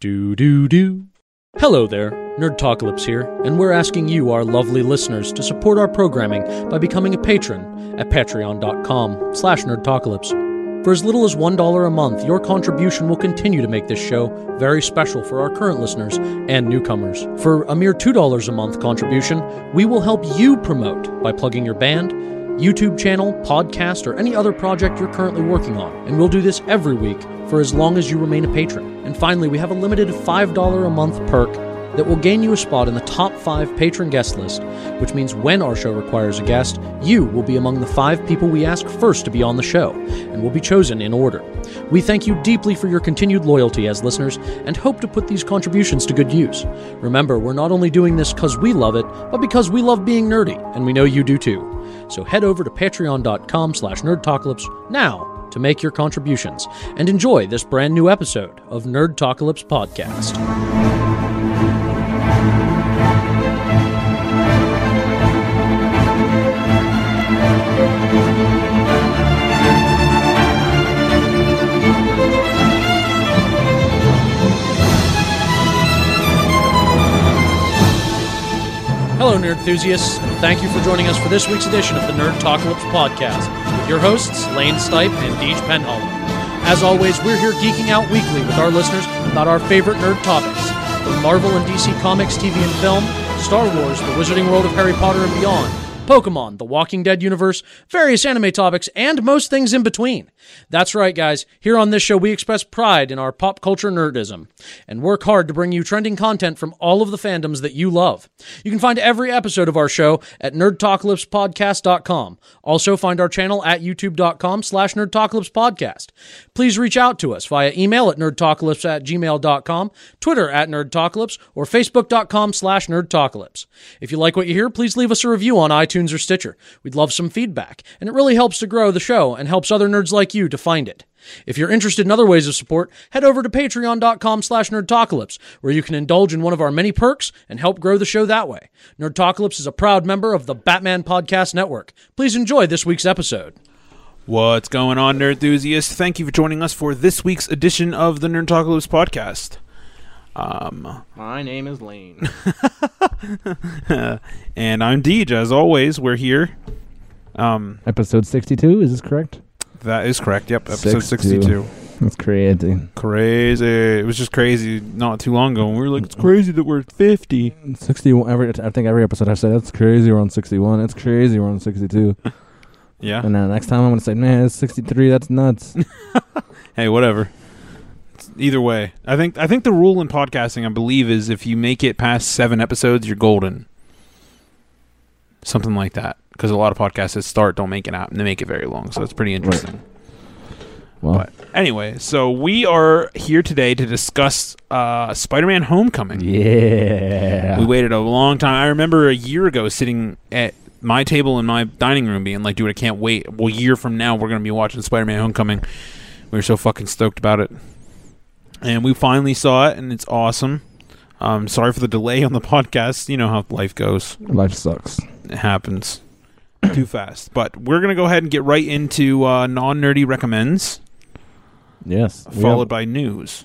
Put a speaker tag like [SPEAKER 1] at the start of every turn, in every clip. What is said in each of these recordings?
[SPEAKER 1] Do do do. Hello there, Nerd Talkalypse here, and we're asking you, our lovely listeners, to support our programming by becoming a patron at patreon.com slash nerdtalkalypse. For as little as $1 a month, your contribution will continue to make this show very special for our current listeners and newcomers. For a mere $2 a month contribution, we will help you promote by plugging your band, YouTube channel, podcast, or any other project you're currently working on. And we'll do this every week for as long as you remain a patron. And finally, we have a limited $5 a month perk that will gain you a spot in the top five patron guest list, which means when our show requires a guest, you will be among the five people we ask first to be on the show and will be chosen in order. We thank you deeply for your continued loyalty as listeners and hope to put these contributions to good use. Remember, we're not only doing this because we love it, but because we love being nerdy, and we know you do too. So head over to patreon.com slash nerdtalkalypse now to make your contributions and enjoy this brand new episode of Nerd Talkalypse Podcast. Hello, nerd enthusiasts, and thank you for joining us for this week's edition of the Nerd Talkalypse podcast with your hosts, Lane Stipe and Deej Penholm. As always, we're here geeking out weekly with our listeners about our favorite nerd topics from Marvel and DC Comics, TV and film, Star Wars, the Wizarding World of Harry Potter and beyond, Pokemon, the Walking Dead universe, various anime topics, and most things in between. That's right, guys. Here on this show, we express pride in our pop culture nerdism and work hard to bring you trending content from all of the fandoms that you love. You can find every episode of our show at nerdtalklipspodcast.com. Also find our channel at youtube.com slash nerdtalklipspodcast. Please reach out to us via email at nerdtalklips at gmail.com, Twitter at nerdtalklips, or facebook.com slash nerdtalklips. If you like what you hear, please leave us a review on iTunes or Stitcher. We'd love some feedback, and it really helps to grow the show and helps other nerds like you to find it. If you're interested in other ways of support, head over to patreon.com slash nerdtalkalypse, where you can indulge in one of our many perks and help grow the show that way. Nerdtalkalypse is a proud member of the Batman Podcast Network. Please enjoy this week's episode.
[SPEAKER 2] What's going on, nerd enthusiasts? Thank you for joining us for this week's edition of the Nerd Talkalypse podcast. Um,
[SPEAKER 3] My name is Lane.
[SPEAKER 2] and I'm Deej, as always. We're here. Um,
[SPEAKER 4] Episode 62, is this correct?
[SPEAKER 2] that is correct. Yep, episode 62.
[SPEAKER 4] 62. That's crazy.
[SPEAKER 2] Crazy. It was just crazy not too long ago. And we were like, it's crazy that we're 50.
[SPEAKER 4] 61, every, I think every episode I say, that's crazy, we're on 61. That's crazy, we're on 62.
[SPEAKER 2] Yeah.
[SPEAKER 4] and then next time I'm going to say, man, it's 63, that's nuts.
[SPEAKER 2] Hey, whatever. It's either way, I think I think the rule in podcasting, I believe, is if you make it past seven episodes, you're golden. Something like that, because a lot of podcasts that start don't make it out and they make it very long, so it's pretty interesting.
[SPEAKER 4] Well,
[SPEAKER 2] But anyway, so we are here today to discuss uh, Spider-Man: Homecoming.
[SPEAKER 4] yeah.
[SPEAKER 2] We waited a long time. I remember a year ago sitting at my table in my dining room being like, dude, I can't wait. Well, a year from now, we're going to be watching Spider Man Homecoming. We were so fucking stoked about it. And we finally saw it, and it's awesome. Um, sorry for the delay on the podcast. You know how life goes,
[SPEAKER 4] Life sucks.
[SPEAKER 2] it happens too fast. But we're going to go ahead and get right into uh, non nerdy recommends,
[SPEAKER 4] Yes. We
[SPEAKER 2] followed
[SPEAKER 4] have-
[SPEAKER 2] by news.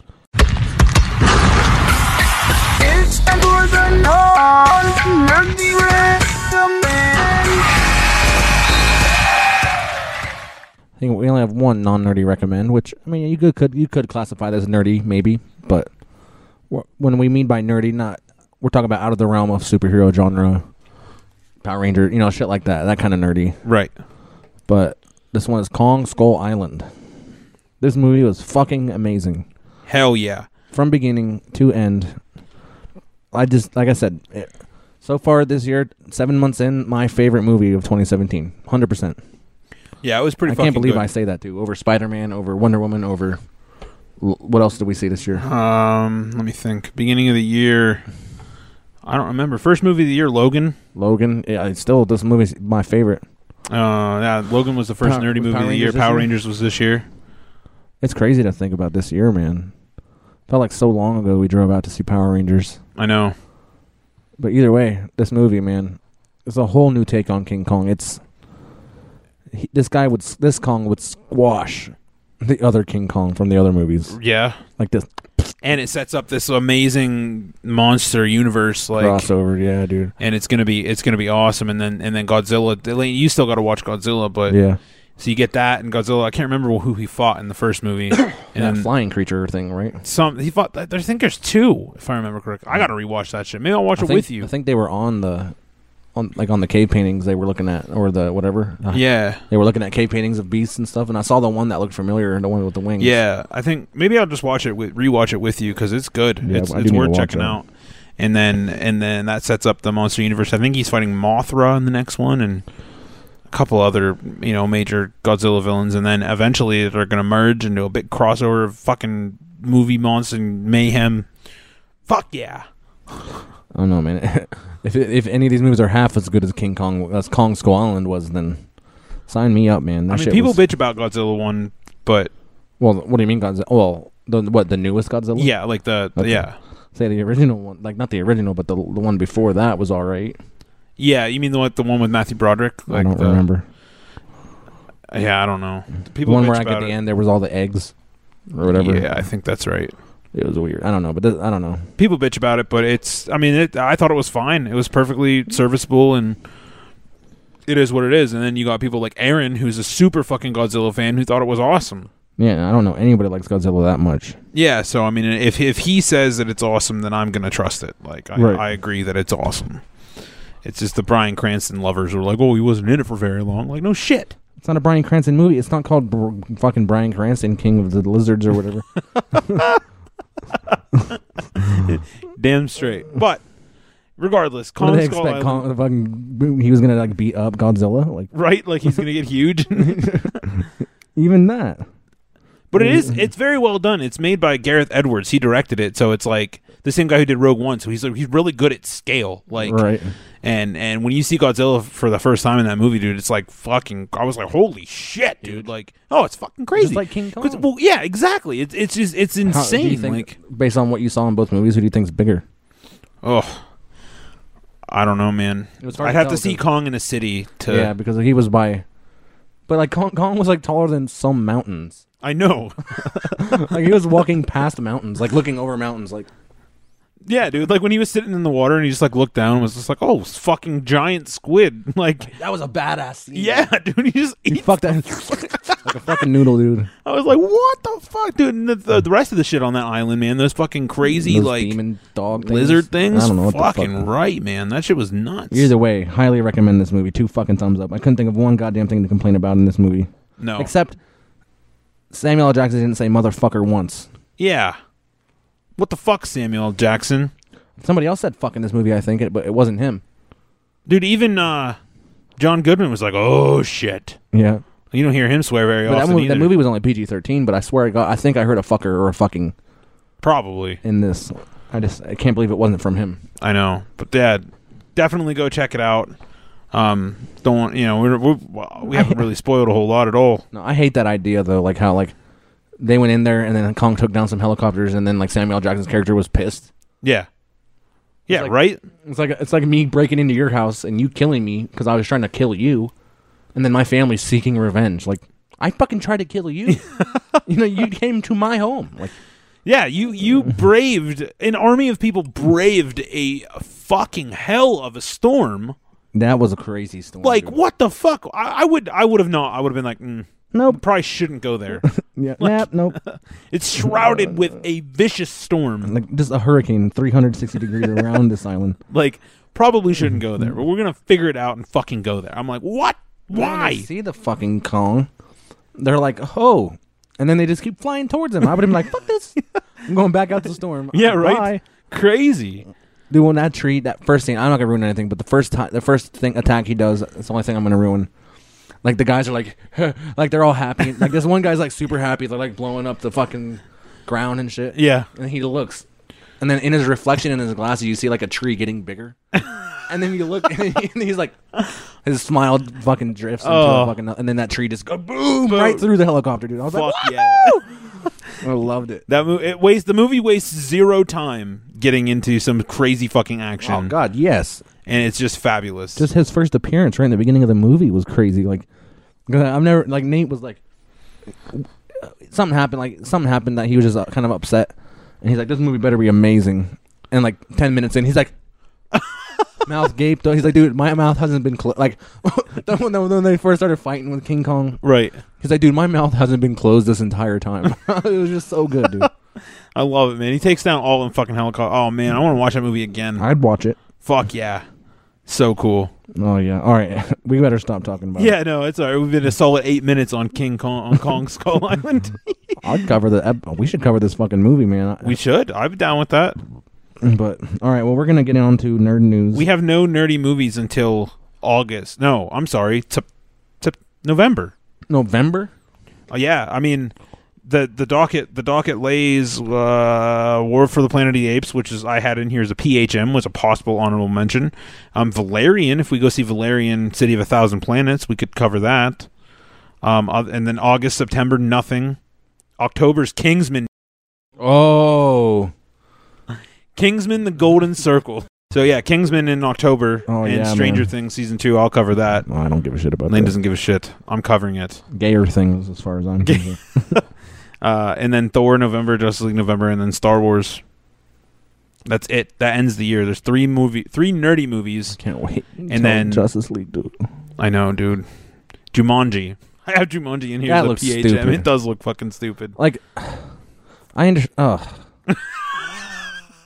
[SPEAKER 5] It's time for the non-nerdy recommend.
[SPEAKER 4] I think we only have one non-nerdy recommend, which, I mean, you could, could, you could classify this as nerdy, maybe, but wh- when we mean by nerdy, not, we're talking about out of the realm of superhero genre, Power Ranger, you know, shit like that, that kind of nerdy.
[SPEAKER 2] Right.
[SPEAKER 4] but this one is Kong Skull Island. This movie was fucking amazing
[SPEAKER 2] Hell yeah.
[SPEAKER 4] from beginning to end. I just like I said, it, so far this year, seven months in, my favorite movie of 2017, hundred percent.
[SPEAKER 2] Yeah, it was
[SPEAKER 4] I
[SPEAKER 2] pretty
[SPEAKER 4] can't
[SPEAKER 2] fucking
[SPEAKER 4] believe
[SPEAKER 2] good.
[SPEAKER 4] I say that too. Over Spider Man, over Wonder Woman, over l- what else did we see this year?
[SPEAKER 2] Um, let me think. Beginning of the year, I don't remember. First movie of the year, Logan.
[SPEAKER 4] Logan. Yeah, it's still this movie's my favorite.
[SPEAKER 2] Uh, yeah, Logan was the first
[SPEAKER 4] Pow-
[SPEAKER 2] nerdy
[SPEAKER 4] was
[SPEAKER 2] movie
[SPEAKER 4] Power
[SPEAKER 2] of the year.
[SPEAKER 4] Rangers this
[SPEAKER 2] Power
[SPEAKER 4] year?
[SPEAKER 2] Rangers was this year.
[SPEAKER 4] It's crazy to think about this year, man. Felt like so long ago we drove out to see Power Rangers.
[SPEAKER 2] I know.
[SPEAKER 4] But either way, this movie, man, it's a whole new take on King Kong. It's he, this guy would s- this Kong would squash the other King Kong from the other movies.
[SPEAKER 2] Yeah,
[SPEAKER 4] Like this,
[SPEAKER 2] and it sets up this amazing monster universe like
[SPEAKER 4] crossover. Yeah, dude.
[SPEAKER 2] and it's gonna be it's gonna be awesome and then and then godzilla Elaine, you still gotta watch godzilla but
[SPEAKER 4] Yeah,
[SPEAKER 2] so you get that and godzilla i can't remember who he fought in the first movie and
[SPEAKER 4] and
[SPEAKER 2] then
[SPEAKER 4] that flying creature thing, right?
[SPEAKER 2] some he fought i think there's two if i remember correctly i gotta rewatch that shit maybe i'll watch
[SPEAKER 4] Mm. I
[SPEAKER 2] it
[SPEAKER 4] think,
[SPEAKER 2] with you
[SPEAKER 4] I think they were on the, on like on the cave paintings they were looking at, or the whatever. Uh,
[SPEAKER 2] yeah
[SPEAKER 4] they were looking at cave paintings of beasts and stuff, and I saw the one that looked familiar, the one with the wings.
[SPEAKER 2] Yeah, I think maybe I'll just watch it with rewatch it with you because it's good.
[SPEAKER 4] Yeah,
[SPEAKER 2] it's
[SPEAKER 4] I do
[SPEAKER 2] it's
[SPEAKER 4] need to
[SPEAKER 2] worth
[SPEAKER 4] watch
[SPEAKER 2] checking
[SPEAKER 4] that.
[SPEAKER 2] out. And then and then that sets up the Monster Universe. I think he's fighting Mothra in the next one and a couple other you know major Godzilla villains. And then eventually they're going to merge into a big crossover of fucking movie monster mayhem. Fuck yeah!
[SPEAKER 4] I don't know, man. if it, if any of these movies are half as good as King Kong, as Kong Skull Island was, then sign me up, man. That
[SPEAKER 2] I mean,
[SPEAKER 4] shit
[SPEAKER 2] people
[SPEAKER 4] was-
[SPEAKER 2] bitch about Godzilla one, but
[SPEAKER 4] well, what do you mean Godzilla? Well, the, what the newest Godzilla?
[SPEAKER 2] yeah, like the
[SPEAKER 4] Okay.
[SPEAKER 2] yeah.
[SPEAKER 4] say the original one, like not the original, but the the one before that was all right.
[SPEAKER 2] Yeah, you mean the one, the one with Matthew Broderick?
[SPEAKER 4] I don't
[SPEAKER 2] the-
[SPEAKER 4] remember.
[SPEAKER 2] Yeah, I don't know.
[SPEAKER 4] The
[SPEAKER 2] People
[SPEAKER 4] one
[SPEAKER 2] bitch
[SPEAKER 4] where like,
[SPEAKER 2] about
[SPEAKER 4] at
[SPEAKER 2] it.
[SPEAKER 4] the end there was all the eggs or whatever.
[SPEAKER 2] Yeah, I think that's right.
[SPEAKER 4] it was weird. I don't know, but this, I don't know.
[SPEAKER 2] people bitch about it, but it's. I mean, it, I thought it was fine. It was perfectly serviceable, and it is what it is. And then you got people like Aaron, who's a super fucking Godzilla fan, who thought it was awesome.
[SPEAKER 4] Yeah, I don't know anybody likes Godzilla that much.
[SPEAKER 2] Yeah, so I mean, if if he says that it's awesome, then I'm gonna trust it. Like, I,
[SPEAKER 4] Right.
[SPEAKER 2] I agree that it's awesome. It's just the Brian Cranston lovers were like, oh, he wasn't in it for very long. Like, no shit.
[SPEAKER 4] It's not a Brian Cranston movie. It's not called Br- fucking Brian Cranston, King of the Lizards or whatever.
[SPEAKER 2] Damn straight. But regardless,
[SPEAKER 4] what
[SPEAKER 2] Kong
[SPEAKER 4] did they
[SPEAKER 2] Skull
[SPEAKER 4] expect?
[SPEAKER 2] Island-
[SPEAKER 4] Kong, fucking, he was gonna like beat up Godzilla. Like
[SPEAKER 2] right? Like he's gonna get huge.
[SPEAKER 4] even that.
[SPEAKER 2] But it
[SPEAKER 4] Mm-hmm.
[SPEAKER 2] is it's very well done. It's made by Gareth Edwards. He directed it, so it's like the same guy who did Rogue One. So he's like, he's really good at scale. Like
[SPEAKER 4] right.
[SPEAKER 2] and and when you see Godzilla for the first time in that movie, dude, it's like fucking I was like, "Holy shit, dude." Like, "Oh, it's fucking crazy."
[SPEAKER 4] like King
[SPEAKER 2] 'Cause-
[SPEAKER 4] Kong.
[SPEAKER 2] Well, yeah, exactly. It's it's just it's
[SPEAKER 4] How- do you
[SPEAKER 2] insane.
[SPEAKER 4] think-
[SPEAKER 2] like,
[SPEAKER 4] based on what you saw in both movies, who do you think's bigger?
[SPEAKER 2] oh. I don't know, man.
[SPEAKER 4] It was hard
[SPEAKER 2] I'd
[SPEAKER 4] to
[SPEAKER 2] have to
[SPEAKER 4] tell
[SPEAKER 2] see
[SPEAKER 4] 'cause-
[SPEAKER 2] Kong in a city to
[SPEAKER 4] yeah, because he was by. But like Kong, Kong was like taller than some mountains.
[SPEAKER 2] I know.
[SPEAKER 4] like he was walking past mountains, like looking over mountains, like
[SPEAKER 2] Yeah, dude. Like when he was sitting in the water and he just like looked down and was just like, "Oh, it's fucking giant squid." Like,
[SPEAKER 4] that was a badass. Scene.
[SPEAKER 2] yeah, dude, he just
[SPEAKER 4] he
[SPEAKER 2] eats
[SPEAKER 4] fucked that like a fucking noodle, dude.
[SPEAKER 2] I was like, what the fuck, dude? And the, the, the rest of the shit on that island, man, those fucking crazy
[SPEAKER 4] Those
[SPEAKER 2] like
[SPEAKER 4] demon dog things.
[SPEAKER 2] lizard things.
[SPEAKER 4] I don't know what
[SPEAKER 2] fucking
[SPEAKER 4] the fuck.
[SPEAKER 2] right, man. That shit was nuts.
[SPEAKER 4] Either way, highly recommend this movie. Two fucking thumbs up. I couldn't think of one goddamn thing to complain about in this movie,
[SPEAKER 2] no,
[SPEAKER 4] except Samuel L. Jackson didn't say motherfucker once.
[SPEAKER 2] yeah. What the fuck, Samuel L. Jackson,
[SPEAKER 4] Somebody else said fuck in this movie, I think, it, but it wasn't him.
[SPEAKER 2] dude? Even uh, John Goodman was like, oh shit.
[SPEAKER 4] Yeah,
[SPEAKER 2] You don't hear him swear very
[SPEAKER 4] but that
[SPEAKER 2] often.
[SPEAKER 4] movie, that
[SPEAKER 2] either.
[SPEAKER 4] movie was only PG thirteen. But I swear, to God, I think I heard a fucker or a fucking
[SPEAKER 2] probably.
[SPEAKER 4] in this. I just I can't believe it wasn't from him.
[SPEAKER 2] I know, but yeah, definitely go check it out. Um, don't want you know we're, we're, we haven't really spoiled a whole lot at all.
[SPEAKER 4] No, I hate that idea though. Like how like they went in there and then Kong took down some helicopters and then like Samuel L. Jackson's character was pissed.
[SPEAKER 2] Yeah, yeah,
[SPEAKER 4] like-
[SPEAKER 2] right.
[SPEAKER 4] It's like it's like me breaking into your house and you killing me because I was trying to kill you, and then my family seeking revenge. Like I fucking tried to kill you. you know you came to my home. Like
[SPEAKER 2] Yeah, you you braved an army of people braved a fucking hell of a storm.
[SPEAKER 4] that was a crazy storm.
[SPEAKER 2] Like
[SPEAKER 4] dude.
[SPEAKER 2] what the fuck? I, I would I would have not. I would have been like, mm,
[SPEAKER 4] nope.
[SPEAKER 2] probably shouldn't go there.
[SPEAKER 4] Yeah, nope. nope.
[SPEAKER 2] it's shrouded with a vicious storm.
[SPEAKER 4] Like just a hurricane, three hundred sixty degrees around this island.
[SPEAKER 2] Like probably shouldn't go there, but we're gonna figure it out and fucking go there. I'm like, what?
[SPEAKER 4] When
[SPEAKER 2] Why?
[SPEAKER 4] they see the fucking Kong, they're like, oh. And then they just keep flying towards him. I would have been like, fuck this. I'm going back out the storm.
[SPEAKER 2] Yeah,
[SPEAKER 4] Bye.
[SPEAKER 2] right. Crazy.
[SPEAKER 4] Dude, when that tree, that first scene, I'm not gonna ruin anything, but the first time, the first thing attack he does, it's the only thing I'm gonna ruin. Like the guys are like, like they're all happy. Like this one guy's like super happy. They're like blowing up the fucking ground and shit.
[SPEAKER 2] Yeah.
[SPEAKER 4] And he looks, and then in his reflection in his glasses, you see like a tree getting bigger. and then you look, and he's like, his smile fucking drifts into
[SPEAKER 2] Oh.
[SPEAKER 4] the fucking, and then that tree just go boom, right through the helicopter, dude. I was
[SPEAKER 2] Fuck
[SPEAKER 4] like,
[SPEAKER 2] yeah.
[SPEAKER 4] "Whoa!" I loved it.
[SPEAKER 2] That mo- it wastes the movie wastes zero time getting into some crazy fucking action,
[SPEAKER 4] Oh god, yes.
[SPEAKER 2] and it's just fabulous.
[SPEAKER 4] Just his first appearance right in the beginning of the movie was crazy. Like, 'cause I've never like Nate was like, something happened. Like something happened that he was just uh, kind of upset, And he's like, "This movie better be amazing." And like ten minutes in, he's like, mouth gaped. He's like, "Dude, my mouth hasn't been closed." Like when they- when they first started fighting with King Kong,
[SPEAKER 2] Right.
[SPEAKER 4] he's like, "Dude, my mouth hasn't been closed this entire time." it was just so good, dude.
[SPEAKER 2] I love it, man. He takes down all in fucking helicopter. Oh man, I want to watch that movie again.
[SPEAKER 4] I'd watch it.
[SPEAKER 2] Fuck yeah. So cool.
[SPEAKER 4] Oh yeah. All right, we better stop talking about it.
[SPEAKER 2] Yeah, no, it's all right. We've been a solid eight minutes on King Kong on Kong Skull Island.
[SPEAKER 4] I'd cover the. ep- We should cover this fucking movie, man.
[SPEAKER 2] we should. I'm down with that.
[SPEAKER 4] but all right, well, we're gonna get on to nerd news.
[SPEAKER 2] We have no nerdy movies until August. No, I'm sorry. To, to November.
[SPEAKER 4] November.
[SPEAKER 2] Oh, yeah, I mean the the docket the docket lays uh, War for the Planet of the Apes, which is I had in here as a PHM was a possible honorable mention. Um, Valerian, if we go see Valerian City of a Thousand Planets, we could cover that. Um, oth- and then August September nothing. October's Kingsman,
[SPEAKER 4] Oh.
[SPEAKER 2] Kingsman the Golden Circle. So yeah, Kingsman in October
[SPEAKER 4] Oh,
[SPEAKER 2] and
[SPEAKER 4] yeah,
[SPEAKER 2] Stranger
[SPEAKER 4] man.
[SPEAKER 2] Things season two. I'll cover that.
[SPEAKER 4] No, I don't give a shit about
[SPEAKER 2] Lane
[SPEAKER 4] that.
[SPEAKER 2] doesn't give a shit. I'm covering it.
[SPEAKER 4] Gayer things, as far as I'm concerned.
[SPEAKER 2] Uh, and then Thor November, Justice League November, and then Star Wars. That's it. That ends the year. There's three movie, three nerdy movies.
[SPEAKER 4] Can't wait. And
[SPEAKER 2] then-
[SPEAKER 4] Justice League, dude.
[SPEAKER 2] I know, dude. Jumanji. I have Jumanji in here.
[SPEAKER 4] That
[SPEAKER 2] as a
[SPEAKER 4] looks
[SPEAKER 2] PHM.
[SPEAKER 4] stupid.
[SPEAKER 2] It does look fucking stupid.
[SPEAKER 4] Like, I understand. Ugh.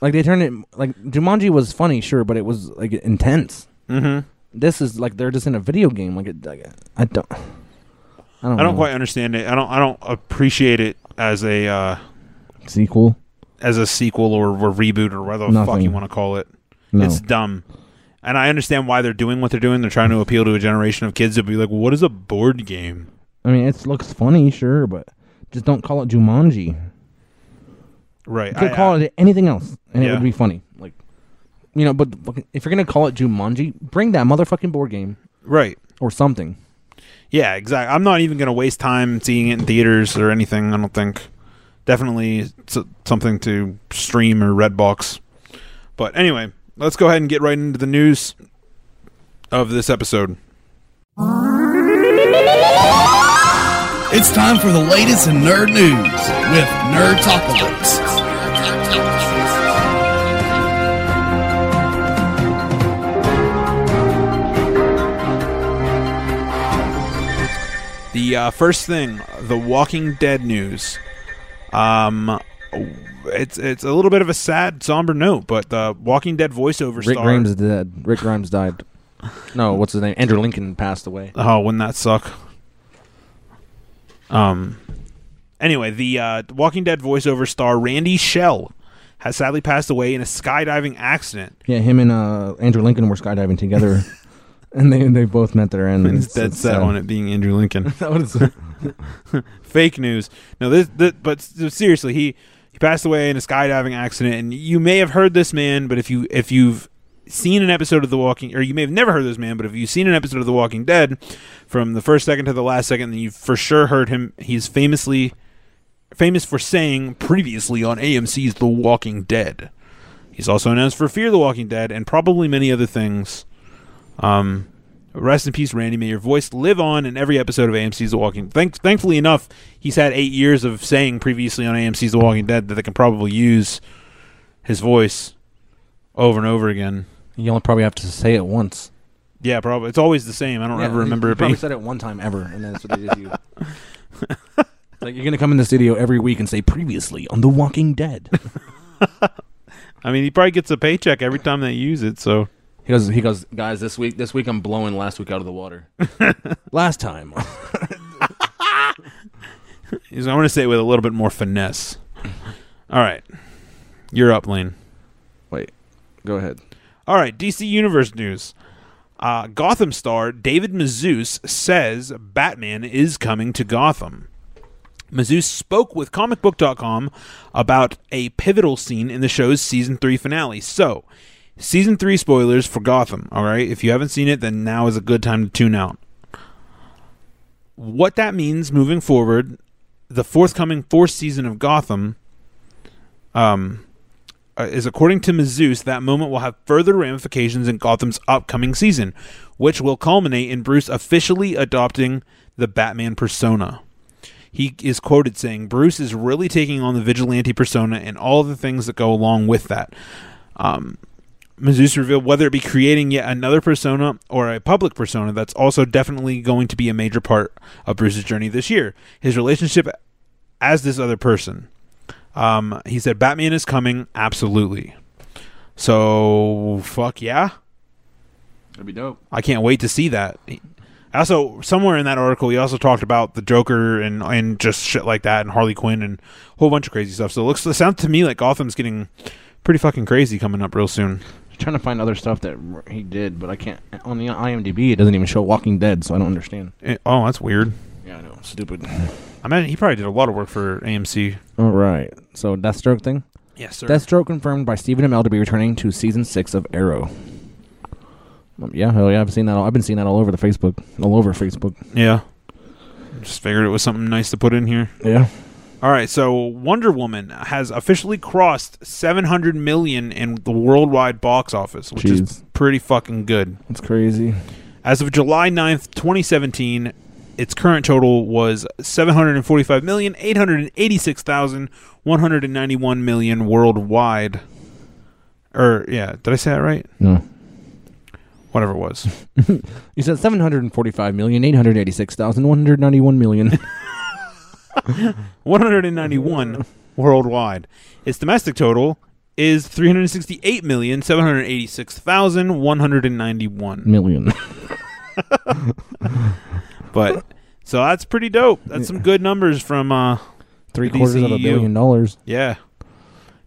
[SPEAKER 4] like they turned it. Like Jumanji was funny, sure, but it was like intense.
[SPEAKER 2] Mm-hmm.
[SPEAKER 4] This is like they're just in a video game. Like, it, like I don't. I don't.
[SPEAKER 2] I don't
[SPEAKER 4] know.
[SPEAKER 2] quite understand it. I don't. I don't appreciate it as a uh,
[SPEAKER 4] sequel.
[SPEAKER 2] as a sequel or, or reboot or whatever the fuck
[SPEAKER 4] Nothing.
[SPEAKER 2] you want to call it.
[SPEAKER 4] No.
[SPEAKER 2] It's dumb. And I understand why they're doing what they're doing. They're trying to appeal to a generation of kids that be like, "What is a board game?"
[SPEAKER 4] I mean, it looks funny, sure, but just don't call it Jumanji.
[SPEAKER 2] Right.
[SPEAKER 4] could
[SPEAKER 2] I-
[SPEAKER 4] call it anything else, and it
[SPEAKER 2] Yeah.
[SPEAKER 4] would be funny. Like, you know, but fucking- if you're gonna call it Jumanji, bring that motherfucking board game
[SPEAKER 2] right.
[SPEAKER 4] or something.
[SPEAKER 2] Yeah, exactly. I'm not even going to waste time seeing it in theaters or anything. I don't think. Definitely s- something to stream or Redbox. But anyway, let's go ahead and get right into the news of this episode.
[SPEAKER 3] It's time for the latest in nerd news with Nerd Talkalypse.
[SPEAKER 2] The uh, first thing, the Walking Dead news. Um, it's it's a little bit of a sad, somber note, but the Walking Dead voiceover
[SPEAKER 4] Rick
[SPEAKER 2] star.
[SPEAKER 4] Grimes is dead. Rick Grimes died. No, what's his name? Andrew Lincoln passed away.
[SPEAKER 2] Oh, wouldn't that suck? Um. Anyway, the uh, Walking Dead voiceover star Randy Shell has sadly passed away in a skydiving accident.
[SPEAKER 4] Yeah, him and uh, Andrew Lincoln were skydiving together, and they they both met their end.
[SPEAKER 2] And it's dead set on it being Andrew Lincoln.
[SPEAKER 4] That was it.
[SPEAKER 2] Fake news. No, this, this. But s- seriously, he he passed away in a skydiving accident, and you may have heard this man, but if you if you've seen an episode of The Walking, or you may have never heard this man, but if you've seen an episode of The Walking Dead, from the first second to the last second, then you've for sure heard him. He's famously famous for saying previously on AMC's The Walking Dead. He's also known for Fear the Walking Dead and probably many other things. Um, rest in peace, Randy. May your voice live on in every episode of AMC's The Walking. Thank- thankfully enough, he's had eight years of saying previously on AMC's The Walking Dead that they can probably use his voice over and over again.
[SPEAKER 4] You only probably have to say it once.
[SPEAKER 2] Yeah, probably. It's always the same. I don't ever
[SPEAKER 4] you-
[SPEAKER 2] remember
[SPEAKER 4] you
[SPEAKER 2] it
[SPEAKER 4] probably
[SPEAKER 2] being.
[SPEAKER 4] said it one time ever, and that's what they just use. like you're gonna come in the studio every week and say previously on The Walking Dead.
[SPEAKER 2] I mean, he probably gets a paycheck every time they use it. So
[SPEAKER 4] He goes, he goes, guys. This week, this week, I'm blowing last week out of the water. last time,
[SPEAKER 2] he's, I'm going to say it with a little bit more finesse. All right, you're up, Lane.
[SPEAKER 4] wait, go ahead.
[SPEAKER 2] All right, DC Universe news. Uh, Gotham star David Mazouz says Batman is coming to Gotham. Mazouz spoke with comicbook.com about a pivotal scene in the show's season 3 finale. So, season 3 spoilers for Gotham, all right? If you haven't seen it, then now is a good time to tune out. What that means moving forward, the forthcoming fourth season of Gotham um uh, is according to Mazouz, that moment will have further ramifications in Gotham's upcoming season, which will culminate in Bruce officially adopting the Batman persona. he is quoted saying, Bruce is really taking on the vigilante persona and all the things that go along with that. Um, Mizuzu revealed whether it be creating yet another persona or a public persona, that's also definitely going to be a major part of Bruce's journey this year. His relationship as this other person. Um, he said, Batman is coming, absolutely. So, fuck yeah.
[SPEAKER 6] That'd be dope.
[SPEAKER 2] I can't wait to see that. Also, somewhere in that article, he also talked about the Joker and and just shit like that, and Harley Quinn and a whole bunch of crazy stuff. So it looks, it sounds to me like Gotham's getting pretty fucking crazy coming up real soon.
[SPEAKER 4] trying to find other stuff that r- he did, but I can't. On the IMDb, it doesn't even show Walking Dead, so I don't understand.
[SPEAKER 2] Eh, oh, that's weird.
[SPEAKER 4] Yeah, I know. Stupid.
[SPEAKER 2] I mean, he probably did a lot of work for AMC.
[SPEAKER 4] All right. So Deathstroke thing.
[SPEAKER 2] Yes, sir.
[SPEAKER 4] Deathstroke confirmed by Stephen Amell to be returning to season six of Arrow. Um, yeah, hell yeah, I've seen that. All, I've been seeing that all over the Facebook, all over Facebook.
[SPEAKER 2] yeah. Just figured it was something nice to put in here.
[SPEAKER 4] Yeah.
[SPEAKER 2] All right, so Wonder Woman has officially crossed 700 million in the worldwide box office, which is
[SPEAKER 4] Jeez.
[SPEAKER 2] pretty fucking good.
[SPEAKER 4] It's crazy.
[SPEAKER 2] As of July 9th, 2017, its current total was 745,886,191 million worldwide. Or yeah, did I say that right?
[SPEAKER 4] No.
[SPEAKER 2] Whatever it was.
[SPEAKER 4] You said seven hundred and forty-five million eight hundred eighty-six thousand one hundred ninety-one million.
[SPEAKER 2] 191 worldwide. Its domestic total is 368,786,191.
[SPEAKER 4] million.
[SPEAKER 2] But so that's pretty dope. That's some good numbers from uh
[SPEAKER 4] Three
[SPEAKER 2] The
[SPEAKER 4] quarters of a
[SPEAKER 2] DCEU.
[SPEAKER 4] billion dollars.
[SPEAKER 2] Yeah.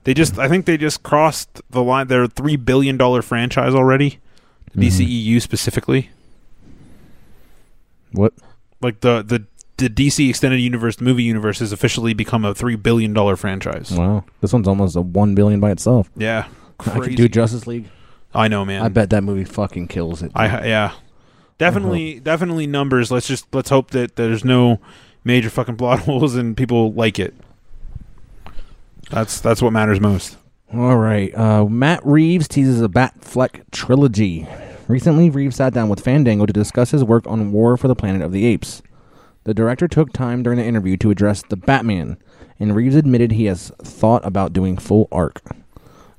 [SPEAKER 2] They just I think they just crossed the line their three billion dollar franchise already.
[SPEAKER 4] Mm-hmm.
[SPEAKER 2] The DCEU specifically.
[SPEAKER 4] What?
[SPEAKER 2] Like the the the DC extended universe movie universe has officially become a three billion dollar franchise.
[SPEAKER 4] Wow. This one's almost a one billion by itself.
[SPEAKER 2] Yeah.
[SPEAKER 4] I could
[SPEAKER 2] Crazy.
[SPEAKER 4] do Justice League.
[SPEAKER 2] I know, man.
[SPEAKER 4] I bet that movie fucking kills it.
[SPEAKER 2] I yeah. Definitely definitely numbers. Let's just let's hope that there's no major fucking plot holes and people like it. That's that's what matters most.
[SPEAKER 4] All right. Uh, Matt Reeves teases a Batfleck trilogy. Recently, Reeves sat down with Fandango to discuss his work on War for the Planet of the Apes. The director took time during the interview to address the Batman, and Reeves admitted he has thought about doing full arc.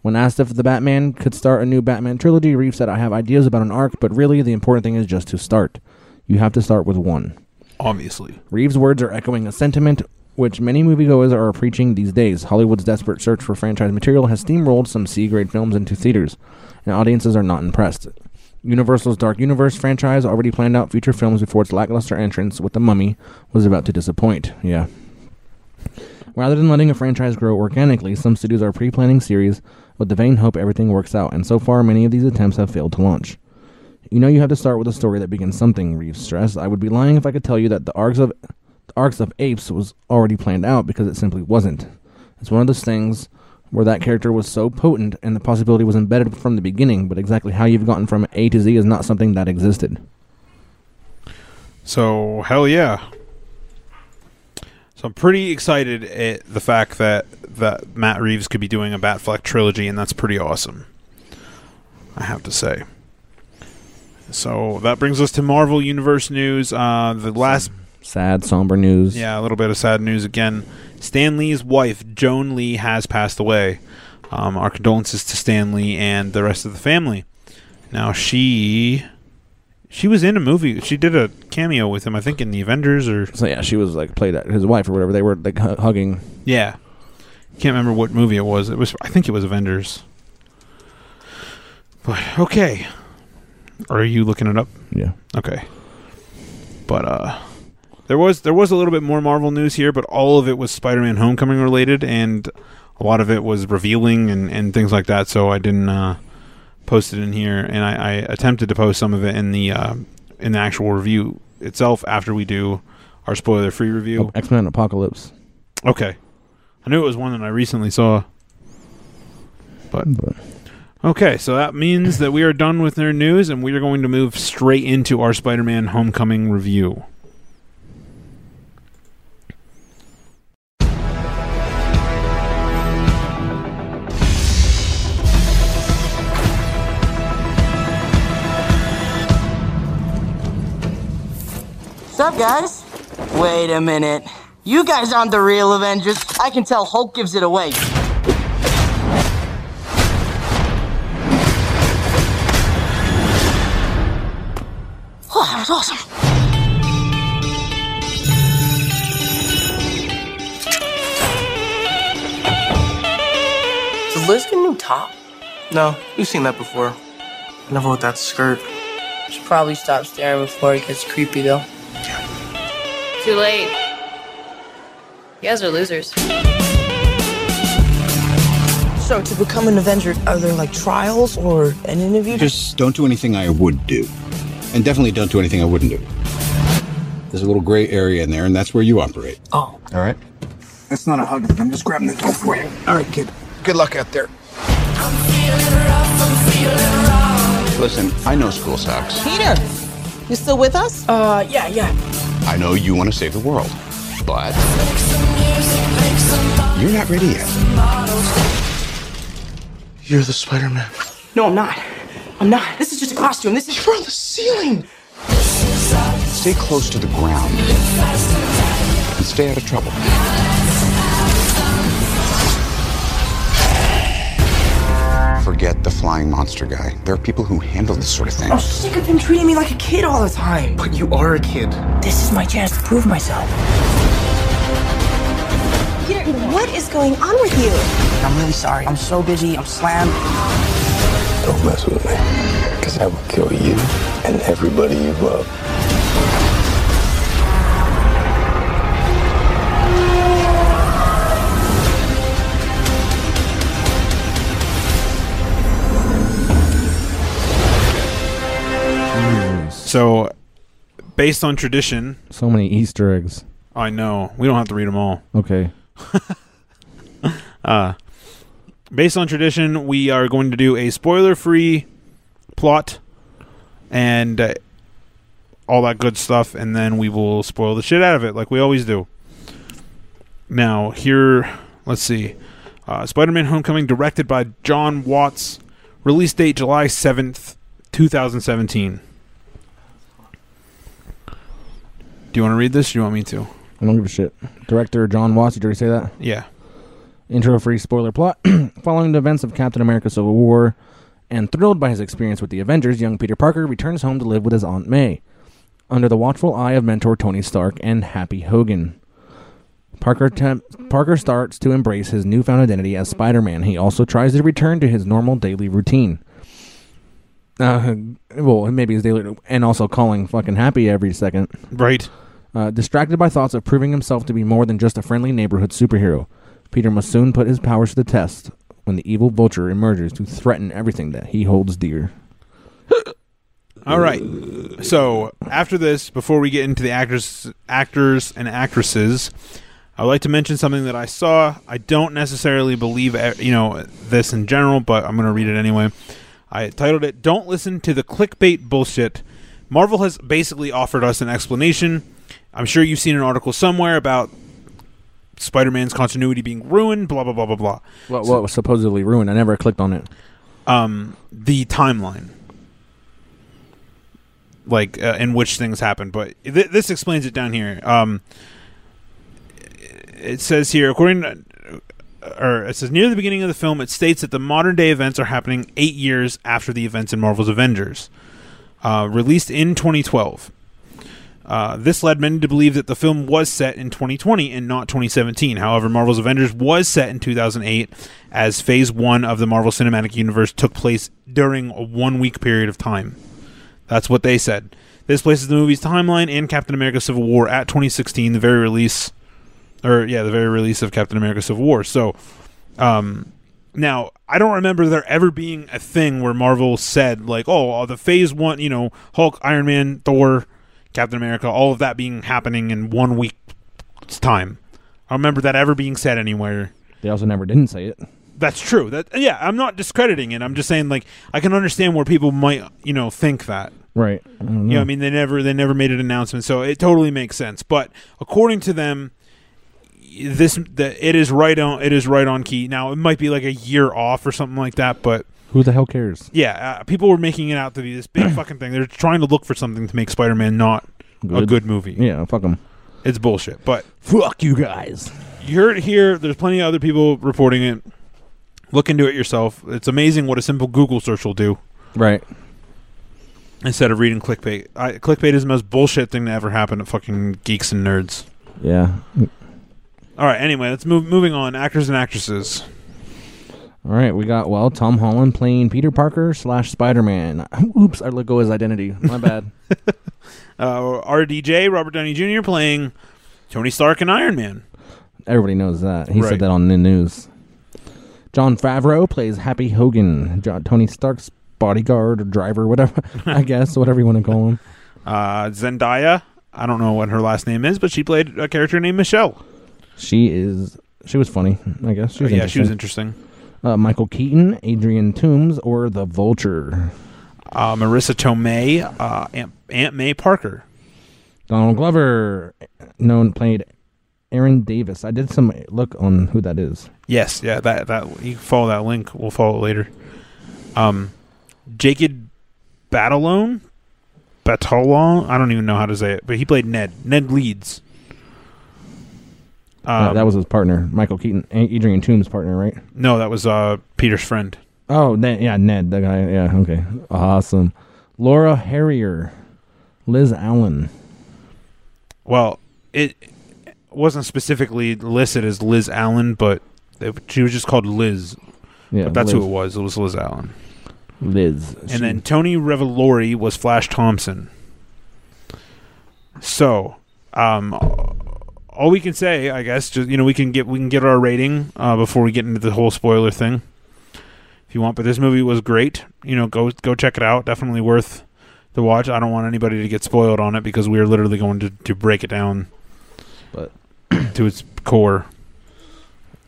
[SPEAKER 4] When asked if the Batman could start a new Batman trilogy, Reeves said, I have ideas about an arc, but really the important thing is just to start. You have to start with one.
[SPEAKER 2] Obviously.
[SPEAKER 4] Reeves' words are echoing a sentiment which many moviegoers are preaching these days. Hollywood's desperate search for franchise material has steamrolled some C grade films into theaters, and audiences are not impressed. Universal's Dark Universe franchise already planned out future films before its lackluster entrance with The Mummy was about to disappoint. Yeah. Rather than letting a franchise grow organically, some studios are pre planning series with the vain hope everything works out, and so far many of these attempts have failed to launch. You know you have to start with a story that begins something, Reeves stressed. I would be lying if I could tell you that the arcs of the arcs of apes was already planned out because it simply wasn't. It's one of those things where that character was so potent and the possibility was embedded from the beginning, but exactly how you've gotten from A to Z is not something that existed.
[SPEAKER 2] So hell yeah. So I'm pretty excited at the fact that that Matt Reeves could be doing a Batfleck trilogy, and that's pretty awesome. I have to say. So that brings us to Marvel Universe news. Uh, the last,
[SPEAKER 4] Sad, somber news.
[SPEAKER 2] yeah, a little bit of sad news again. Stan Lee's wife, Joan Lee, has passed away. Um, our condolences to Stan Lee and the rest of the family. Now she, she was in a movie. She did a cameo with him, I think, in the Avengers or
[SPEAKER 4] So yeah, she was like played at his wife or whatever. They were like hu- hugging.
[SPEAKER 2] Yeah. Can't remember what movie it was. It was I think it was Avengers. But okay. Are you looking it up?
[SPEAKER 4] Yeah.
[SPEAKER 2] Okay. But uh there was there was a little bit more Marvel news here, but all of it was Spider-Man Homecoming related and a lot of it was revealing and, and things like that, so I didn't uh post it in here and I, I attempted to post some of it in the uh, in the actual review itself after we do our spoiler free review.
[SPEAKER 4] X Men Apocalypse.
[SPEAKER 2] Okay. I knew it was one that I recently saw. But
[SPEAKER 4] But
[SPEAKER 2] okay, so that means that we are done with their news and we are going to move straight into our Spider-Man Homecoming review.
[SPEAKER 7] Sup, guys? Wait a minute. You guys aren't the real Avengers. I can tell Hulk gives it away. Oh, that was awesome.
[SPEAKER 8] Does Liz get a new top? No, we've seen that before. Never with that skirt.
[SPEAKER 7] Should probably stop staring before it gets creepy, though.
[SPEAKER 9] Too late. You guys are losers.
[SPEAKER 8] So, to become an Avenger, are there like trials or an interview?
[SPEAKER 10] Just don't do anything I would do. And definitely don't do anything I wouldn't do. There's a little gray area in there, and that's where you operate.
[SPEAKER 8] Oh.
[SPEAKER 10] All right?
[SPEAKER 5] It's not a hug. I'm just grabbing the door for you. All right, kid. Good luck out there.
[SPEAKER 10] Listen, I know school sucks.
[SPEAKER 7] Peter, you still with us?
[SPEAKER 8] Uh, yeah, yeah.
[SPEAKER 10] I know you want to save the world. But. You're not ready yet.
[SPEAKER 8] You're the Spider Man.
[SPEAKER 7] No, I'm not. I'm not. This is just a costume. This is.
[SPEAKER 8] You're on the ceiling!
[SPEAKER 10] Stay close to the ground. And stay out of trouble. Forget the flying monster guy. There are people who handle this sort of thing.
[SPEAKER 8] I'm sick of him treating me like a kid all the time. But you are a kid. This is my chance to prove myself.
[SPEAKER 9] Peter, what is going on with you?
[SPEAKER 8] I'm really sorry. I'm so busy. I'm slammed.
[SPEAKER 10] Don't mess with me, because I will kill you and everybody you love.
[SPEAKER 2] So, based on tradition,
[SPEAKER 4] So many Easter eggs.
[SPEAKER 2] I know we don't have to read them all.
[SPEAKER 4] Okay.
[SPEAKER 2] Based on tradition, we are going to do a spoiler-free plot and uh, all that good stuff, and then we will spoil the shit out of it like we always do. Now, here, let's see. Uh, Spider Man Homecoming, directed by John Watts. Release date July 7th, 2017. Do you want to read this? Or do you want me to?
[SPEAKER 4] I don't give a shit. Director John Watts, did you already say that?
[SPEAKER 2] Yeah.
[SPEAKER 4] Intro free spoiler plot. Following the events of Captain America Civil War and thrilled by his experience with the Avengers, young Peter Parker returns home to live with his Aunt May under the watchful eye of mentor Tony Stark and Happy Hogan. Parker, tem- Parker starts to embrace his newfound identity as Spider Man. He also tries to return to his normal daily routine. Uh, well, maybe his daily, and also calling fucking Happy every second.
[SPEAKER 2] Right.
[SPEAKER 4] Uh, distracted by thoughts of proving himself to be more than just a friendly neighborhood superhero, Peter must soon put his powers to the test when the evil vulture emerges to threaten everything that he holds dear.
[SPEAKER 2] All right. So after this, before we get into the actors, actors and actresses, I would like to mention something that I saw. I don't necessarily believe eh, you know this in general, but I'm going to read it anyway. I titled it "Don't Listen to the Clickbait Bullshit." Marvel has basically offered us an explanation. I'm sure you've seen an article somewhere about Spider-Man's continuity being ruined. Blah blah blah blah blah.
[SPEAKER 4] What, what was supposedly ruined? I never clicked on it.
[SPEAKER 2] um, the timeline, like uh, in which things happen. But th- this explains it down here. Um, it says here, according to, uh, or it says near the beginning of the film, it states that the modern day events are happening eight years after the events in Marvel's Avengers, uh, released in 2012. Uh, this led many to believe that the film was set in 2020 and not 2017. However, Marvel's Avengers was set in 2008 as Phase 1 of the Marvel Cinematic Universe took place during a one week period of time. That's what they said. This places the movie's timeline and Captain America Civil War at 2016, the very release, or yeah, the very release of Captain America Civil War. So, um, now I don't remember there ever being a thing where Marvel said like, "Oh, all the Phase One, you know, Hulk, Iron Man, Thor, Captain America, all of that being happening in one week's time." I don't remember that ever being said anywhere.
[SPEAKER 4] They also never didn't say it.
[SPEAKER 2] That's true. That yeah, I'm not discrediting it. I'm just saying like I can understand where people might you know think that.
[SPEAKER 4] Right. I don't
[SPEAKER 2] You know,
[SPEAKER 4] know.
[SPEAKER 2] I mean, they never they never made an announcement, so it totally makes sense. But according to them, this the, it is right on it is right on key. Now it might be like a year off or something like that, but
[SPEAKER 4] Who the hell cares?
[SPEAKER 2] yeah, uh, people were making it out to be this big fucking thing. They're trying to look for something to make Spider Man not a
[SPEAKER 4] Good.
[SPEAKER 2] good movie.
[SPEAKER 4] Yeah, fuck them.
[SPEAKER 2] It's bullshit. But
[SPEAKER 4] fuck you guys.
[SPEAKER 2] You heard it here. There's plenty of other people reporting it. Look into it yourself. It's amazing what a simple Google search will do.
[SPEAKER 4] Right.
[SPEAKER 2] Instead of reading clickbait, I, clickbait is the most bullshit thing to ever happen to fucking geeks and nerds.
[SPEAKER 4] Yeah.
[SPEAKER 2] All right. Anyway, let's move. Moving on. Actors and actresses.
[SPEAKER 4] All right, we got well Tom Holland playing Peter Parker slash Spider Man. Oops, I let go his identity. My bad.
[SPEAKER 2] Uh, RDJ Robert Downey Jr. playing Tony Stark and Iron Man.
[SPEAKER 4] Everybody knows that. He
[SPEAKER 2] Right.
[SPEAKER 4] said that on the news. John Favreau plays Happy Hogan, jo- Tony Stark's bodyguard or driver, whatever I guess, whatever you want to call him.
[SPEAKER 2] Uh, Zendaya. I don't know what her last name is, but she played a character named Michelle.
[SPEAKER 4] She is. She was funny. I guess she was.
[SPEAKER 2] yeah, she was interesting.
[SPEAKER 4] Uh, Michael Keaton, Adrian Toomes, or the Vulture.
[SPEAKER 2] Uh, Marissa Tomei, uh, Aunt, Aunt May Parker.
[SPEAKER 4] Donald Glover, known played Aaron Davis. I did some look on who that is.
[SPEAKER 2] Yes, yeah, that that you can follow that link. We'll follow it later. Um, Jacob Batalone, Batalon. I don't even know how to say it, but he played Ned. Ned Leeds.
[SPEAKER 4] Uh,
[SPEAKER 2] Um,
[SPEAKER 4] that was his partner, Michael Keaton, A- Adrian Toomes' partner, right?
[SPEAKER 2] no, that was uh, Peter's friend.
[SPEAKER 4] Oh, Ned, yeah, Ned, the guy. Yeah, okay, awesome. Laura Harrier, Liz Allen.
[SPEAKER 2] Well, it wasn't specifically listed as Liz Allen, but it, she was just called Liz.
[SPEAKER 4] Yeah,
[SPEAKER 2] but that's
[SPEAKER 4] Liz.
[SPEAKER 2] who it was. It was Liz Allen.
[SPEAKER 4] Liz.
[SPEAKER 2] And then Tony Revolori was Flash Thompson. So, um, all we can say, I guess, just you know, we can get we can get our rating uh, before we get into the whole spoiler thing, if you want. But this movie was great. You know, go go check it out. Definitely worth the watch. I don't want anybody to get spoiled on it because we are literally going to, to break it down,
[SPEAKER 4] but
[SPEAKER 2] to its core.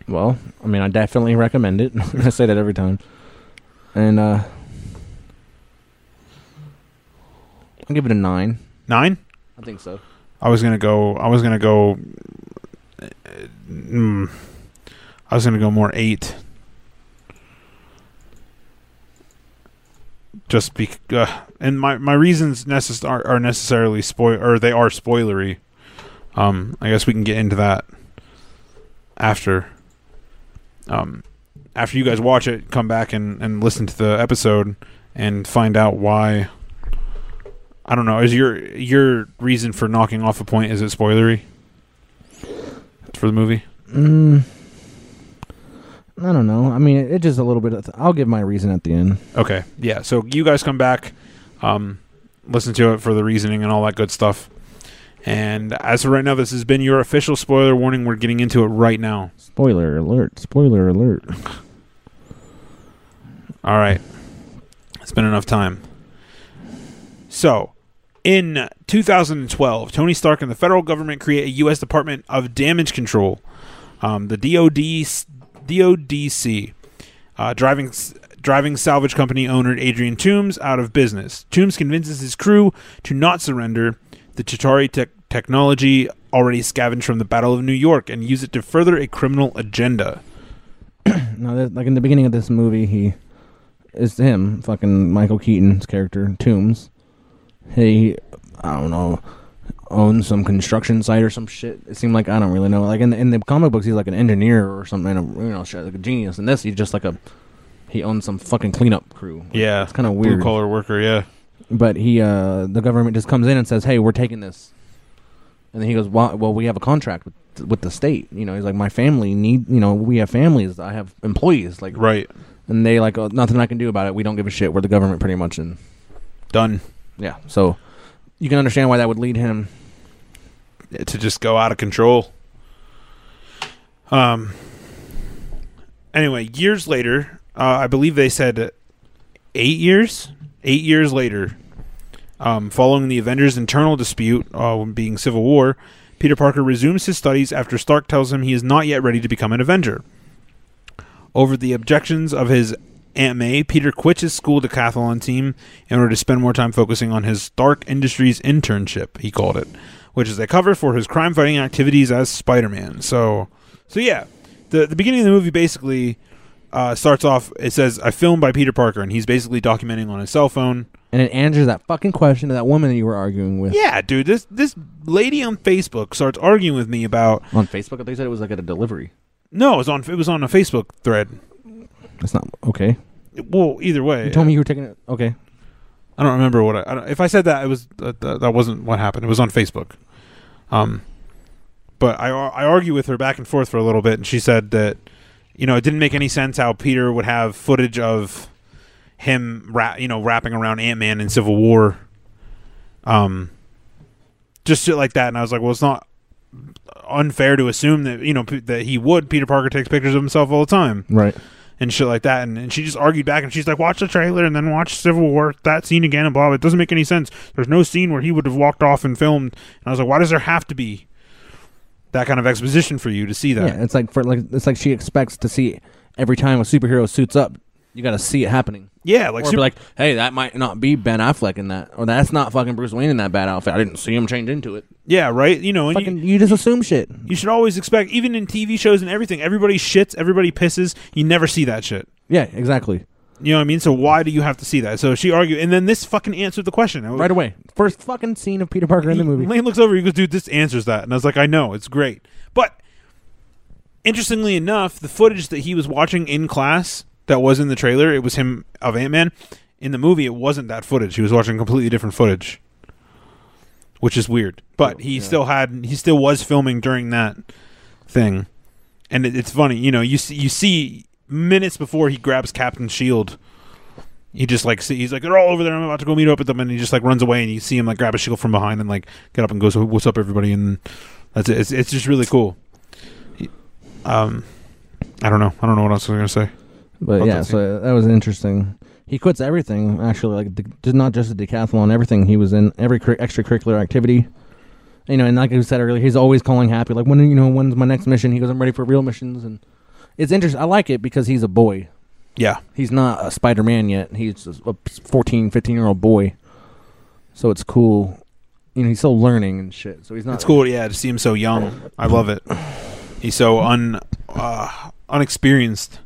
[SPEAKER 4] Well, I mean, I definitely recommend it. I say that every time. And uh I'll give it a nine.
[SPEAKER 2] Nine.
[SPEAKER 4] I think so.
[SPEAKER 2] I was gonna go. I was gonna go. uh, mm, I was gonna go more eight. Just be, uh, and my my reasons necess- are, are necessarily spoil or they are spoilery. Um, I guess we can get into that after. Um, after you guys watch it, come back and and listen to the episode and find out why. I don't know. Is your your reason for knocking off a point is it spoilery for the movie?
[SPEAKER 4] Mm, I don't know. I mean, it, it just a little bit. Of I'll give my reason at the end.
[SPEAKER 2] Okay, yeah. So you guys come back, um, listen to it for the reasoning and all that good stuff. And as of right now, this has been your official spoiler warning. We're getting into it right now.
[SPEAKER 4] Spoiler alert! Spoiler alert!
[SPEAKER 2] All right. It's been enough time. So, in 2012, Tony Stark and the federal government create a U.S. Department of Damage Control, um, the DOD, DODC, uh, driving driving salvage company owner Adrian Toombs out of business. Toombs convinces his crew to not surrender the Chitari tech technology already scavenged from the Battle of New York and use it to further a criminal agenda.
[SPEAKER 4] No, that- like in the beginning of this movie, he it's him, fucking Michael Keaton's character, Toombs. He, I don't know, owns some construction site or some shit. It seemed like I don't really know. Like in the, in the comic books, he's like an engineer or something, and a, you know, shit, like a genius. And this, he's just like a he owns some fucking cleanup crew.
[SPEAKER 2] Yeah,
[SPEAKER 4] it's kind of weird.
[SPEAKER 2] Blue collar worker. Yeah.
[SPEAKER 4] But he, uh, the government just comes in and says, "Hey, we're taking this," and then he goes, "Well, well we have a contract with with the state." You know, he's like, "My family need, you know, we have families. I have employees." Like,
[SPEAKER 2] right?
[SPEAKER 4] And they like, oh, "Nothing I can do about it. We don't give a shit. We're the government, pretty much." And
[SPEAKER 2] done.
[SPEAKER 4] Yeah. So you can understand why that would lead him.
[SPEAKER 2] to just go out of control. Um. Anyway, years later, uh, I believe they said eight years. Eight years later, um, following the Avengers' internal dispute, uh, being Civil War, Peter Parker resumes his studies after Stark tells him he is not yet ready to become an Avenger. Over the objections of his Aunt May, Peter quits his school decathlon team in order to spend more time focusing on his Stark Industries internship, he called it, which is a cover for his crime fighting activities as Spider Man. So, so yeah, the, the beginning of the movie basically uh, starts off. It says a film by Peter Parker, and he's basically documenting on his cell phone.
[SPEAKER 4] And it answers that fucking question to that woman that you were arguing with.
[SPEAKER 2] Yeah, dude, this this lady on Facebook starts arguing with me about
[SPEAKER 4] On Facebook, they said it was like at a delivery.
[SPEAKER 2] no, it was on it was on a Facebook thread.
[SPEAKER 4] That's not okay.
[SPEAKER 2] Well, either way,
[SPEAKER 4] You told me you were taking it. Okay.
[SPEAKER 2] I don't remember what I, I don't, if I said that it was that, that that wasn't what happened. It was on Facebook. Um, but I ar- I argue with her back and forth for a little bit, and she said that you know it didn't make any sense how Peter would have footage of him ra- you know wrapping around Ant Man in Civil War. Um, just shit like that, and I was like, well, it's not unfair to assume that you know p- that he would. Peter Parker takes pictures of himself all the time
[SPEAKER 4] Right.
[SPEAKER 2] and shit like that. And, and she just argued back, and she's like, "Watch the trailer, and then watch Civil War that scene again, and blah. blah. It doesn't make any sense. There's no scene where he would have walked off and filmed." And I was like, "Why does there have to be that kind of exposition for you to see that?"
[SPEAKER 4] Yeah, it's like for like it's like she expects to see every time a superhero suits up, you got to see it happening.
[SPEAKER 2] Yeah, like
[SPEAKER 4] or
[SPEAKER 2] super-
[SPEAKER 4] be like, hey, that might not be Ben Affleck in that, or that's not fucking Bruce Wayne in that bad outfit. I didn't see him change into it.
[SPEAKER 2] Yeah, right. You know, and
[SPEAKER 4] Fucking, you, just assume shit.
[SPEAKER 2] you, you should always expect, even in TV shows and everything, everybody shits, everybody pisses. You never see that shit.
[SPEAKER 4] Yeah, exactly.
[SPEAKER 2] You know what I mean? So why do you have to see that? So she argued, and then this fucking answered the question I was-
[SPEAKER 4] Right away, first fucking scene of Peter Parker in the movie.
[SPEAKER 2] Lane looks over. He goes, "Dude, this answers that." And I was like, "I know, it's great." But interestingly enough, the footage that he was watching in class that was in the trailer, it was him of Ant Man. In the movie, it wasn't that footage. He was watching completely different footage, which is weird. But he still had, he still was filming during that thing, and it, it's funny. You know, you see, you see minutes before he grabs Captain Shield. He just like see, he's like they're all over there. I'm about to go meet up with them, and he just like runs away, and you see him like grab a shield from behind and like get up and goes, "What's up, everybody?" And that's it. It's, it's just really cool. He- Um, I don't know. I don't know what else I was gonna say.
[SPEAKER 4] But
[SPEAKER 2] About
[SPEAKER 4] yeah,
[SPEAKER 2] that scene.
[SPEAKER 4] so that was interesting. He quits everything actually, like de- just not just the decathlon, everything he was in, every cur- extracurricular activity. You know, and like I said earlier, he's always calling happy. Like when you know when's my next mission? He goes, I'm ready for real missions, and it's interesting. I like it because he's a boy.
[SPEAKER 2] yeah,
[SPEAKER 4] He's not a Spider-Man yet. He's just a 14, 15 year old boy. So it's cool. You know, he's still learning and shit. So he's not.
[SPEAKER 2] it's cool. Yeah, to see him so young, I love it. He's so un uh, unexperienced.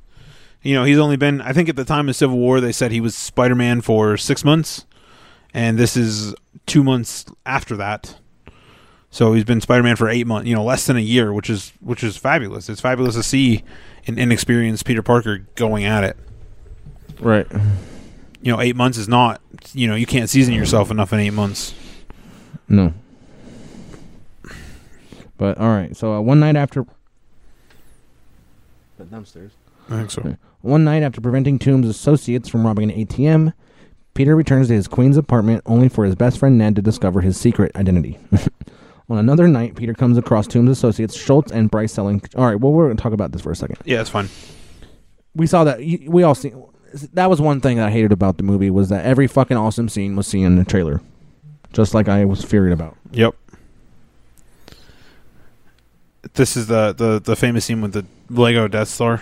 [SPEAKER 2] You know, he's only been. I think at the time of Civil War, they said he was Spider Man for six months, and this is two months after that. So he's been Spider Man for eight months. You know, less than a year, which is which is fabulous. It's fabulous to see an inexperienced Peter Parker going at it.
[SPEAKER 4] right.
[SPEAKER 2] You know, eight months is not. You know, you can't season yourself enough in eight months.
[SPEAKER 4] No. But all right. So uh, one night after The dumpsters.
[SPEAKER 2] I think so.
[SPEAKER 4] One night after preventing Toombs' associates from robbing an ATM, Peter returns to his Queen's apartment only for his best friend Ned to discover his secret identity. On another night, Peter comes across Toombs' associates Schultz and Bryce selling. All right, well, we're going to talk about this for a second.
[SPEAKER 2] Yeah, it's fun.
[SPEAKER 4] We saw that. y- We all see. That was one thing that I hated about the movie was that every fucking awesome scene was seen in the trailer, just like I was fearing about.
[SPEAKER 2] Yep. This is the, the, the famous scene with the Lego Death Star.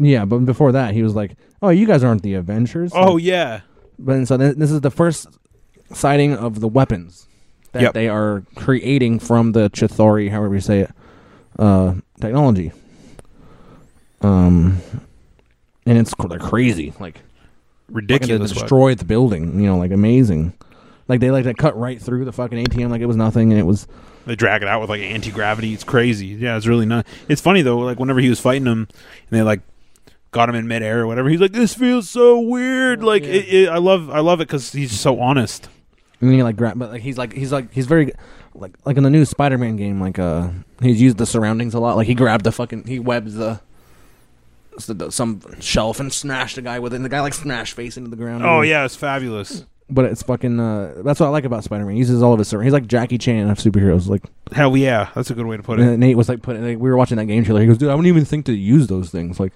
[SPEAKER 4] Yeah, but before that, he was like, "Oh, you guys aren't the Avengers."
[SPEAKER 2] Oh yeah,
[SPEAKER 4] But and so th- this is the first sighting of the weapons that
[SPEAKER 2] Yep.
[SPEAKER 4] they are creating from the Chithori, however you say it, uh, technology. Um, and it's cr- they're crazy, like fucking to
[SPEAKER 2] ridiculous.
[SPEAKER 4] destroy the building. You know, like amazing. Like they like to cut right through the fucking ATM like it was nothing, and it was
[SPEAKER 2] They drag it out with like anti gravity. It's crazy. Yeah, it's really not. It's funny though. Like whenever he was fighting him, and they like got him in midair or whatever. He's like, "This feels so weird." Like it, it, I love I love it because he's so honest.
[SPEAKER 4] And then he like grab, but like he's like he's like he's very like like in the new Spider-Man game, like uh he's used the surroundings a lot. Like he grabbed the fucking he webs the, s- the some shelf and smashed the guy with it. And the guy like smashed face into the ground.
[SPEAKER 2] Oh yeah, it's fabulous.
[SPEAKER 4] but it's fucking uh that's what I like about Spider-Man. He uses all of his surroundings. He's like Jackie Chan of superheroes. Like
[SPEAKER 2] Hell yeah, that's a good way to put it.
[SPEAKER 4] and Nate was like putting like, we were watching that game trailer. He goes, dude, I wouldn't even think to use those things. Like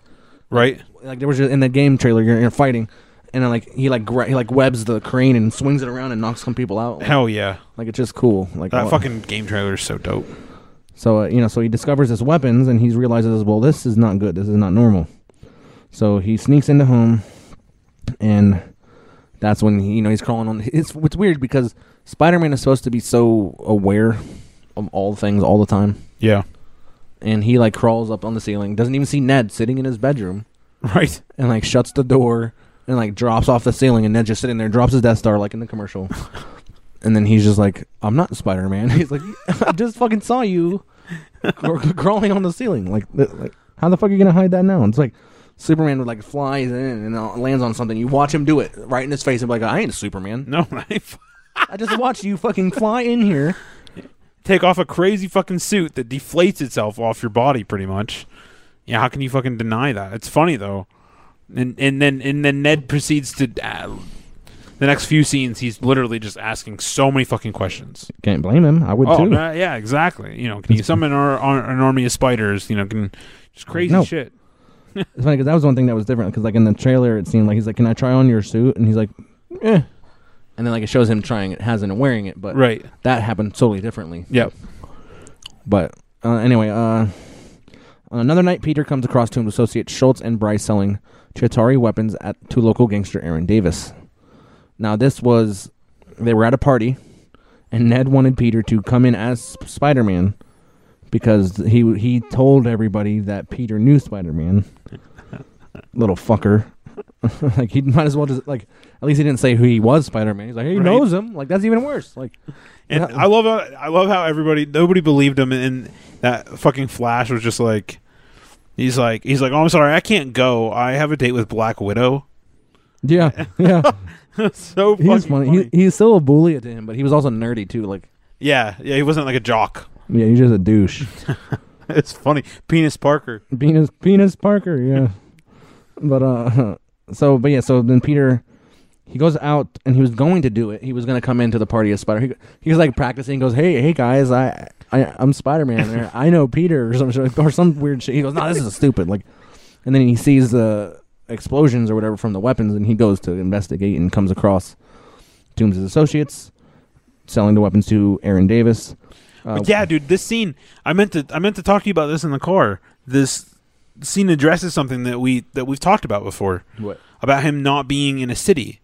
[SPEAKER 2] Right?
[SPEAKER 4] like there was just in that game trailer you're, you're fighting. And then, like he like gra- he like webs the crane and swings it around and knocks some people out. Like,
[SPEAKER 2] Hell yeah,
[SPEAKER 4] it's just cool. Like
[SPEAKER 2] that
[SPEAKER 4] all-
[SPEAKER 2] fucking game trailer is so dope.
[SPEAKER 4] So uh, you know, so he discovers his weapons and he realizes, well, this is not good. This is not normal. So he sneaks into home, and that's when he, you know he's crawling on. It's it's weird because Spider Man is supposed to be so aware of all things all the time,
[SPEAKER 2] Yeah,
[SPEAKER 4] and he like crawls up on the ceiling, doesn't even see Ned sitting in his bedroom,
[SPEAKER 2] right?
[SPEAKER 4] And like shuts the door and like drops off the ceiling, and Ned just sitting there drops his Death Star like in the commercial, and then he's just like, "I'm not Spider Man." He's like, "I just fucking saw you cr- crawling on the ceiling. Like, th- like, how the fuck are you gonna hide that now?" It's like. Superman would like flies in and uh, lands on something. You watch him do it right in his face and be like, "I ain't Superman."
[SPEAKER 2] No, I
[SPEAKER 4] I just watched you fucking fly in here.
[SPEAKER 2] Take off a crazy fucking suit that deflates itself off your body, pretty much. Yeah, how can you fucking deny that? It's funny though, and and then and then Ned proceeds to. Uh, the next few scenes, he's literally just asking so many fucking questions.
[SPEAKER 4] Can't blame him. I would
[SPEAKER 2] oh,
[SPEAKER 4] too.
[SPEAKER 2] uh, yeah, exactly. You know, can you summon ar- ar- an army of spiders? You know, can just crazy
[SPEAKER 4] No.
[SPEAKER 2] shit.
[SPEAKER 4] It's funny because that was one thing that was different. Because like in the trailer, it seemed like he's like, "Can I try on your suit?" And he's like, "Eh." And then like it shows him trying it, hasn't and wearing it, but
[SPEAKER 2] Right.
[SPEAKER 4] that happened totally differently.
[SPEAKER 2] Yep.
[SPEAKER 4] But uh, anyway, uh, on another night, Peter comes across to him associate Schultz and Bryce selling Chitari weapons at to local gangster Aaron Davis. Now this was they were at a party, and Ned wanted Peter to come in as Spider Man because he he told everybody that Peter knew Spider Man. Little fucker. like he might as well just like at least he didn't say who he was Spider Man. He's like he
[SPEAKER 2] Right.
[SPEAKER 4] knows him. Like that's even worse. Like
[SPEAKER 2] And I love how, I love how everybody nobody believed him, and that fucking Flash was just like, he's like he's like, oh, I'm sorry, I can't go. I have a date with Black Widow.
[SPEAKER 4] yeah, yeah.
[SPEAKER 2] so fucking
[SPEAKER 4] He's funny.
[SPEAKER 2] funny.
[SPEAKER 4] He, he's still a bully to him, but he was also nerdy too. Like,
[SPEAKER 2] Yeah, yeah, he wasn't like a jock.
[SPEAKER 4] yeah, he's just a douche.
[SPEAKER 2] It's funny, Penis Parker.
[SPEAKER 4] penis, penis Parker. Yeah, but uh, so but yeah, so then Peter, he goes out and he was going to do it. He was going to come into the party as Spider. He, he was like practicing. He goes, hey, hey guys, I, I I'm Spider Man. or I know Peter or some shit- or some weird shit. He goes, no, this is stupid. Like, and then he sees the explosions or whatever from the weapons, and he goes to investigate and comes across Toombs' associates selling the weapons to Aaron Davis. Uh,
[SPEAKER 2] But yeah, dude, this scene. I meant to I meant to talk to you about this in the car. This scene addresses something that we that we've talked about before.
[SPEAKER 4] What?
[SPEAKER 2] about him not being in a city?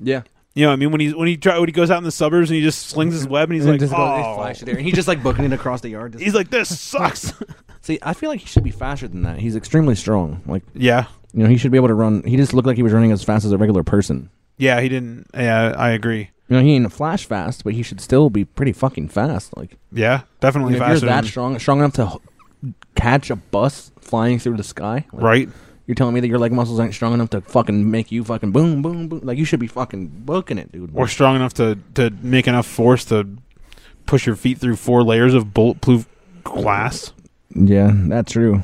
[SPEAKER 4] Yeah.
[SPEAKER 2] You know, what I mean, when he when he try, when he goes out in the suburbs and he just slings his web and he's
[SPEAKER 4] And
[SPEAKER 2] like,
[SPEAKER 4] just goes-
[SPEAKER 2] oh,
[SPEAKER 4] they flash it there. And he's just like booking it across the yard.
[SPEAKER 2] he's like, this sucks.
[SPEAKER 4] See, I feel like he should be faster than that. He's extremely strong. Like,
[SPEAKER 2] yeah,
[SPEAKER 4] you know, he should be able to run. He just looked like he was running as fast as a regular person.
[SPEAKER 2] yeah, he didn't. Yeah, I agree.
[SPEAKER 4] You know, he ain't flash fast, but he should still be pretty fucking fast. Like,
[SPEAKER 2] Yeah,
[SPEAKER 4] I
[SPEAKER 2] definitely
[SPEAKER 4] mean, if
[SPEAKER 2] faster.
[SPEAKER 4] you're that
[SPEAKER 2] than-
[SPEAKER 4] strong, strong enough to h- catch a bus flying through the sky, like,
[SPEAKER 2] right?
[SPEAKER 4] You're telling me that your leg muscles aren't strong enough to fucking make you fucking boom, boom, boom. Like, you should be fucking booking it, dude.
[SPEAKER 2] Or strong enough to to make enough force to push your feet through four layers of bulletproof glass.
[SPEAKER 4] Yeah, that's true.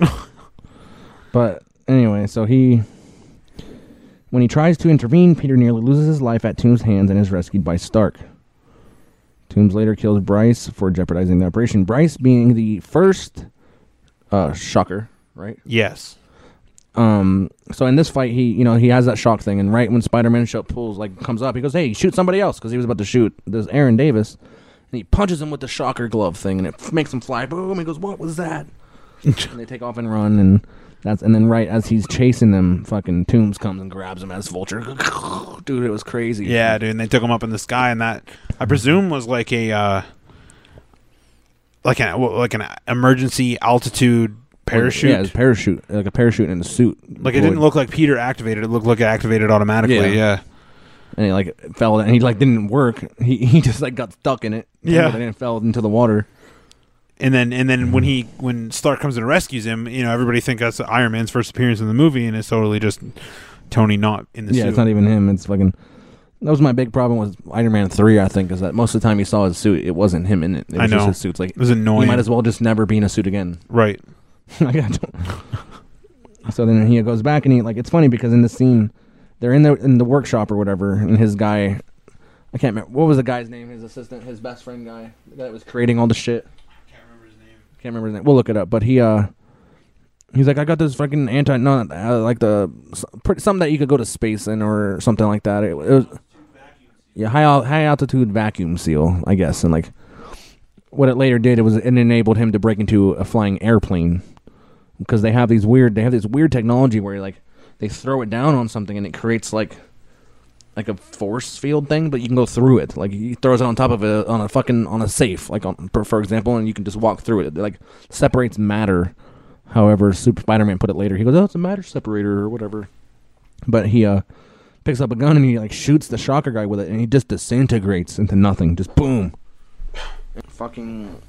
[SPEAKER 4] but anyway, so he when he tries to intervene, Peter nearly loses his life at Toombs' hands and is rescued by Stark. Toombs later kills Bryce for jeopardizing the operation. Bryce being the first uh shocker, right?
[SPEAKER 2] Yes.
[SPEAKER 4] Um so in this fight he, you know, he has that shock thing and right when Spider-Man shot pulls like comes up, he goes, "Hey, shoot somebody else" cuz he was about to shoot this Aaron Davis. And he punches him with the shocker glove thing and it f- makes him fly. Boom, he goes, "What was that?" and they take off and run and that's and then right as he's chasing them fucking tombs comes and grabs him as vulture dude it was crazy
[SPEAKER 2] Yeah, dude, and they took him up in the sky, and that I presume was like a uh, like an like an emergency altitude parachute.
[SPEAKER 4] yeah his parachute like a parachute in a suit
[SPEAKER 2] like it didn't look like Peter activated; it looked like it activated automatically.
[SPEAKER 4] Yeah.
[SPEAKER 2] Yeah, yeah,
[SPEAKER 4] and he like fell and he like didn't work he he just like got stuck in it
[SPEAKER 2] Yeah.
[SPEAKER 4] and then fell into the water
[SPEAKER 2] and then and then
[SPEAKER 4] Mm-hmm.
[SPEAKER 2] when he when Stark comes and rescues him, you know, everybody think that's Iron Man's first appearance in the movie, and it's totally just Tony not in the
[SPEAKER 4] yeah
[SPEAKER 2] suit.
[SPEAKER 4] it's not even him it's fucking that was my big problem with Iron Man three I think is that most of the time you saw his suit it wasn't him in it it was
[SPEAKER 2] I know.
[SPEAKER 4] just his suits like
[SPEAKER 2] It was
[SPEAKER 4] he
[SPEAKER 2] annoying.
[SPEAKER 4] might as well just never be in a suit again
[SPEAKER 2] right.
[SPEAKER 4] like, I don't. so then he goes back and he like it's funny because in the scene they're in the in the workshop or whatever and his guy I can't remember what was the guy's name his assistant his best friend guy the guy that was creating all the shit can't remember his name we'll look it up but he uh he's like I got this fucking anti no not that, uh, like the s- pretty- something that you could go to space in or something like that it, it was yeah high al- high altitude vacuum seal I guess and like what it later did it was it enabled him to break into a flying airplane because they have these weird they have this weird technology where like they throw it down on something and it creates like like a force field thing, but you can go through it. Like he throws it on top of a on a fucking on a safe, like on, for, for example, and you can just walk through it. It like separates matter. However, Super Spider-Man put it later. He goes, "Oh, it's a matter separator or whatever." But he uh picks up a gun and he like shoots the shocker guy with it, and he just disintegrates into nothing. Just boom. Fucking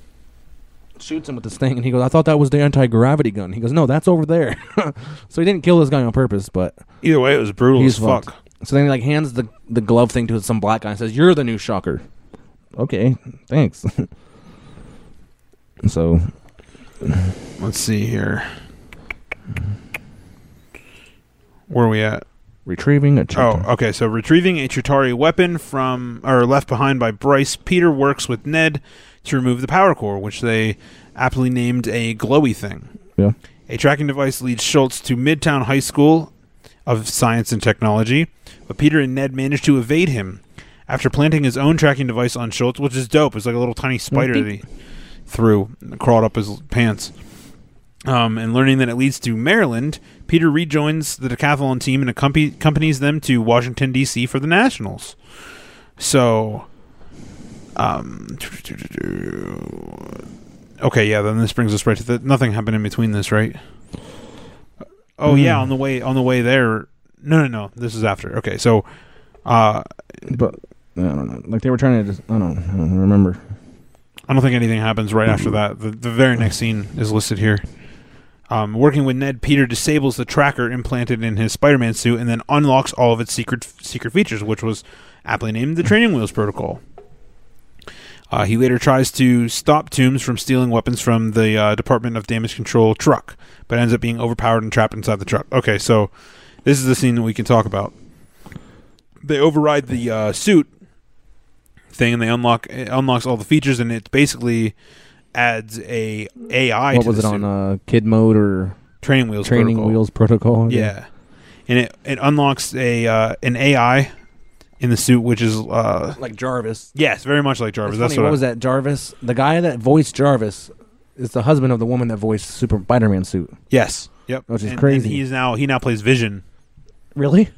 [SPEAKER 4] shoots him with this thing, and he goes, "I thought that was the anti-gravity gun." He goes, "No, that's over there." so he didn't kill this guy on purpose, but
[SPEAKER 2] Either way, it was brutal as fuck.
[SPEAKER 4] So then he like hands the the glove thing to some black guy and says, "You're the new Shocker." Okay, thanks. so
[SPEAKER 2] Let's see here. Where are we at?
[SPEAKER 4] Retrieving a
[SPEAKER 2] Oh, okay. So retrieving a Chitari weapon from or left behind by Bryce, Peter works with Ned to remove the power core, which they aptly named a glowy thing.
[SPEAKER 4] Yeah.
[SPEAKER 2] A tracking device leads Schultz to Midtown High School of Science and Technology, but Peter and Ned manage to evade him after planting his own tracking device on Schultz, which is dope. It's like a little tiny spider that he threw, crawled up his pants. Um, and learning that it leads to Maryland, Peter rejoins the decathlon team and accomp- accompanies them to Washington, D.C. for the Nationals. So, um, okay, yeah. Then this brings us right to the nothing happened in between this, right? Oh yeah,
[SPEAKER 6] Hmm.
[SPEAKER 2] on the way on the way there. No, no, no. This is after. Okay, so, uh,
[SPEAKER 4] but I don't know. Like they were trying to just I don't, I don't remember.
[SPEAKER 2] I don't think anything happens right after that. The, the very next scene is listed here. Um, working with Ned, Peter disables the tracker implanted in his Spider-Man suit, and then unlocks all of its secret secret features, which was aptly named the Training Wheels Protocol. Uh, he later tries to stop Toombs from stealing weapons from the uh, Department of Damage Control truck, but ends up being overpowered and trapped inside the truck. Okay, so this is the scene that we can talk about. They override the uh, suit thing, and they unlock it unlocks all the features, and it basically adds a AI.
[SPEAKER 4] what
[SPEAKER 2] to
[SPEAKER 4] was
[SPEAKER 2] the
[SPEAKER 4] it
[SPEAKER 2] suit.
[SPEAKER 4] on? Uh, kid mode or
[SPEAKER 2] Training wheels
[SPEAKER 4] Training
[SPEAKER 2] protocol.
[SPEAKER 4] wheels protocol.
[SPEAKER 2] Yeah, and it it unlocks a uh, an AI in the suit, which is uh,
[SPEAKER 4] like Jarvis.
[SPEAKER 2] Yes, very much like
[SPEAKER 4] It's
[SPEAKER 2] Jarvis. That's
[SPEAKER 4] funny,
[SPEAKER 2] what,
[SPEAKER 4] what
[SPEAKER 2] I-
[SPEAKER 4] was that? Jarvis, the guy that voiced Jarvis, is the husband of the woman that voiced Super Spider-Man suit.
[SPEAKER 2] Yes. Yep.
[SPEAKER 4] Which is
[SPEAKER 2] And- and
[SPEAKER 4] crazy.
[SPEAKER 2] he's now he now plays Vision.
[SPEAKER 4] Really?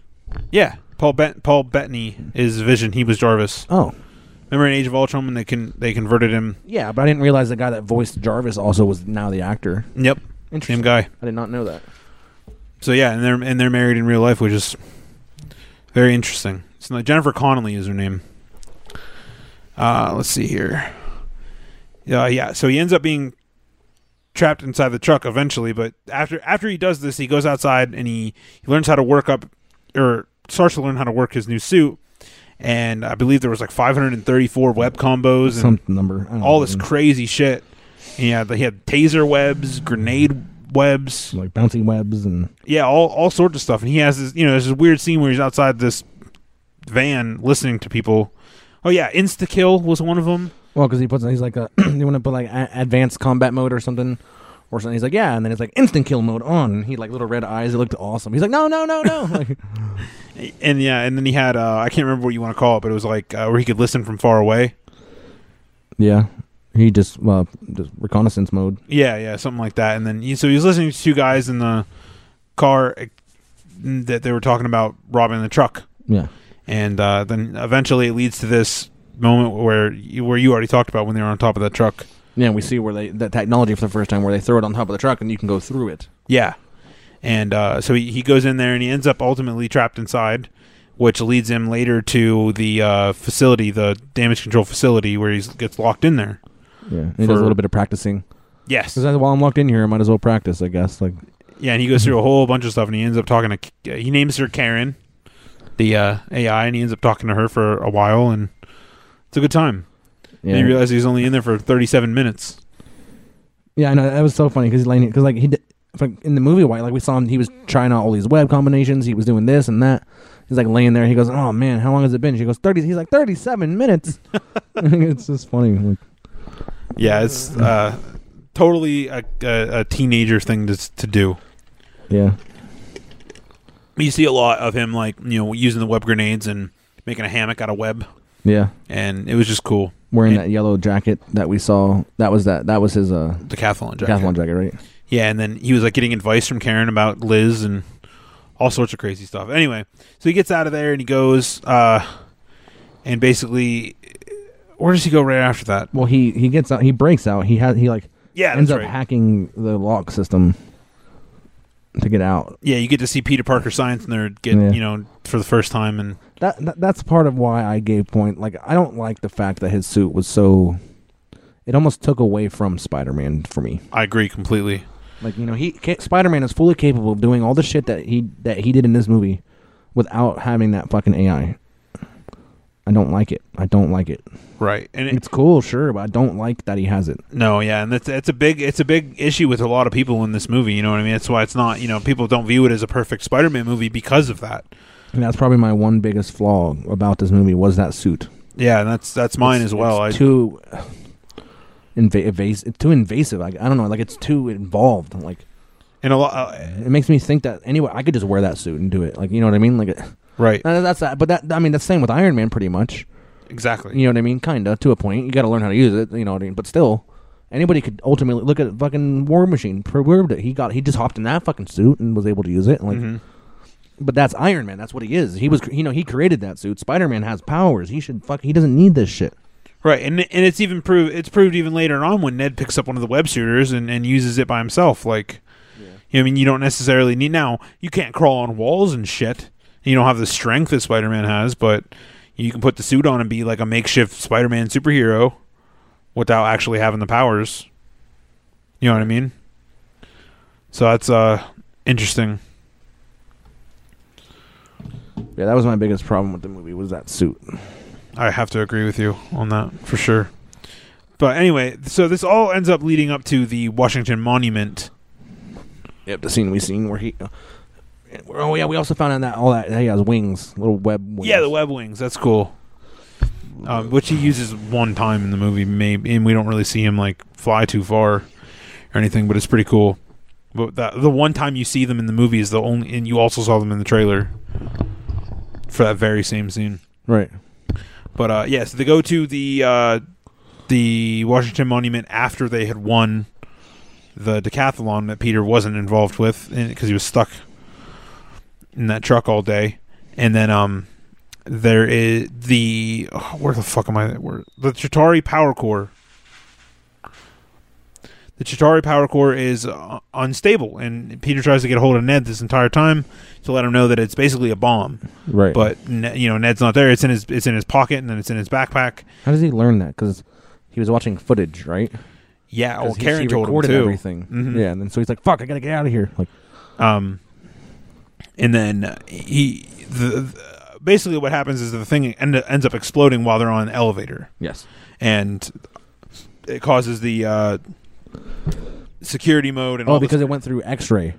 [SPEAKER 2] Yeah. Paul Bet- Paul Bettany is Vision. He was Jarvis.
[SPEAKER 4] Oh.
[SPEAKER 2] Remember in Age of Ultron when they can they converted him?
[SPEAKER 4] Yeah, but I didn't realize the guy that voiced Jarvis also was now the actor.
[SPEAKER 2] Yep. Same guy.
[SPEAKER 4] I did not know that.
[SPEAKER 2] So yeah, and they're and they're married in real life, which is very interesting. It's not, Jennifer Connelly is her name. Uh, let's see here. Yeah, yeah. So he ends up being trapped inside the truck eventually, but after after he does this, he goes outside and he, he learns how to work up or starts to learn how to work his new suit. And I believe there was like 534 web combos and
[SPEAKER 4] Some number. I don't
[SPEAKER 2] all
[SPEAKER 4] know.
[SPEAKER 2] this crazy shit. He had he had taser webs, grenade webs,
[SPEAKER 4] like bouncy webs and
[SPEAKER 2] yeah, all all sorts of stuff. And he has this, you know, there's this weird scene where he's outside this van listening to people. Oh yeah, Insta Kill was one of them.
[SPEAKER 4] well, because he puts he's like a you want to put like a- advanced combat mode or something or something. He's like yeah, and then it's like instant kill mode on. And he like little red eyes. It looked awesome. He's like no no no no. Like,
[SPEAKER 2] And yeah, and then he had uh, I can't remember what you want to call it, but it was like uh, where he could listen from far away.
[SPEAKER 4] yeah, he just uh, just reconnaissance mode.
[SPEAKER 2] Yeah, yeah, something like that. And then he, so he was listening to two guys in the car eh, that they were talking about robbing the truck.
[SPEAKER 4] Yeah.
[SPEAKER 2] And uh, then eventually it leads to this moment where you, where you already talked about when they were on top of that truck.
[SPEAKER 4] Yeah, we see where they that technology for the first time where they throw it on top of the truck and you can go through it.
[SPEAKER 2] Yeah. And uh, so he, he goes in there and he ends up ultimately trapped inside, which leads him later to the uh, facility, the damage control facility, where he gets locked in there.
[SPEAKER 4] Yeah, and he does
[SPEAKER 2] For-
[SPEAKER 4] a little bit of practicing.
[SPEAKER 2] Yes.
[SPEAKER 4] because while I'm locked in here, I might as well practice. I guess like
[SPEAKER 2] Yeah, and he goes through a whole bunch of stuff and he ends up talking to. K- He names her Karen, the uh, AI, and he ends up talking to her for a while, and it's a good time. Yeah. And
[SPEAKER 4] Yeah.
[SPEAKER 2] he realizes he's only in there for 37 minutes.
[SPEAKER 4] Yeah, I know that was so funny because Lane, because like he, did, like, in the movie, why like we saw him, he was trying out all these web combinations. He was doing this and that. He's like laying there. He goes, "Oh man, how long has it been?" She goes, 30 He's like, "37 minutes." it's just funny. Like,
[SPEAKER 2] Yeah, it's uh, totally a, a, a teenager thing to, s- to do.
[SPEAKER 4] yeah,
[SPEAKER 2] You see a lot of him, like you know, using the web grenades and making a hammock out of web,
[SPEAKER 4] yeah.
[SPEAKER 2] and it was just cool.
[SPEAKER 4] Wearing that yellow jacket that we saw. That was that. That was his uh
[SPEAKER 2] Decathlon jacket.
[SPEAKER 4] Decathlon jacket, right?
[SPEAKER 2] Yeah, and then he was like getting advice from Karen about Liz and all sorts of crazy stuff. Anyway, so he gets out of there and he goes, uh, and basically, where does he go right after that?
[SPEAKER 4] Well, he he gets out. He breaks out. He has he like
[SPEAKER 2] Yeah,
[SPEAKER 4] ends up
[SPEAKER 2] that's right.
[SPEAKER 4] hacking the lock system to get out.
[SPEAKER 2] Yeah, you get to see Peter Parker, science nerd, get
[SPEAKER 4] Yeah.
[SPEAKER 2] you know for the first time, and
[SPEAKER 4] That, that that's part of why I gave point. Like I don't like the fact that his suit was so. It almost took away from Spider-Man for me.
[SPEAKER 2] I agree completely.
[SPEAKER 4] Like you know, he ca- Spider-Man is fully capable of doing all the shit that he that he did in this movie, without having that fucking AI. I don't like it. I don't like it.
[SPEAKER 2] Right, and it,
[SPEAKER 4] It's cool, sure, but I don't like that he has it.
[SPEAKER 2] no, yeah, and that's that's a big it's a big issue with a lot of people in this movie. You know what I mean? That's why it's not you know people don't view it as a perfect Spider-Man movie because of that.
[SPEAKER 4] And that's probably my one biggest flaw about this movie was that suit.
[SPEAKER 2] Yeah, and that's that's mine as well.
[SPEAKER 4] It's
[SPEAKER 2] I,
[SPEAKER 4] too inva- invasive. Too invasive. Like I don't know. Like it's too involved. Like
[SPEAKER 2] and a lot, uh,
[SPEAKER 4] it makes me think that anyway, I could just wear that suit and do it. Like you know what I mean? Like it-
[SPEAKER 2] right?
[SPEAKER 4] no, no, that's that. But that I mean that's same with Iron Man pretty much.
[SPEAKER 2] Exactly.
[SPEAKER 4] You know what I mean? Kinda to a point. You got to learn how to use it. You know what I mean? But still, anybody could ultimately look at fucking War Machine. Proved it. He got he just hopped in that fucking suit and was able to use it. And like.
[SPEAKER 2] Mm-hmm.
[SPEAKER 4] But that's Iron Man. That's what he is. He was, you know, he created that suit. Spider Man has powers. He should fuck. He doesn't need this shit.
[SPEAKER 2] Right, and and it's even proved it's proved even later on when Ned picks up one of the web shooters and, and uses it by himself. Like, you know, I mean, you don't necessarily need now. You can't crawl on walls and shit. You don't have the strength that Spider Man has, but you can put the suit on and be like a makeshift Spider Man superhero without actually having the powers. You know what I mean? So that's uh interesting.
[SPEAKER 4] Yeah, that was my biggest problem with the movie was that suit.
[SPEAKER 2] I have to agree with you on that for sure. But anyway, so this all ends up leading up to the Washington Monument.
[SPEAKER 4] Yep, the scene we seen where he. where, oh yeah, we also found out that all that, that he has wings, little web. Wings.
[SPEAKER 2] Yeah, the web wings. That's cool. Um, which he uses one time in the movie, maybe, and we don't really see him like fly too far or anything. But it's pretty cool. But that, the one time you see them in the movie is the only, and you also saw them in the trailer for that very same scene.
[SPEAKER 4] right.
[SPEAKER 2] But uh, yes, they go to the uh, the Washington Monument after they had won the decathlon that Peter wasn't involved with because he was stuck in that truck all day. And then um, there is the oh, where the fuck am I? Where the Chitari Power Core. The Chitari Power Core is uh, unstable, and Peter tries to get a hold of Ned this entire time to let him know that it's basically a bomb
[SPEAKER 4] Right.
[SPEAKER 2] but Ne- you know Ned's not there. It's in his it's in his pocket and then it's in his backpack.
[SPEAKER 4] how does he learn that? Because he was watching footage, right?
[SPEAKER 2] Yeah,
[SPEAKER 4] 'Cause
[SPEAKER 2] well,
[SPEAKER 4] he-
[SPEAKER 2] Oh, Karen
[SPEAKER 4] he
[SPEAKER 2] told him
[SPEAKER 4] recorded
[SPEAKER 2] too.
[SPEAKER 4] everything.
[SPEAKER 2] Mhm.
[SPEAKER 4] Yeah, and then so he's like, "Fuck, I gotta get out of here." Like,
[SPEAKER 2] Um, and then uh, he the, the- basically what happens is the thing end, ends up exploding while they're on an elevator,
[SPEAKER 4] yes,
[SPEAKER 2] and it causes the uh, security mode and
[SPEAKER 4] oh,
[SPEAKER 2] all
[SPEAKER 4] because
[SPEAKER 2] this-
[SPEAKER 4] it went through X-ray.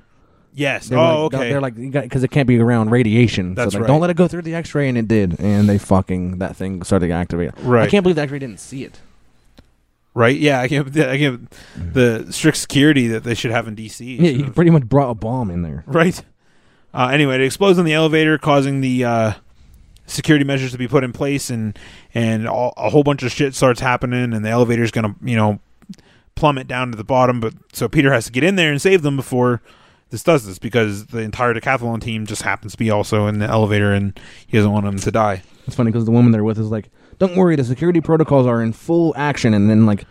[SPEAKER 2] yes.
[SPEAKER 4] They were
[SPEAKER 2] Oh,
[SPEAKER 4] like,
[SPEAKER 2] okay.
[SPEAKER 4] They're like, because it can't be around radiation.
[SPEAKER 2] That's
[SPEAKER 4] so like,
[SPEAKER 2] right.
[SPEAKER 4] Don't let it go through the X-ray, and it did. And they fucking that thing started to activate. I
[SPEAKER 2] Right.
[SPEAKER 4] can't believe the X-ray didn't see it.
[SPEAKER 2] right. Yeah, I can't. I can't. The strict security that they should have in DC.
[SPEAKER 4] Yeah,
[SPEAKER 2] should
[SPEAKER 4] he
[SPEAKER 2] have-
[SPEAKER 4] pretty much brought a bomb in there.
[SPEAKER 2] Right. Uh, anyway, it explodes in the elevator, causing the uh, security measures to be put in place, and and all, a whole bunch of shit starts happening, and the elevator's gonna you know plummet down to the bottom. But so Peter has to get in there and save them before this does this because the entire decathlon team just happens to be also in the elevator, and he doesn't want them to die.
[SPEAKER 4] It's funny because the woman they're with is like, "Don't worry, the security protocols are in full action." And then like,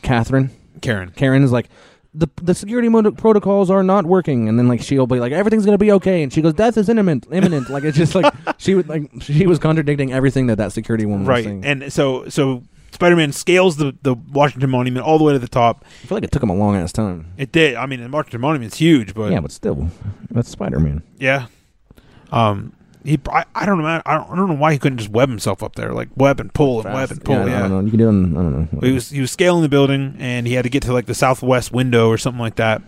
[SPEAKER 4] Catherine,
[SPEAKER 2] Karen.
[SPEAKER 4] Karen is like, "the The security mod- protocols are not working." And then like she'll be like, "Everything's gonna be okay," and she goes, "Death is imminent, imminent." like it's just like she would like she was contradicting everything that that security woman was
[SPEAKER 2] Right.
[SPEAKER 4] saying.
[SPEAKER 2] And so so Spider-Man scales the the Washington Monument all the way to the top.
[SPEAKER 4] I feel like it took him a long ass time.
[SPEAKER 2] It did. I mean, the Washington Monument's huge, but
[SPEAKER 4] yeah, but still, that's Spider Man.
[SPEAKER 2] Yeah. Um. He. I, I don't know. I don't, I don't know why he couldn't just web himself up there, like web and pull and web and pull.
[SPEAKER 4] yeah, I
[SPEAKER 2] Yeah.
[SPEAKER 4] don't know. You can do it. On, I don't know.
[SPEAKER 2] He was he was scaling the building, and he had to get to like the southwest window or something like that.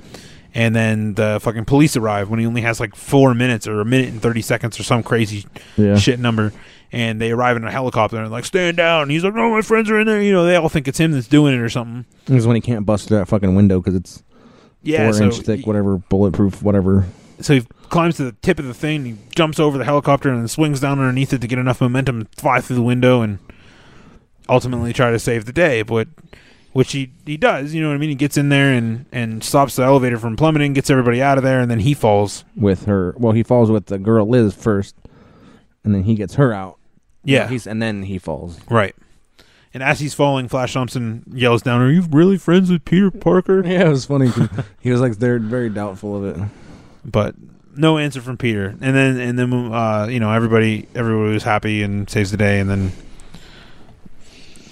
[SPEAKER 2] And then the fucking police arrive when he only has like four minutes or a minute and thirty seconds or some crazy
[SPEAKER 4] Yeah.
[SPEAKER 2] shit number. And they arrive in a helicopter and like stand down. And he's like, "No, my friends are in there." You know, they all think it's him that's doing it or something.
[SPEAKER 4] This is when he can't bust through that fucking window because it's
[SPEAKER 2] Yeah,
[SPEAKER 4] four
[SPEAKER 2] so
[SPEAKER 4] inch thick,
[SPEAKER 2] he-
[SPEAKER 4] whatever, bulletproof, whatever.
[SPEAKER 2] So he climbs to the tip of the thing. He jumps over the helicopter and then swings down underneath it to get enough momentum to fly through the window and ultimately try to save the day. But which he he does. You know what I mean? He gets in there and and stops the elevator from plummeting, gets everybody out of there, and then he falls.
[SPEAKER 4] with her. Well, he falls with the girl Liz first, and then he gets her out.
[SPEAKER 2] Yeah.
[SPEAKER 4] he's and then he falls.
[SPEAKER 2] Right. And as he's falling, Flash Thompson yells down, "Are you really friends with Peter Parker?"
[SPEAKER 4] Yeah, it was funny. 'cause he was like, they're very doubtful of it.
[SPEAKER 2] But no answer from Peter. And then and then uh, you know everybody everybody was happy and saves the day. And then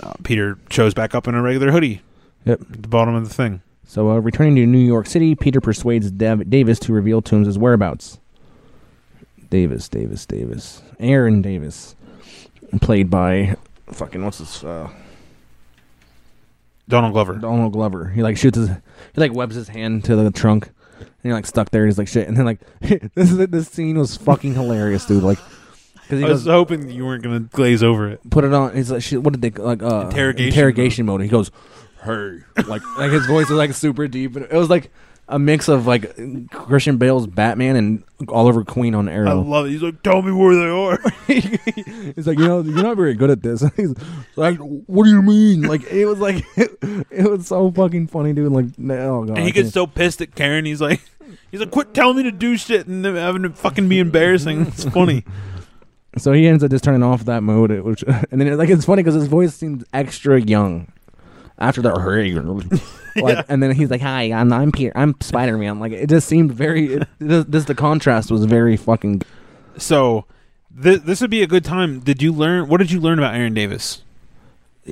[SPEAKER 2] uh, Peter shows back up in a regular hoodie.
[SPEAKER 4] Yep.
[SPEAKER 2] At the bottom of the thing.
[SPEAKER 4] So, uh, returning to New York City, Peter persuades Dav- Davis to reveal Toombs' whereabouts. Davis, Davis, Davis, Aaron Davis, played by fucking what's his uh,
[SPEAKER 2] Donald Glover.
[SPEAKER 4] Donald Glover. He like shoots his, he like webs his hand to the trunk, and you're like stuck there. He's like shit, and then like this is this scene was fucking hilarious, dude. Like, because he
[SPEAKER 2] I was
[SPEAKER 4] goes,
[SPEAKER 2] hoping you weren't going to glaze over it.
[SPEAKER 4] put it on. He's like, shit, what did they like? Uh,
[SPEAKER 2] Interrogation
[SPEAKER 4] interrogation mode. He goes,
[SPEAKER 2] Hey.
[SPEAKER 4] like like his voice was like super deep. and It was like a mix of like Christian Bale's Batman and Oliver Queen on
[SPEAKER 2] I
[SPEAKER 4] Arrow.
[SPEAKER 2] love it. He's like, "Tell me where they are."
[SPEAKER 4] He's like, you know, you're not very good at this. He's like, what do you mean? Like it was like it, was so fucking funny, dude. Like, no, god,
[SPEAKER 2] And
[SPEAKER 4] I
[SPEAKER 2] he gets
[SPEAKER 4] can't.
[SPEAKER 2] so pissed at Karen, he's like, he's like, quit telling me to do shit and then having to fucking be embarrassing. It's funny.
[SPEAKER 4] so he ends up just turning off that mode, it- which and then like it's funny because his voice seems extra young. After that, hurry, like, and then he's like, "Hi, I'm I'm Peter, I'm Spider Man." Like, it just seemed very. It, this, this the contrast was very fucking.
[SPEAKER 2] So, th- this would be a good time. Did you learn? What did you learn about Aaron Davis?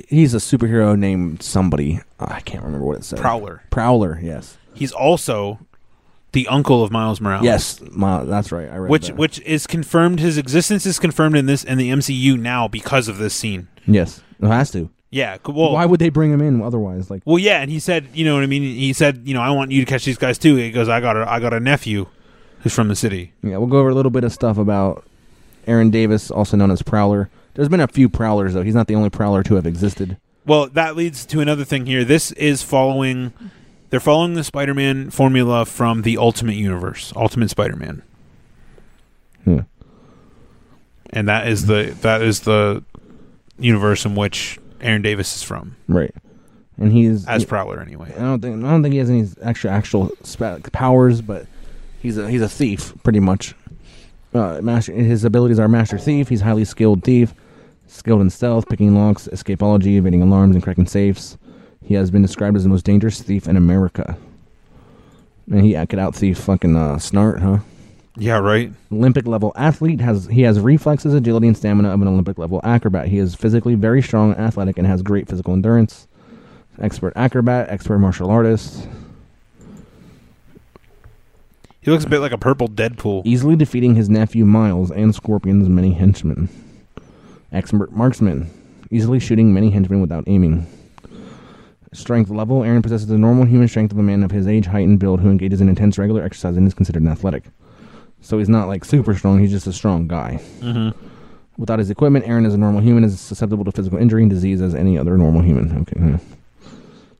[SPEAKER 4] he's a superhero named somebody. uh, I can't remember what it said.
[SPEAKER 2] Prowler.
[SPEAKER 4] Prowler. Yes.
[SPEAKER 2] He's also the uncle of Miles Morales.
[SPEAKER 4] Yes. My, that's right. I read
[SPEAKER 2] Oh. Which
[SPEAKER 4] that.
[SPEAKER 2] which is confirmed. His existence is confirmed in this in the MCU now because of this scene.
[SPEAKER 4] Yes. It has to.
[SPEAKER 2] Yeah. c- Well.
[SPEAKER 4] Why would they bring him in otherwise? Like.
[SPEAKER 2] well, yeah, and he said, you know what I mean. He said, you know, I want you to catch these guys too. He goes, I got a, I got a nephew, who's from the city.
[SPEAKER 4] Yeah, we'll go over a little bit of stuff about Aaron Davis, also known as Prowler. There's been a few Prowlers though. He's not the only Prowler to have existed.
[SPEAKER 2] Well, that leads to another thing here. This is following. They're following the Spider-Man formula from the Ultimate Universe, Ultimate Spider-Man,
[SPEAKER 4] Yeah.
[SPEAKER 2] and that is the that is the universe in which Aaron Davis is from
[SPEAKER 4] Right. And he's
[SPEAKER 2] as Prowler, anyway.
[SPEAKER 4] I don't think I don't think he has any extra actual spa- powers, but he's a he's a thief pretty much. Uh, master, his abilities are master thief. He's highly skilled thief, skilled in stealth, picking locks, escapology, evading alarms, and cracking safes. He has been described as the most dangerous thief in America. And he could out thief fucking uh, Snart, huh?
[SPEAKER 2] Yeah, right.
[SPEAKER 4] Olympic level athlete has he has reflexes, agility, and stamina of an Olympic level acrobat. He is physically very strong, athletic, and has great physical endurance. Expert acrobat, expert martial artist,
[SPEAKER 2] He looks a bit like a purple Deadpool.
[SPEAKER 4] easily defeating his nephew Miles and Scorpion's many henchmen. Expert marksman, easily shooting many henchmen without aiming. Strength level Aaron possesses the normal human strength of a man of his age, height, and build who engages in intense regular exercise and is considered an athletic. So he's not like super strong, he's just a strong guy. Without his equipment, Aaron is a normal human, is susceptible to physical injury and disease as any other normal human. Okay. yeah.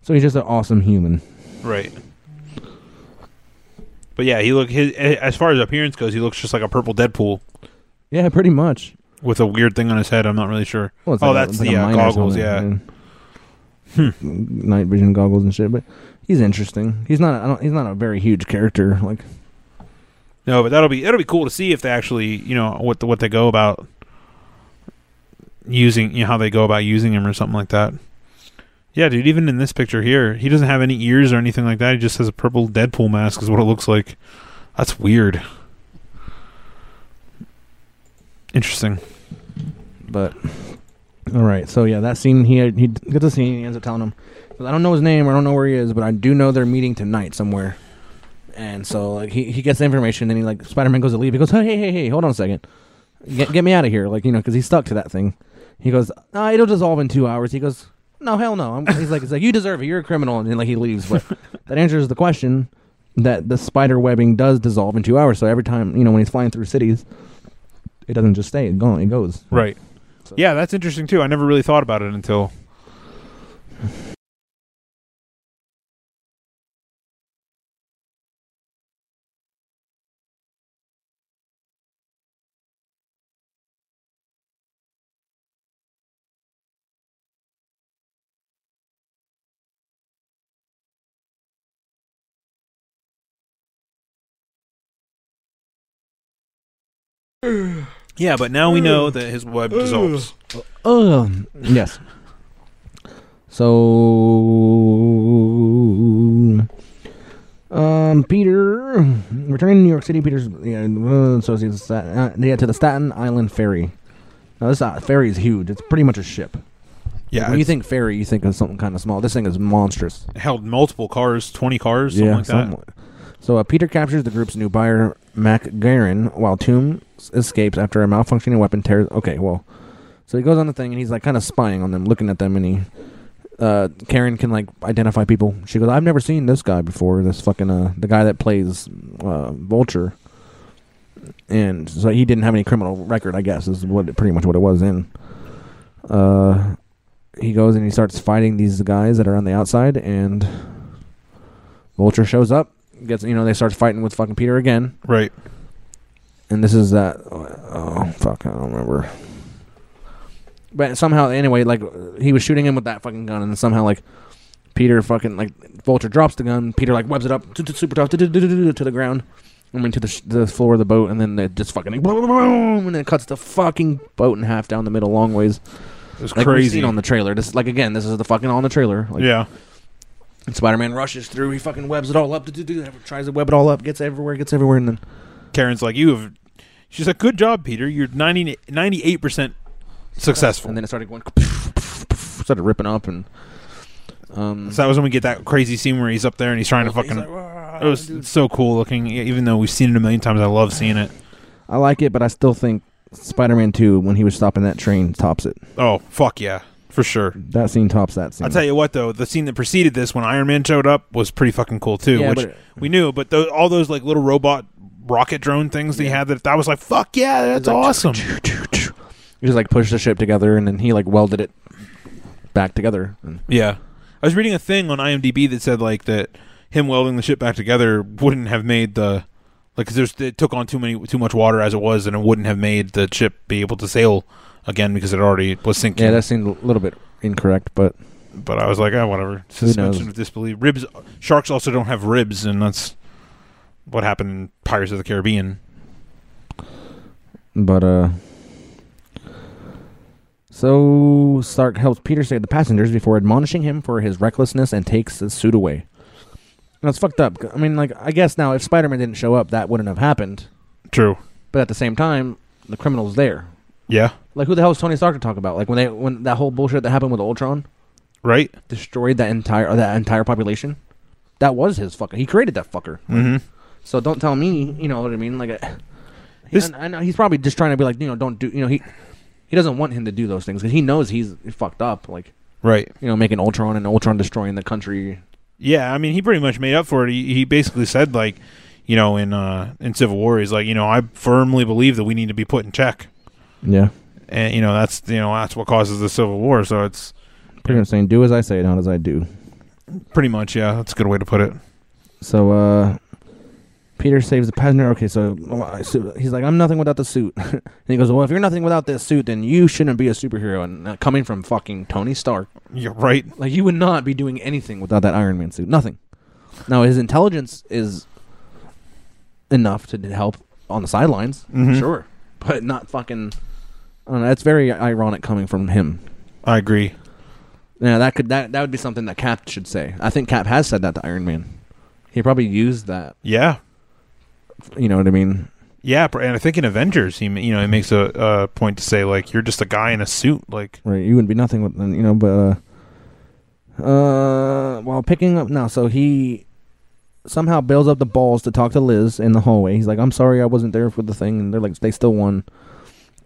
[SPEAKER 4] So he's just an awesome human.
[SPEAKER 2] Right. But yeah, he look his as far as appearance goes, he looks just like a purple Deadpool
[SPEAKER 4] Yeah, pretty much.
[SPEAKER 2] with a weird thing on his head. I'm not really sure.
[SPEAKER 4] Well, it's
[SPEAKER 2] oh,
[SPEAKER 4] like a-
[SPEAKER 2] that's
[SPEAKER 4] it's like
[SPEAKER 2] the
[SPEAKER 4] a
[SPEAKER 2] uh,
[SPEAKER 4] mine or
[SPEAKER 2] goggles.
[SPEAKER 4] something, Hmm.
[SPEAKER 2] Yeah.
[SPEAKER 4] night vision goggles and shit. But he's interesting. He's not. I don't, he's not a very huge character. Like
[SPEAKER 2] No, but that'll be that'll be cool to see if they actually you know what the, what they go about using you know how they go about using him or something like that. Yeah, dude. Even in this picture here, he doesn't have any ears or anything like that. He just has a purple Deadpool mask, is what it looks like. That's weird. Interesting.
[SPEAKER 4] But all right, so yeah, that scene he he gets a scene. He ends up telling him, "I don't know his name. I don't know where he is, but I do know they're meeting tonight somewhere." And so like he, he gets the information, and he like Spider Man goes to leave. He goes, "Hey hey hey hey, hold on a second, get get me out of here!" Like you know, because he's stuck to that thing. He goes, "Nah, it'll dissolve in two hours." He goes, "No hell no." I'm, he's like, "It's like you deserve it. You're a criminal," and then, like he leaves. But that answers the question that the spider webbing does dissolve in two hours. So every time you know when he's flying through cities, it doesn't just stay. It gone. It goes.
[SPEAKER 2] Right. Yeah, that's interesting too. I never really thought about it until. Yeah, but now we know that his web dissolves.
[SPEAKER 4] Um, yes. So, um, Peter returning to New York City. Peter's yeah, uh, so he's sat- uh, yeah to the Staten Island ferry. Now this uh, ferry is huge. It's pretty much a ship.
[SPEAKER 2] Yeah,
[SPEAKER 4] when you
[SPEAKER 2] it's-
[SPEAKER 4] think ferry, you think of something kind of small. This thing is monstrous.
[SPEAKER 2] Held multiple cars, twenty cars, something like that.
[SPEAKER 4] something like- So uh, Peter captures the group's new buyer, Mac Garin, while Toombs escapes after a malfunctioning weapon tears. Okay, well, so he goes on the thing and he's like kind of spying on them, looking at them, and he. Uh, Karen can like identify people. She goes, "I've never seen this guy before. This fucking uh, the guy that plays uh, Vulture." and so he didn't have any criminal record. I guess is what pretty much what it was. In, uh, he goes and he starts fighting these guys that are on the outside, and Vulture shows up. Gets you know they start fighting with fucking Peter again.
[SPEAKER 2] Right.
[SPEAKER 4] And this is that. Oh fuck, I don't remember. But somehow, anyway, like he was shooting him with that fucking gun, and somehow like Peter fucking like Vulture drops the gun. Peter like webs it up t- t- super tough to the ground. I mean to the sh- the floor of the boat, and then it just fucking like, boom, boom, boom, and it cuts the fucking boat in half down the middle, long ways.
[SPEAKER 2] It was
[SPEAKER 4] like
[SPEAKER 2] crazy.
[SPEAKER 4] We've seen on the trailer. This like again, this is the fucking on the trailer. Like,
[SPEAKER 2] yeah.
[SPEAKER 4] And Spider-Man rushes through. He fucking webs it all up. Tries to web it all up. Gets everywhere. Gets everywhere. And then
[SPEAKER 2] Karen's like, "You have." She's like, "Good job, Peter. You're 98 percent successful."
[SPEAKER 4] And then it started going. Started ripping up, and um,
[SPEAKER 2] so that was when we get that crazy scene where he's up there and he's trying to fucking. it was it's so cool looking, e- even though we've seen it a million times. I love seeing it.
[SPEAKER 4] I like it, but I still think Spider-Man Two when he was stopping that train tops it.
[SPEAKER 2] Oh fuck yeah, for sure.
[SPEAKER 4] That scene tops that scene.
[SPEAKER 2] I'll tell you what though, the scene that preceded this when Iron Man showed up was pretty fucking cool too,
[SPEAKER 4] Yeah,
[SPEAKER 2] which
[SPEAKER 4] but-
[SPEAKER 2] we knew. But tho- all those like little robot rocket drone things that he had that that was like fuck yeah, that's awesome.
[SPEAKER 4] He just like pushed the ship together, and then he like welded it back together. And
[SPEAKER 2] Yeah. I was reading a thing on IMDb that said like that him welding the ship back together wouldn't have made the like 'cause there's it took on too many too much water as it was and it wouldn't have made the ship be able to sail again because it already was sinking.
[SPEAKER 4] yeah, that seemed a little bit incorrect, but
[SPEAKER 2] but I was like, ah, whatever.
[SPEAKER 4] Who knows?
[SPEAKER 2] Suspension of disbelief. Ribs. Sharks also don't have ribs, and that's what happened in Pirates of the Caribbean.
[SPEAKER 4] but uh. So Stark helps Peter save the passengers before admonishing him for his recklessness and takes his suit away. And it's fucked up. I mean, like, I guess now if Spider-Man didn't show up, that wouldn't have happened.
[SPEAKER 2] True.
[SPEAKER 4] But at the same time, the criminal's there.
[SPEAKER 2] Yeah.
[SPEAKER 4] Like, who the hell is Tony Stark to talk about? Like when they when that whole bullshit that happened with Ultron
[SPEAKER 2] Right.
[SPEAKER 4] destroyed that entire that entire population. That was his fucker. He created that fucker.
[SPEAKER 2] Mm-hmm.
[SPEAKER 4] So don't tell me, you know what I mean? Like, I,
[SPEAKER 2] This-
[SPEAKER 4] I, I know he's probably just trying to be like, you know, don't do, you know, he he doesn't want him to do those things because he knows he's fucked up. Like,
[SPEAKER 2] Right.
[SPEAKER 4] you know, making Ultron and Ultron destroying the country.
[SPEAKER 2] Yeah. I mean, he pretty much made up for it. He, he basically said like, you know, in uh, in Civil War, he's like, you know, I firmly believe that we need to be put in check,
[SPEAKER 4] Yeah,
[SPEAKER 2] and you know, that's you know, that's what causes the Civil War. So it's
[SPEAKER 4] pretty much saying, do as I say, not as I do.
[SPEAKER 2] pretty much yeah, that's a good way to put it.
[SPEAKER 4] So, uh, Peter saves the passenger. Okay, so uh, so he's like, I'm nothing without the suit. and he goes, Well, if you're nothing without this suit, then you shouldn't be a superhero. And uh, coming from fucking Tony Stark,
[SPEAKER 2] You're right.
[SPEAKER 4] like, you would not be doing anything without that Iron Man suit. Nothing. Now, his intelligence is enough to help on the sidelines,
[SPEAKER 2] Mhm.
[SPEAKER 4] sure, but not fucking. I don't know. That's very ironic coming from him.
[SPEAKER 2] I agree.
[SPEAKER 4] Yeah, that could that that would be something that Cap should say. I think Cap has said that to Iron Man. He probably used that.
[SPEAKER 2] Yeah.
[SPEAKER 4] You know what I mean?
[SPEAKER 2] Yeah, pr- and I think in Avengers, he ma- you know he makes a, a point to say like you're just a guy in a suit, like
[SPEAKER 4] Right, you wouldn't be nothing with you know, but uh, uh while picking up now, so he somehow builds up the balls to talk to Liz in the hallway. He's like, I'm sorry I wasn't there for the thing and they're like they still won.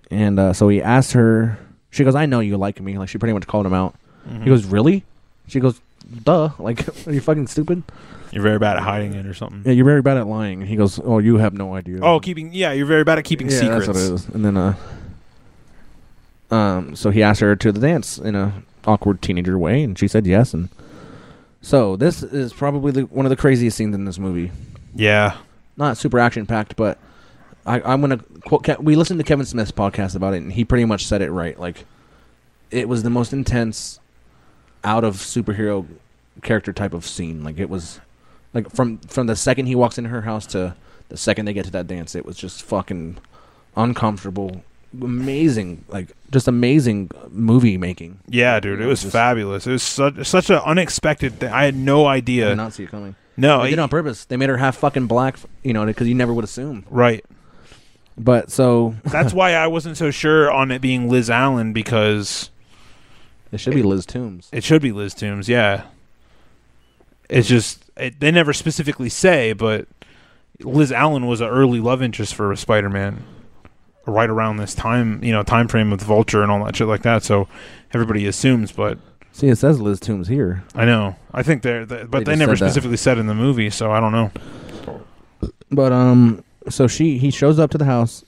[SPEAKER 4] And uh so he asks her she goes, I know you like me. Like she pretty much called him out. He goes, Really? She goes, Duh. Like, are you fucking stupid?
[SPEAKER 2] you're very bad at hiding it or something.
[SPEAKER 4] Yeah, you're very bad at lying. And he goes, Oh, you have no idea.
[SPEAKER 2] Oh, keeping yeah, you're very bad at keeping
[SPEAKER 4] yeah,
[SPEAKER 2] secrets.
[SPEAKER 4] That's what it is. And then, uh, um, so he asked her to the dance in a awkward teenager way, and she said yes. And so this is probably the, one of the craziest scenes in this movie.
[SPEAKER 2] Yeah,
[SPEAKER 4] Not super action packed, but I, I'm gonna quote. Ke- we listened to Kevin Smith's podcast about it, and he pretty much said it right. Like, it was the most intense, out of superhero character type of scene. Like it was, like from from the second he walks into her house to the second they get to that dance, it was just fucking uncomfortable, amazing, like just amazing movie making.
[SPEAKER 2] Yeah, dude, it was fabulous. It was such such an unexpected thing. I had no idea.
[SPEAKER 4] I did not see it coming.
[SPEAKER 2] No,
[SPEAKER 4] they did
[SPEAKER 2] it-
[SPEAKER 4] it on purpose. They made her half fucking black, you know, because you never would assume.
[SPEAKER 2] Right.
[SPEAKER 4] But so
[SPEAKER 2] That's why I wasn't so sure on it being Liz Allen because
[SPEAKER 4] it should be Liz Toombs.
[SPEAKER 2] It should be Liz Toombs. Yeah. It's just it, they never specifically say, but Liz Allen was an early love interest for Spider-Man, right around this time, you know, time frame with Vulture and all that shit like that. So everybody assumes, but
[SPEAKER 4] see, it says Liz Toombs here.
[SPEAKER 2] I know, I think they're, they- but
[SPEAKER 4] They
[SPEAKER 2] they,
[SPEAKER 4] just
[SPEAKER 2] never
[SPEAKER 4] said that.
[SPEAKER 2] specifically said in the movie, so I don't know.
[SPEAKER 4] But um, so she he shows up to the house,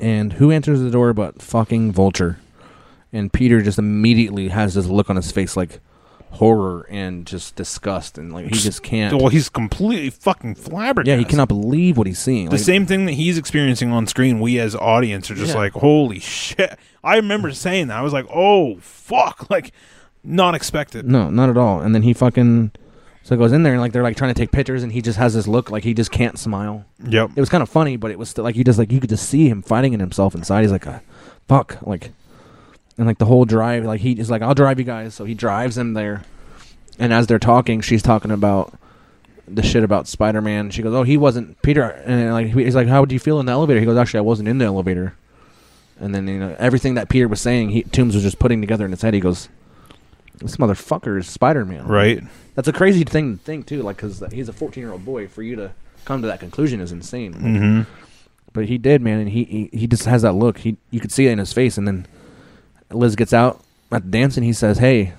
[SPEAKER 4] and who answers the door but fucking Vulture, and Peter just immediately has this look on his face like horror and just disgust and like he just can't.
[SPEAKER 2] Well, he's completely fucking flabbergasted.
[SPEAKER 4] yeah, he cannot believe what he's seeing.
[SPEAKER 2] The
[SPEAKER 4] Like,
[SPEAKER 2] same thing that he's experiencing on screen, we as audience are just
[SPEAKER 4] Yeah.
[SPEAKER 2] like, holy shit. I remember saying that. I was like, oh, fuck. Like, not expected.
[SPEAKER 4] No, not at all. And then he fucking so he goes in there and like they're like trying to take pictures and he just has this look like he just can't smile.
[SPEAKER 2] Yep.
[SPEAKER 4] It was kind of funny, but it was still like you just like you could just see him fighting in himself inside. He's like, ah, fuck, like, and like the whole drive, like he is like, I'll drive you guys. So he drives him there, and as they're talking, she's talking about the shit about Spider Man. She goes, oh, he wasn't Peter, and like he's like, how would you feel in the elevator? He goes, actually, I wasn't in the elevator. And then you know everything that Peter was saying, he Toombs was just putting together in his head. He goes, "This motherfucker is Spider Man."
[SPEAKER 2] Right.
[SPEAKER 4] That's a crazy thing to think too. Like, because he's a 14 year old boy. For you to come to that conclusion is insane.
[SPEAKER 2] Mhm.
[SPEAKER 4] But he did, man, and he, he he just has that look. He you could see it in his face. And then Liz gets out at the dance, and he says, "Hey,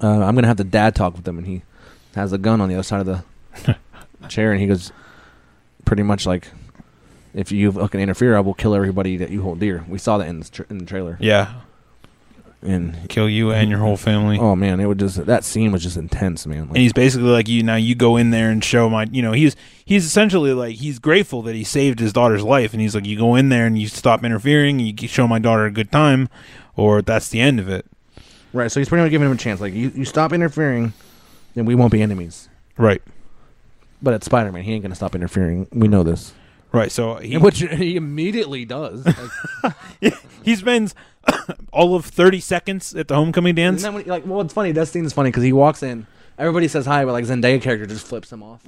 [SPEAKER 4] uh, I'm gonna have the dad talk with them." And he has a gun on the other side of the chair, and he goes, pretty much like, "If you fucking interfere, I will kill everybody that you hold dear." We saw that in the, tra- in the trailer.
[SPEAKER 2] Yeah.
[SPEAKER 4] And
[SPEAKER 2] kill you and your whole family.
[SPEAKER 4] Oh man, it would just that scene was just intense, man.
[SPEAKER 2] And he's basically like, you now you go in there and show my, you know, he's he's essentially like he's grateful that he saved his daughter's life, and he's like, you go in there and you stop interfering, and you show my daughter a good time, or that's the end of it.
[SPEAKER 4] Right, so he's pretty much giving him a chance. Like, you, you stop interfering, then we won't be enemies.
[SPEAKER 2] Right.
[SPEAKER 4] But it's Spider Man. He ain't going to stop interfering. We know this.
[SPEAKER 2] Right. So he,
[SPEAKER 4] Which he immediately does.
[SPEAKER 2] he spends all of thirty seconds at the homecoming
[SPEAKER 4] And
[SPEAKER 2] dance.
[SPEAKER 4] then when, like, well, it's funny. That scene's funny because he walks in, everybody says hi, but, like, Zendaya character just flips him off.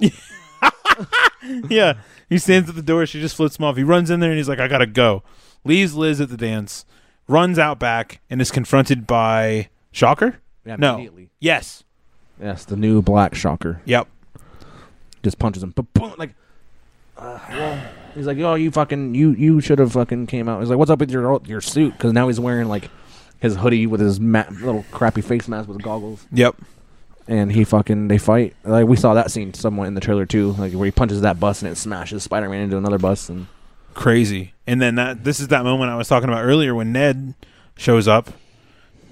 [SPEAKER 2] yeah. He stands at the door. She just flips him off. He runs in there and he's like, I got to go. Leaves Liz at the dance, runs out back, and is confronted by Shocker?
[SPEAKER 4] Yeah,
[SPEAKER 2] no.
[SPEAKER 4] immediately.
[SPEAKER 2] Yes.
[SPEAKER 4] yes, the new black shocker.
[SPEAKER 2] Yep.
[SPEAKER 4] Just punches him. But boom, like, uh, well, he's like, oh, you fucking, you you should have fucking came out. He's like, what's up with your your suit? Because now he's wearing, like, his hoodie with his ma- little crappy face mask with goggles.
[SPEAKER 2] Yep.
[SPEAKER 4] and he fucking they fight. Like we saw that scene somewhat in the trailer too, like where he punches that bus and it smashes Spider Man into another bus and
[SPEAKER 2] Crazy. And then that this is that moment I was talking about earlier when Ned shows up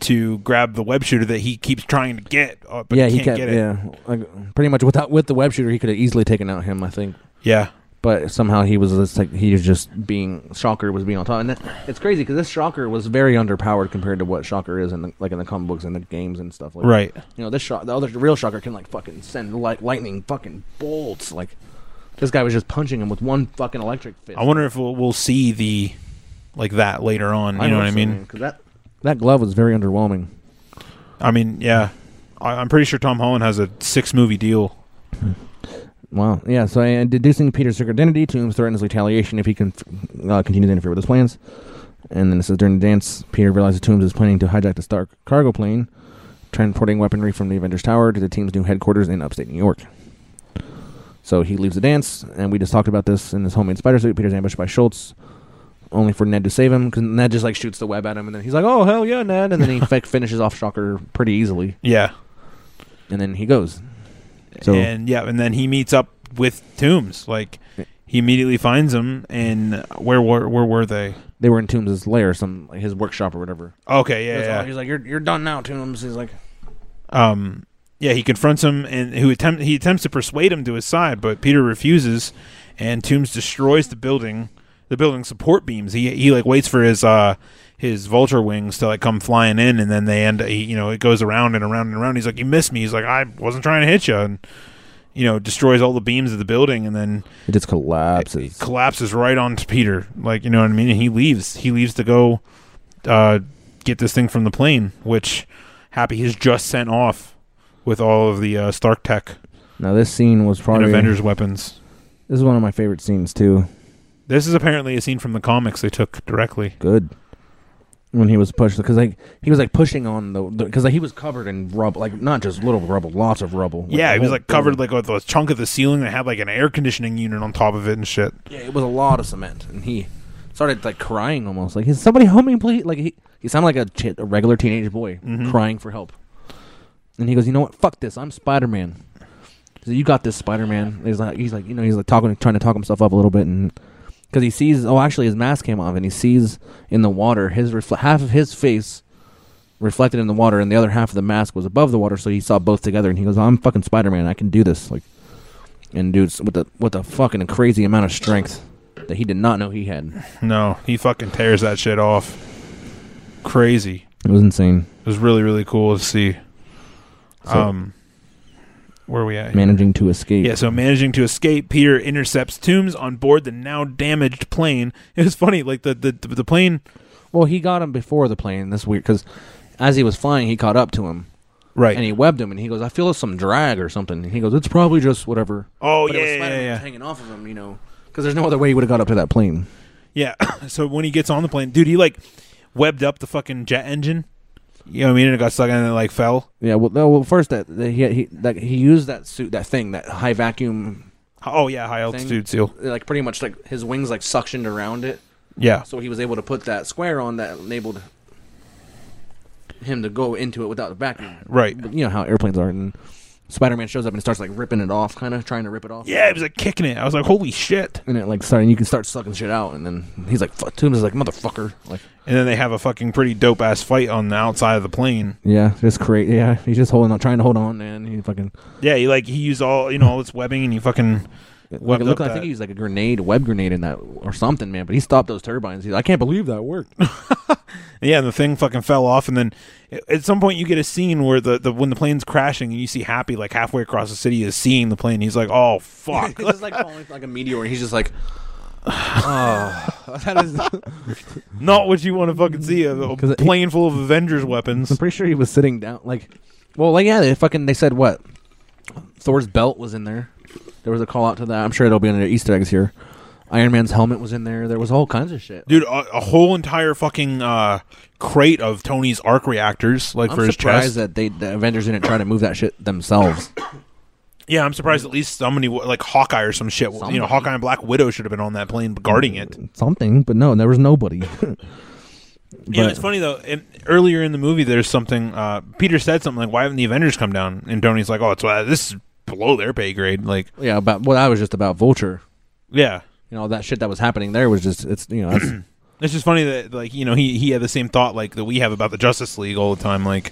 [SPEAKER 2] to grab the web shooter that he keeps trying to get, uh, but
[SPEAKER 4] yeah,
[SPEAKER 2] he
[SPEAKER 4] he
[SPEAKER 2] can't get
[SPEAKER 4] kept
[SPEAKER 2] it.
[SPEAKER 4] yeah, like pretty much without with the web shooter he could have easily taken out him, I think.
[SPEAKER 2] Yeah.
[SPEAKER 4] But somehow he was just like he was just being Shocker was being on top, and that, it's crazy because this Shocker was very underpowered compared to what Shocker is in the, like in the comic books and the games and stuff. Like,
[SPEAKER 2] Right.
[SPEAKER 4] You know this shot, the other the real Shocker can like fucking send light, lightning fucking bolts. Like this guy was just punching him with one fucking electric fist.
[SPEAKER 2] I wonder if we'll, we'll see the like that later on. You
[SPEAKER 4] I
[SPEAKER 2] know
[SPEAKER 4] hope
[SPEAKER 2] what I
[SPEAKER 4] so,
[SPEAKER 2] mean?
[SPEAKER 4] man, 'cause that that glove was very underwhelming.
[SPEAKER 2] I mean, yeah. I, I'm pretty sure Tom Holland has a six movie deal.
[SPEAKER 4] Wow. Yeah. So, uh, deducing Peter's secret identity, Toombs threatens retaliation if he can uh, continues to interfere with his plans. And then it says during the dance, Peter realizes Toombs is planning to hijack the Stark cargo plane, transporting weaponry from the Avengers Tower to the team's new headquarters in upstate New York. So he leaves the dance, and we just talked about this in his homemade spider suit. Peter's ambushed by Schultz, only for Ned to save him because Ned just like shoots the web at him, and then he's like, "Oh hell yeah, Ned!" And then he like, finishes off Shocker pretty easily.
[SPEAKER 2] Yeah.
[SPEAKER 4] And then he goes. So
[SPEAKER 2] and yeah, and then he meets up with Toombs. Like he immediately finds him, and where were where were they?
[SPEAKER 4] they were in Toombs' lair, some like, his workshop or whatever.
[SPEAKER 2] Okay, yeah,
[SPEAKER 4] That's all.
[SPEAKER 2] yeah.
[SPEAKER 4] He's like, "You're you're done now, Toombs." He's like,
[SPEAKER 2] Um, yeah, he confronts him, and who attempt he attempts to persuade him to his side, but Peter refuses, and Toombs destroys the building, the building support beams. He he like waits for his uh his vulture wings to like come flying in, and then they end. He, you know, it goes around and around and around. He's like, "You missed me." He's like, "I wasn't trying to hit you," and you know, destroys all the beams of the building, and then
[SPEAKER 4] It just collapses.
[SPEAKER 2] collapses right onto Peter. Like, you know what I mean? And he leaves. He leaves to go uh, get this thing from the plane, which Happy has just sent off with all of the uh, Stark tech
[SPEAKER 4] Now this scene was
[SPEAKER 2] and
[SPEAKER 4] probably
[SPEAKER 2] Avengers weapons.
[SPEAKER 4] This is one of my favorite scenes too.
[SPEAKER 2] This is apparently a scene from the comics they took directly.
[SPEAKER 4] Good. When he was pushed, because like he was like pushing on the, because like he was covered in rubble, like not just little rubble, lots of rubble. Like,
[SPEAKER 2] yeah,
[SPEAKER 4] the
[SPEAKER 2] it was
[SPEAKER 4] whole
[SPEAKER 2] like covered like with a chunk of the ceiling that had like an air conditioning unit on top of it and shit.
[SPEAKER 4] Yeah, it was a lot of cement, and he started like crying almost. Like, is somebody helping, please? Like he, he sounded like a, ch- a regular teenage boy
[SPEAKER 2] Mhm.
[SPEAKER 4] crying for help. And he goes, "You know what? Fuck this. I'm Spider Man. You got this, Spider Man." He's like, he's like, you know, he's like talking, trying to talk himself up a little bit, and because he sees, oh, actually, his mask came off, and he sees in the water his refle- half of his face reflected in the water, and the other half of the mask was above the water, so he saw both together, and he goes, "I'm fucking Spider Man. I can do this." Like, and dudes with the with a fucking crazy amount of strength that he did not know he had.
[SPEAKER 2] No, he fucking tears that shit off. Crazy.
[SPEAKER 4] It was insane.
[SPEAKER 2] It was really really cool to see.
[SPEAKER 4] So-
[SPEAKER 2] um, where are we at? here?
[SPEAKER 4] Managing to escape.
[SPEAKER 2] Yeah, so managing to escape, Peter intercepts Toombs on board the now damaged plane. It was funny, like the the, the plane.
[SPEAKER 4] Well, he got him before the plane. That's weird because as he was flying, he caught up to him.
[SPEAKER 2] Right.
[SPEAKER 4] And he webbed him, and he goes, "I feel some drag or something." And he goes, "It's probably just whatever."
[SPEAKER 2] Oh
[SPEAKER 4] But it
[SPEAKER 2] yeah,
[SPEAKER 4] was
[SPEAKER 2] yeah,
[SPEAKER 4] Spider-Man
[SPEAKER 2] yeah.
[SPEAKER 4] hanging off of him, you know, because there's no other way he would have got up to that plane.
[SPEAKER 2] Yeah. so when he gets on the plane, dude, he like webbed up the fucking jet engine. You know what I mean? And it got stuck and it like fell.
[SPEAKER 4] Yeah. Well, no. Well, first that, that he he that he used that suit that thing that high vacuum.
[SPEAKER 2] Oh yeah, high altitude seal.
[SPEAKER 4] Like pretty much like his wings like suctioned around it.
[SPEAKER 2] Yeah.
[SPEAKER 4] So he was able to put that square on that enabled him to go into it without the vacuum.
[SPEAKER 2] Right.
[SPEAKER 4] But you know how airplanes are, and Spider-Man shows up and starts like ripping it off, kind of trying to rip it off.
[SPEAKER 2] Yeah, he was like kicking it. I was like, holy shit.
[SPEAKER 4] And it like starting, you can start sucking shit out, and then he's like, "Fuck." Toombs is like, "Motherfucker!" Like,
[SPEAKER 2] And then they have a fucking pretty dope ass fight on the outside of the plane.
[SPEAKER 4] yeah, just create. Yeah, he's just holding on, trying to hold on, and he fucking.
[SPEAKER 2] Yeah, he like he used all you know all this webbing and he fucking
[SPEAKER 4] Like,
[SPEAKER 2] webbed
[SPEAKER 4] it
[SPEAKER 2] up
[SPEAKER 4] looked, like- I think
[SPEAKER 2] that-
[SPEAKER 4] he used like a grenade, web grenade in that or something, man. But he stopped those turbines. He's like, I can't believe that worked.
[SPEAKER 2] Yeah, and the thing fucking fell off, and then a- at some point you get a scene where the, the when the plane's crashing, and you see Happy like halfway across the city is seeing the plane. He's like, "Oh fuck!"
[SPEAKER 4] It's just like falling like a meteor, and he's just like, oh, that is.
[SPEAKER 2] Not what you want to fucking see. A, a
[SPEAKER 4] 'Cause it-
[SPEAKER 2] plane full of Avengers weapons.
[SPEAKER 4] I'm pretty sure he was sitting down. Like, well, like yeah, they fucking they said what? Thor's belt was in there. There was a call out to that. I'm sure it'll be in the Easter eggs here. Iron Man's helmet was in there. There was all kinds of shit.
[SPEAKER 2] Dude, a, a whole entire fucking uh, crate of Tony's arc reactors, like
[SPEAKER 4] I'm
[SPEAKER 2] for his
[SPEAKER 4] surprised
[SPEAKER 2] chest.
[SPEAKER 4] that they the Avengers didn't try to move that shit themselves.
[SPEAKER 2] yeah, I'm surprised at least somebody, w- like Hawkeye or some shit. You know,
[SPEAKER 4] Somebody.
[SPEAKER 2] Hawkeye and Black Widow should have been on that plane guarding it.
[SPEAKER 4] Something, but no, there was nobody.
[SPEAKER 2] you know, it's funny though. In, earlier in the movie, there's something. Uh, Peter said something like, "Why haven't the Avengers come down?" And Tony's like, "Oh, it's uh, this is below their pay grade." Like,
[SPEAKER 4] yeah, about what I was just about Vulture.
[SPEAKER 2] yeah,
[SPEAKER 4] You know all that shit that was happening there was just it's you know that's,
[SPEAKER 2] it's just funny that like you know he he had the same thought like that we have about the Justice League all the time. Like,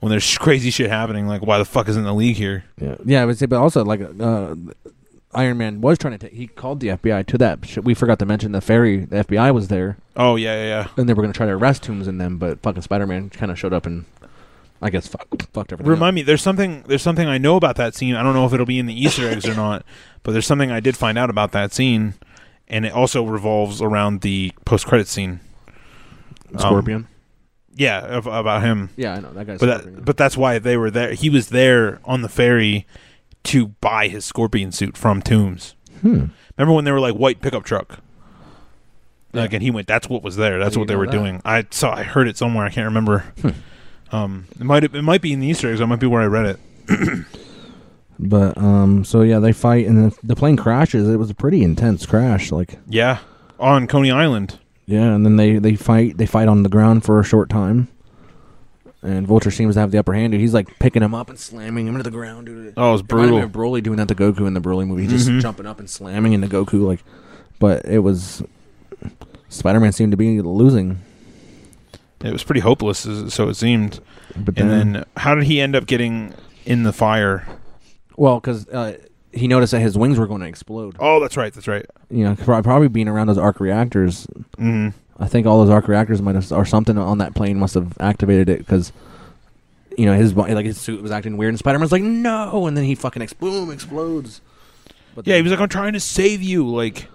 [SPEAKER 2] when there's crazy shit happening, like why the fuck isn't the league here?
[SPEAKER 4] yeah yeah. I would say, but also like uh, Iron Man was trying to take. He called the FBI to that. shit. We forgot to mention the ferry. The FBI was there.
[SPEAKER 2] Oh yeah, yeah, yeah.
[SPEAKER 4] and they were going to try to arrest Toombs and them, but fucking Spider Man kind of showed up and I guess fuck, fucked everything.
[SPEAKER 2] Remind me, there's something there's something I know about that scene. I don't know if it'll be in the Easter eggs or not, but there's something I did find out about that scene, and it also revolves around the post credit scene.
[SPEAKER 4] up.
[SPEAKER 2] Um,
[SPEAKER 4] Scorpion.
[SPEAKER 2] yeah, ab- about him.
[SPEAKER 4] yeah, I know that guy's.
[SPEAKER 2] but
[SPEAKER 4] Scorpion.
[SPEAKER 2] that, but that's why they were there. He was there on the ferry to buy his scorpion suit from Toombs.
[SPEAKER 4] Hmm.
[SPEAKER 2] Remember when they were like white pickup truck? Like, and he went. That's what was there. That's
[SPEAKER 4] How do
[SPEAKER 2] what
[SPEAKER 4] you
[SPEAKER 2] they
[SPEAKER 4] know
[SPEAKER 2] were
[SPEAKER 4] that?
[SPEAKER 2] doing. I saw. I heard it somewhere. I can't remember.
[SPEAKER 4] Hmm.
[SPEAKER 2] Um, it might it might be in the Easter eggs. It might be where I read it.
[SPEAKER 4] But, um, so yeah, they fight and the, the plane crashes. It was a pretty intense crash. Like,
[SPEAKER 2] Yeah, on Coney Island.
[SPEAKER 4] yeah, and then they they fight. They fight on the ground for a short time. And Vulture seems to have the upper hand. Dude, he's like picking him up and slamming him into the ground. Dude,
[SPEAKER 2] Oh, it was
[SPEAKER 4] It reminded me
[SPEAKER 2] brutal.
[SPEAKER 4] of Broly doing that to Goku in the Broly movie, just
[SPEAKER 2] Mhm.
[SPEAKER 4] jumping up and slamming into Goku. Like, but it was Spider Man seemed to be losing.
[SPEAKER 2] It was pretty hopeless, as- so it seemed.
[SPEAKER 4] But
[SPEAKER 2] and
[SPEAKER 4] then-
[SPEAKER 2] then, how did he end up getting in the fire?
[SPEAKER 4] Well, because uh, he noticed that his wings were going to explode.
[SPEAKER 2] Oh, that's right. That's right.
[SPEAKER 4] You know, prob- probably being around those arc reactors.
[SPEAKER 2] Mhm.
[SPEAKER 4] I think all those arc reactors might have, or something on that plane must have activated it because you know his bo- like his suit was acting weird, and Spider Man's like no, and then he fucking ex- boom explodes. But
[SPEAKER 2] yeah, he was like, "I'm trying to save you." Like,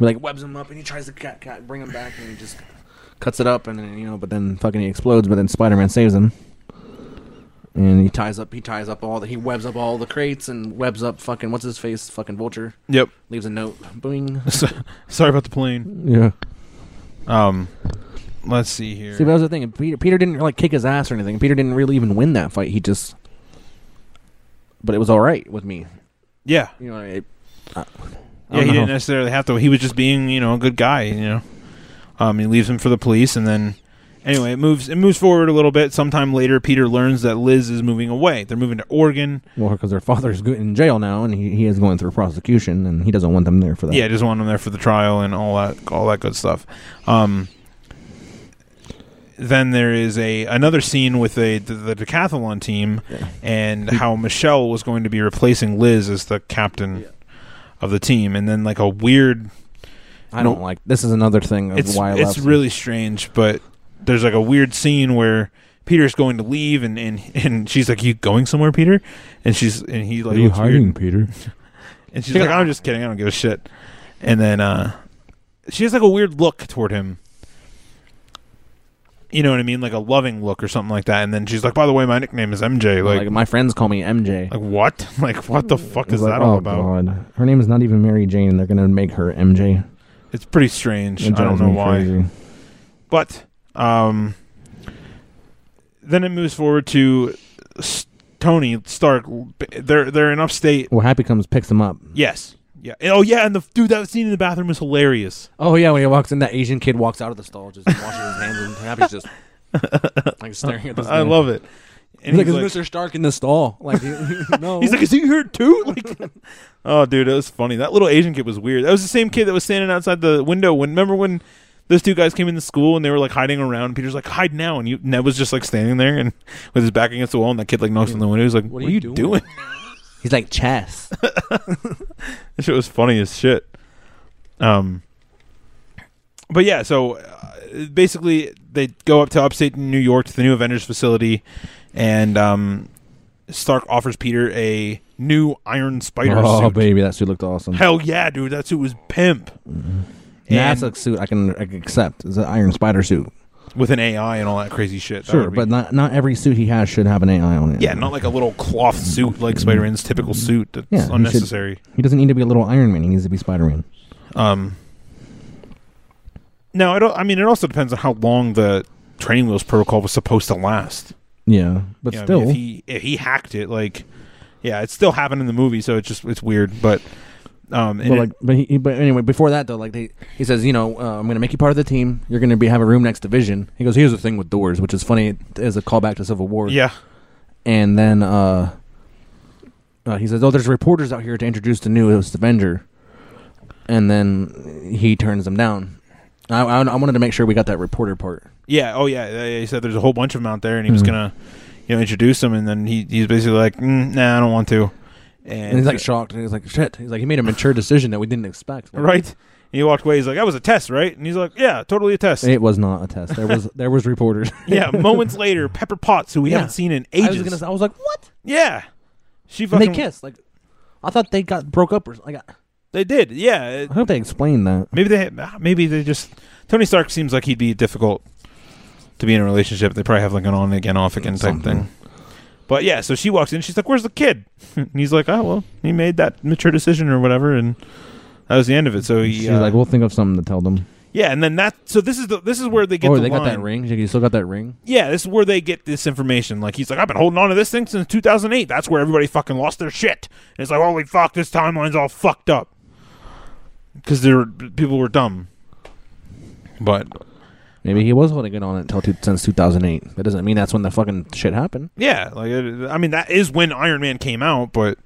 [SPEAKER 4] like webs him up, and he tries to cut, cut, bring him back, and he just cuts it up, and then you know, but then fucking he explodes, but then Spider Man saves him, and he ties up, he ties up all the, he webs up all the crates, and webs up fucking what's his face, fucking Vulture.
[SPEAKER 2] Yep.
[SPEAKER 4] Leaves a note, boing.
[SPEAKER 2] Sorry about the plane.
[SPEAKER 4] Yeah.
[SPEAKER 2] Um, let's see here.
[SPEAKER 4] See, that was the thing. Peter, Peter didn't like kick his ass or anything. Peter didn't really even win that fight. He just, but it was all right with me.
[SPEAKER 2] Yeah.
[SPEAKER 4] You know, I, I
[SPEAKER 2] Yeah,
[SPEAKER 4] don't
[SPEAKER 2] he
[SPEAKER 4] know.
[SPEAKER 2] didn't necessarily have to. He was just being, you know, a good guy. You know, um, he leaves him for the police, and then anyway, it moves. It moves forward a little bit. Sometime later, Peter learns that Liz is moving away. They're moving to Oregon.
[SPEAKER 4] Well, because their father's go- in jail now, and he, he is going through prosecution, and he doesn't want them there for that.
[SPEAKER 2] Yeah, just want him there for the trial and all that, all that good stuff. Um, then there is a another scene with a the, the decathlon team and how Michelle was going to be replacing Liz as the captain of the team, and then like a weird.
[SPEAKER 4] I don't like. This is another thing of
[SPEAKER 2] it's
[SPEAKER 4] why I
[SPEAKER 2] it's
[SPEAKER 4] left.
[SPEAKER 2] really strange, but there's like a weird scene where Peter's going to leave, and and and she's like, "You going somewhere, Peter?" And she's and he like, looks weird.
[SPEAKER 4] Peter?
[SPEAKER 2] And she's like, I'm just kidding. I don't give a shit. And then uh, she has like a weird look toward him. You know what I mean? Like a loving look or something like that. And then she's like, by the way, my nickname is MJ. Like,
[SPEAKER 4] my friends call me MJ.
[SPEAKER 2] Like, what? Like, what the fuck is
[SPEAKER 4] It's like,
[SPEAKER 2] that all
[SPEAKER 4] oh,
[SPEAKER 2] about?
[SPEAKER 4] God. Her name is not even Mary Jane. and They're gonna make her MJ.
[SPEAKER 2] It's pretty strange.
[SPEAKER 4] It
[SPEAKER 2] I don't
[SPEAKER 4] drives
[SPEAKER 2] know
[SPEAKER 4] me
[SPEAKER 2] why.
[SPEAKER 4] crazy.
[SPEAKER 2] But um, then it moves forward to S- Tony Stark. They're, they're in upstate.
[SPEAKER 4] Well, Happy comes picks him up.
[SPEAKER 2] Yes. Yeah. Oh, yeah. And the dude, that scene in the bathroom is hilarious.
[SPEAKER 4] Oh yeah, when he walks in, that Asian kid walks out of the stall, just washes his hands, and Happy's just like staring at this.
[SPEAKER 2] I
[SPEAKER 4] man.
[SPEAKER 2] love it.
[SPEAKER 4] He's like, "Is Mr. Stark in the stall?" Like, no.
[SPEAKER 2] He's like, is he hurt too? Like, oh, dude, it was funny. That little Asian kid was weird. That was the same kid that was standing outside the window. When remember when those two guys came into school and they were like hiding around. Peter's like, hide now, and you Ned was just like standing there and with his back against the wall, and that kid like knocks on the window. He's like, what, are you doing?
[SPEAKER 4] He's like chess.
[SPEAKER 2] That shit was funny as shit. Um, but yeah, so uh, basically they go up to upstate New York to the new Avengers facility, and um, Stark offers Peter a new Iron Spider
[SPEAKER 4] oh
[SPEAKER 2] suit.
[SPEAKER 4] baby, that suit looked awesome.
[SPEAKER 2] Hell yeah, dude! That suit was pimp
[SPEAKER 4] that's a suit I can, I can accept. It's an Iron Spider suit.
[SPEAKER 2] with an AI and all that crazy shit. That
[SPEAKER 4] Sure,
[SPEAKER 2] would be-
[SPEAKER 4] but not not every suit he has should have an AI on it.
[SPEAKER 2] yeah, not like a little cloth suit like Spider Man's typical suit. That's
[SPEAKER 4] Mm. Yeah, he should-
[SPEAKER 2] unnecessary.
[SPEAKER 4] He doesn't need to be a little Iron Man. He needs to be Spider Man.
[SPEAKER 2] Um, now I don't. I mean, it also depends on how long the training wheels protocol was supposed to last.
[SPEAKER 4] Yeah, but
[SPEAKER 2] You know, I
[SPEAKER 4] still,
[SPEAKER 2] mean, if he if he hacked it, like, yeah, it still happened in the movie, so it's just it's weird. But um, and
[SPEAKER 4] but
[SPEAKER 2] it-
[SPEAKER 4] like, but he, but anyway, before that though, like they, he says, you know, uh, I'm gonna make you part of the team. You're gonna be have a room next division. He goes, here's the thing with doors, which is funny as a callback to Civil War.
[SPEAKER 2] Yeah.
[SPEAKER 4] and then uh, uh, he says, oh, there's reporters out here to introduce the newest Avenger, and then he turns them down. I, I, I wanted to make sure we got that reporter part.
[SPEAKER 2] yeah, oh yeah, yeah, he said there's a whole bunch of them out there, and he was
[SPEAKER 4] Mhm.
[SPEAKER 2] gonna, you know, introduce them, and then he he's basically like, mm, nah, I don't want to, and,
[SPEAKER 4] And he's like shocked, and he's like, "Shit!" He's like, "He made a mature decision that we didn't expect." Like,
[SPEAKER 2] right, and he walked away. He's like, that was a test, right? And he's like, yeah, totally a test.
[SPEAKER 4] It was not a test. There was there was reporters.
[SPEAKER 2] yeah, moments later, Pepper Potts, who we
[SPEAKER 4] Yeah.
[SPEAKER 2] haven't seen in
[SPEAKER 4] I was
[SPEAKER 2] ages.
[SPEAKER 4] gonna say- I was like, what?
[SPEAKER 2] Yeah, she
[SPEAKER 4] And
[SPEAKER 2] fucking
[SPEAKER 4] they kissed. Like, I thought they got broke up or something. Like,
[SPEAKER 2] They did. Yeah, it-
[SPEAKER 4] I hope they explained that.
[SPEAKER 2] Maybe they ah, maybe they just Tony Stark seems like he'd be difficult to be in a relationship. They probably have like an on again off again type thing. But yeah, so she walks in. She's like, "Where's the kid?" and he's like, "Oh well, he made that mature decision or whatever." And that was the end of it. So he,
[SPEAKER 4] She's
[SPEAKER 2] uh,
[SPEAKER 4] like, "We'll think of something to tell them."
[SPEAKER 2] yeah, and then that. So this is the this is where they get.
[SPEAKER 4] oh,
[SPEAKER 2] the
[SPEAKER 4] they got that
[SPEAKER 2] line.
[SPEAKER 4] ring. She's like, You still got that ring?
[SPEAKER 2] Yeah, this is where they get this information. Like he's like, I've been holding on to this thing since 2008. That's where everybody fucking lost their shit. And it's like, holy fuck, this timeline's all fucked up because there were, people were dumb. But
[SPEAKER 4] Maybe he was holding it on until two, since 2008. That doesn't mean that's when the fucking shit happened.
[SPEAKER 2] Yeah, like it, I mean, that is when Iron Man came out, but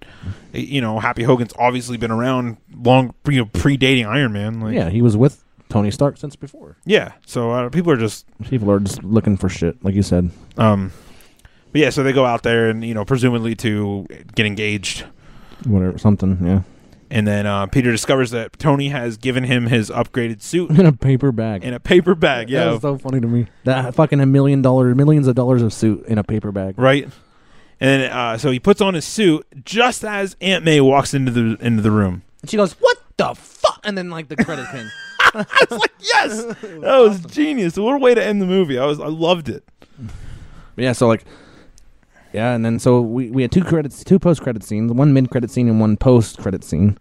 [SPEAKER 2] you know, Happy Hogan's obviously been around long, you know, predating Iron Man. Like,
[SPEAKER 4] Yeah, he was with Tony Stark since before.
[SPEAKER 2] yeah. So uh, people are just,
[SPEAKER 4] People are just looking for shit, like you said.
[SPEAKER 2] um, but yeah. So they go out there and you know, presumably to get engaged,
[SPEAKER 4] Whatever, something. Yeah.
[SPEAKER 2] And then uh, Peter discovers that Tony has given him his upgraded suit
[SPEAKER 4] in a paper bag.
[SPEAKER 2] in a paper bag.
[SPEAKER 4] That
[SPEAKER 2] Yeah,
[SPEAKER 4] was so funny to me. That fucking a million dollar, millions of dollars of suit in a paper bag.
[SPEAKER 2] right? And uh, so he puts on his suit just as Aunt May walks into the into the room.
[SPEAKER 4] And she goes, "What the fuck?" And then like the credit pin.
[SPEAKER 2] I was like, "Yes, that was genius! What a way to end the movie! I was, I loved it."
[SPEAKER 4] But yeah, so like, yeah, and then so we, we had two credits, two post credit scenes, one mid credit scene and one post credit scene.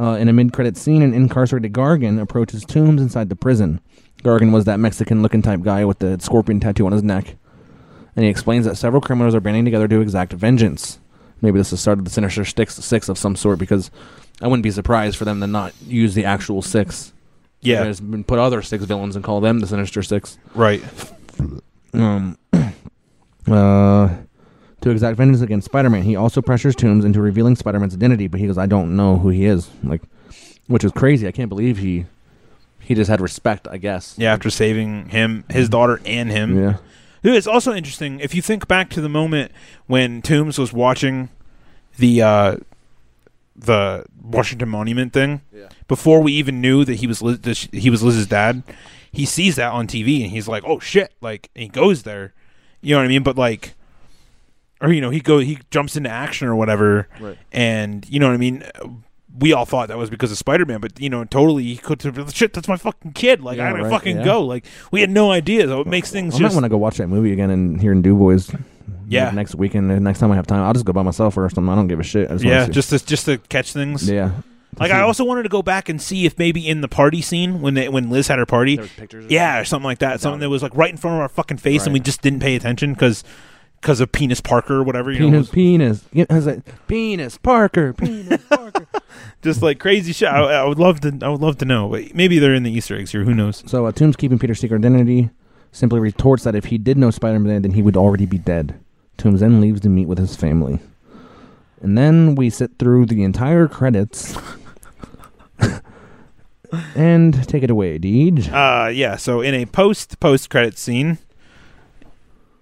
[SPEAKER 4] Uh, in a mid credit scene, an incarcerated Gargan approaches Tombs inside the prison. Gargan was that Mexican looking type guy with the scorpion tattoo on his neck, and he explains that several criminals are banding together to exact vengeance. Maybe this is start of the Sinister Six, six of some sort because I wouldn't be surprised for them to not use the actual six.
[SPEAKER 2] Yeah.
[SPEAKER 4] There's been put other six villains and call them the Sinister Six.
[SPEAKER 2] Right.
[SPEAKER 4] Um, uh, to exact vengeance against Spider-Man. He also pressures Toombs into revealing Spider-Man's identity, but he goes, "I don't know who he is," like, which is crazy. I can't believe he he just had respect. I guess.
[SPEAKER 2] Yeah, after saving him, his daughter, and him.
[SPEAKER 4] Mm-hmm. Yeah.
[SPEAKER 2] Dude, it's also interesting if you think back to the moment when Toombs was watching the uh, the Washington Monument thing.
[SPEAKER 11] Yeah.
[SPEAKER 2] Before we even knew that he was Liz, that sh- he was Liz's dad, he sees that on TV and he's like, "Oh shit!" Like and he goes there. You know what I mean? But like, or you know, he go he jumps into action or whatever.
[SPEAKER 11] Right.
[SPEAKER 2] And you know what I mean. We all thought that was because of Spider Man, but you know, totally he could have been, shit. That's my fucking kid. Like
[SPEAKER 4] Yeah,
[SPEAKER 2] I gotta
[SPEAKER 4] right,
[SPEAKER 2] fucking
[SPEAKER 4] yeah.
[SPEAKER 2] go. Like we had no idea. So it makes things
[SPEAKER 4] I might
[SPEAKER 2] just
[SPEAKER 4] want to go watch that movie again and here in Dubois.
[SPEAKER 2] Yeah.
[SPEAKER 4] Next weekend, the next time I have time, I'll just go by myself or something. I don't give a shit. I just wanna
[SPEAKER 2] yeah,
[SPEAKER 4] see.
[SPEAKER 2] just to, just to catch things.
[SPEAKER 4] Yeah.
[SPEAKER 2] Like I also wanted to go back and see if maybe in the party scene when they, when Liz had her party,
[SPEAKER 4] There was pictures or
[SPEAKER 2] yeah, or something like that, something that was like right in front of our fucking face, and we just didn't pay attention because of penis Parker or whatever, you know, it
[SPEAKER 4] penis,
[SPEAKER 2] was
[SPEAKER 4] penis. Yeah, I was like, penis, Parker, penis.
[SPEAKER 2] just like crazy shit. I, I would love to, I would love to know. But Maybe they're in the Easter eggs here. Who knows?
[SPEAKER 4] so uh, Toombs keeping Peter's secret identity simply retorts that if he did know Spider-Man, then he would already be dead. Toombs then leaves to meet with his family, and then we sit through the entire credits. and take it away, Deej.
[SPEAKER 2] Uh, yeah. So in a post post credit scene.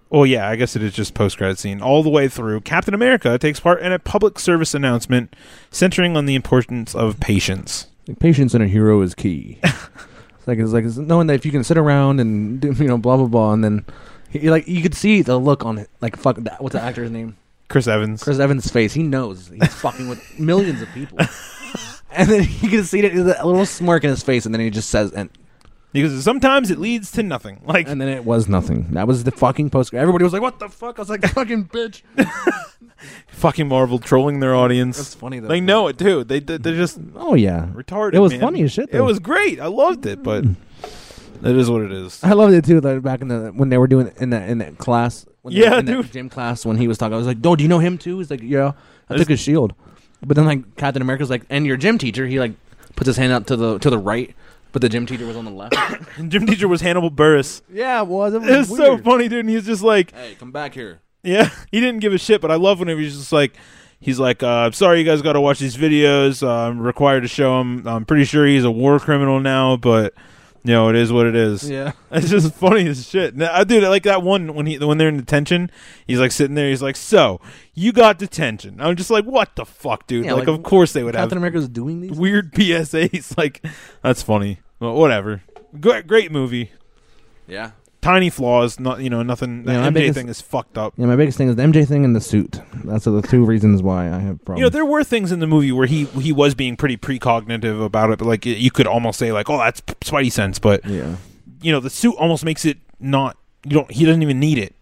[SPEAKER 2] Well, yeah, I guess it is just post credit scene all the way through. Captain America takes part in a public service announcement centering on the importance of patience.
[SPEAKER 4] Like, patience in a hero is key. it's like it's like it's knowing that if you can sit around and do, you know blah blah blah, and then you like you could see the look on it, like fuck that. What's the actor's name?
[SPEAKER 2] Chris Evans.
[SPEAKER 4] Chris Evans' face. He knows he's fucking with millions of people, and then you can see it a little smirk in his face, and then he just says, "And
[SPEAKER 2] Because sometimes it leads to nothing. Like
[SPEAKER 4] and then it was nothing." That was the fucking post. Everybody was like, "What the fuck?" I was like, "Fucking bitch."
[SPEAKER 2] fucking Marvel trolling their audience.
[SPEAKER 4] That's funny, though.
[SPEAKER 2] They know it too. They they- they're just
[SPEAKER 4] Oh yeah,
[SPEAKER 2] retarded.
[SPEAKER 4] It was
[SPEAKER 2] man.
[SPEAKER 4] funny as shit.
[SPEAKER 2] It
[SPEAKER 4] though. Hmm.
[SPEAKER 2] was great. I loved it, but that is what it is.
[SPEAKER 4] I loved it too. Like back in the when they were doing it in that in that class. When they-
[SPEAKER 2] Yeah,
[SPEAKER 4] in that
[SPEAKER 2] dude.
[SPEAKER 4] gym class when he was talking, I was like, "Oh, do you know him too?" He's like, "Yeah, I
[SPEAKER 2] That's-
[SPEAKER 4] took his shield." But then like Captain America's like, "And your gym teacher?" He like puts his hand out to the to the right, but the gym teacher was on the left.
[SPEAKER 2] And gym teacher was Hannibal Burris.
[SPEAKER 4] yeah, it was. It was,
[SPEAKER 2] It's so
[SPEAKER 4] weird.
[SPEAKER 2] funny, dude. And he's just like,
[SPEAKER 4] Hey, come back here.
[SPEAKER 2] yeah, he didn't give a shit. But I love whenever he's just like, he's like, uh, I'm sorry you guys got to watch these videos. Uh, I'm required to show him. I'm pretty sure he's a war criminal now, but you know it is what it is.
[SPEAKER 4] Yeah.
[SPEAKER 2] It's just funny as shit. Now, I dude, I like that one when he when they're in detention. He's like sitting there. He's like, "So you got detention?" I'm just like, "What the fuck, dude?"
[SPEAKER 4] Yeah,
[SPEAKER 2] like,
[SPEAKER 4] like,
[SPEAKER 2] of course they would
[SPEAKER 4] Captain
[SPEAKER 2] have
[SPEAKER 4] America's doing these.
[SPEAKER 2] weird PSAs. Like, that's funny. Well, whatever. Great, great movie.
[SPEAKER 4] Yeah.
[SPEAKER 2] Tiny flaws. Not you know nothing. The
[SPEAKER 4] Yeah, my
[SPEAKER 2] MJ
[SPEAKER 4] biggest-
[SPEAKER 2] thing is fucked up.
[SPEAKER 4] Yeah, my biggest thing is the MJ thing and the suit. That's the two reasons why I have problems.
[SPEAKER 2] You know, there were things in the movie where he he was being pretty precognitive about it, but like you could almost say like, "Oh, that's p- Spidey sense," but
[SPEAKER 4] yeah,
[SPEAKER 2] you know, the suit almost makes it not. You don't. He doesn't even need it.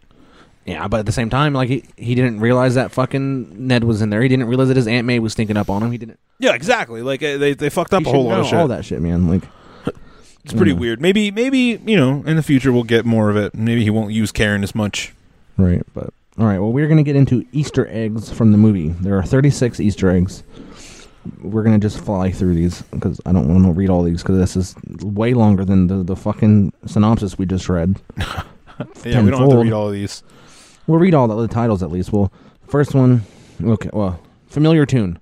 [SPEAKER 4] yeah, but at the same time, like he, he didn't realize that fucking Ned was in there. He didn't realize that his Aunt May was stinking up on him. He didn't.
[SPEAKER 2] Yeah, exactly. Like uh, they they fucked up
[SPEAKER 4] he
[SPEAKER 2] a whole
[SPEAKER 4] should
[SPEAKER 2] lot of
[SPEAKER 4] know
[SPEAKER 2] shit.
[SPEAKER 4] All that Mm. shit, man. Like
[SPEAKER 2] It's pretty
[SPEAKER 4] Yeah.
[SPEAKER 2] weird. Maybe maybe you know in the future we'll get more of it. Maybe he won't use Karen as much.
[SPEAKER 4] Right, but all right. Well, we're going to get into Easter eggs from the movie. There are 36 Easter eggs. We're going to just fly through these because I don't want to read all these because this is way longer than the, the fucking synopsis we just read.
[SPEAKER 2] Yeah, we don't have to
[SPEAKER 4] Tenfold.
[SPEAKER 2] read all of these.
[SPEAKER 4] We'll read all the, the titles at least. Well, first one. Okay. Well, familiar tune.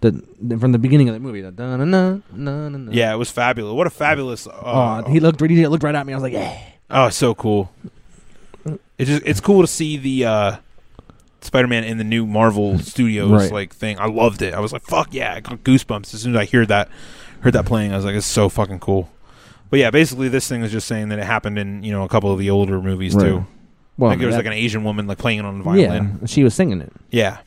[SPEAKER 4] The, the- from the beginning of the movie. The, na, na, na, na, na.
[SPEAKER 2] Yeah, it was fabulous. What a fabulous!
[SPEAKER 4] Oh,
[SPEAKER 2] Oh,
[SPEAKER 4] he looked. He looked right at me. I was like, yeah.
[SPEAKER 2] oh, so cool. It just it's cool to see the uh Spider-Man in the new Marvel Studios
[SPEAKER 12] Right.
[SPEAKER 2] like thing. I loved it. I was like, "Fuck yeah!" I got goosebumps as soon as I heard that heard that playing. I was like, "It's so fucking cool." But yeah, basically, this thing is just saying that it happened in you know a couple of the older movies
[SPEAKER 4] Right.
[SPEAKER 2] too.
[SPEAKER 4] Well,
[SPEAKER 2] Well, like there was
[SPEAKER 4] that-
[SPEAKER 2] like an Asian woman like playing it on the
[SPEAKER 4] Yeah,
[SPEAKER 2] violin.
[SPEAKER 4] she was singing it.
[SPEAKER 2] Yeah.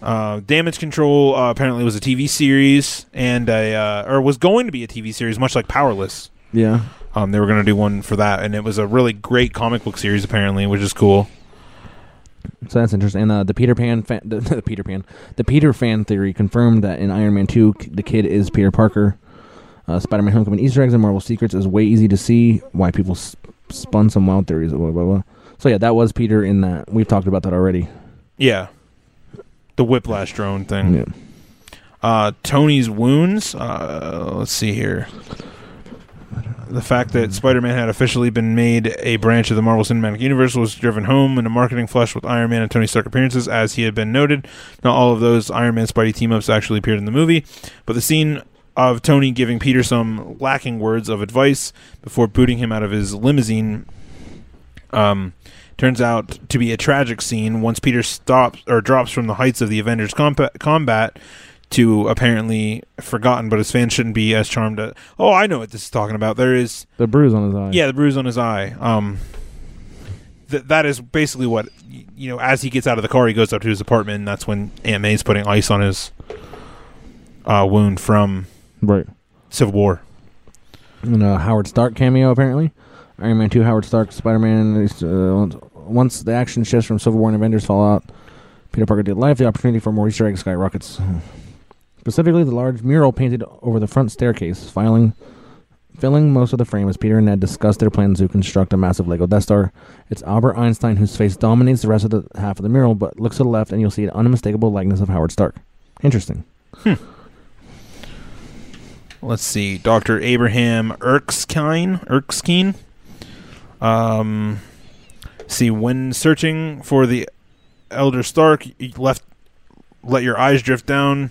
[SPEAKER 2] Uh, Damage Control uh, apparently was a TV series and a uh, or was going to be a TV series, much like Powerless.
[SPEAKER 4] Yeah.
[SPEAKER 2] Um, they were going to do one for that, and it was a really great comic book series apparently, which is cool.
[SPEAKER 4] So that's interesting. And uh, the Peter Pan, fan, the, the Peter Pan, the Peter fan theory confirmed that in Iron Man Two, k- the kid is Peter Parker. Uh, Spider-Man: Homecoming Easter eggs and Marvel secrets is way easy to see. Why people sp- spun some wild theories. Blah blah blah. So yeah, that was Peter in that. We've talked about that already.
[SPEAKER 2] Yeah, the Whiplash drone thing.
[SPEAKER 4] Yeah.
[SPEAKER 2] Uh, Tony's wounds. Uh, let's see here. The fact that Spider-Man had officially been made a branch of the Marvel Cinematic Universe was driven home in a marketing flush with Iron Man and Tony Stark appearances, as he had been noted. Not all of those Iron Man Spidey team-ups actually appeared in the movie, but the scene of Tony giving Peter some lacking words of advice before booting him out of his limousine um, turns out to be a tragic scene once Peter stops or drops from the heights of the Avengers compa- combat to apparently forgotten, but his fans shouldn't be as charmed. At- oh, I know what this is talking about. There is
[SPEAKER 4] The bruise on his eye.
[SPEAKER 2] yeah, the bruise on his eye. Um, th- that is basically what y- you know. As he gets out of the car, he goes up to his apartment, and that's when Aunt May's putting ice on his uh, wound from
[SPEAKER 4] Right.
[SPEAKER 2] Civil War.
[SPEAKER 4] And uh, Howard Stark cameo apparently. Iron Man Two, Howard Stark, Spider-Man. Uh, once the action shifts from Civil War and Avengers Fallout, Peter Parker did life. The opportunity for more Easter eggs skyrockets. Specifically, the large mural painted over the front staircase, filing, filling most of the frame as Peter and Ned discuss their plans to construct a massive Lego Death Star. It's Albert Einstein whose face dominates the rest of the half of the mural, but looks to the left and you'll see an unmistakable likeness of Howard Stark. Interesting.
[SPEAKER 2] Let's see, Doctor Abraham Erskine. Erskine. Um, see, when searching for the Elder Stark, you left let your eyes drift down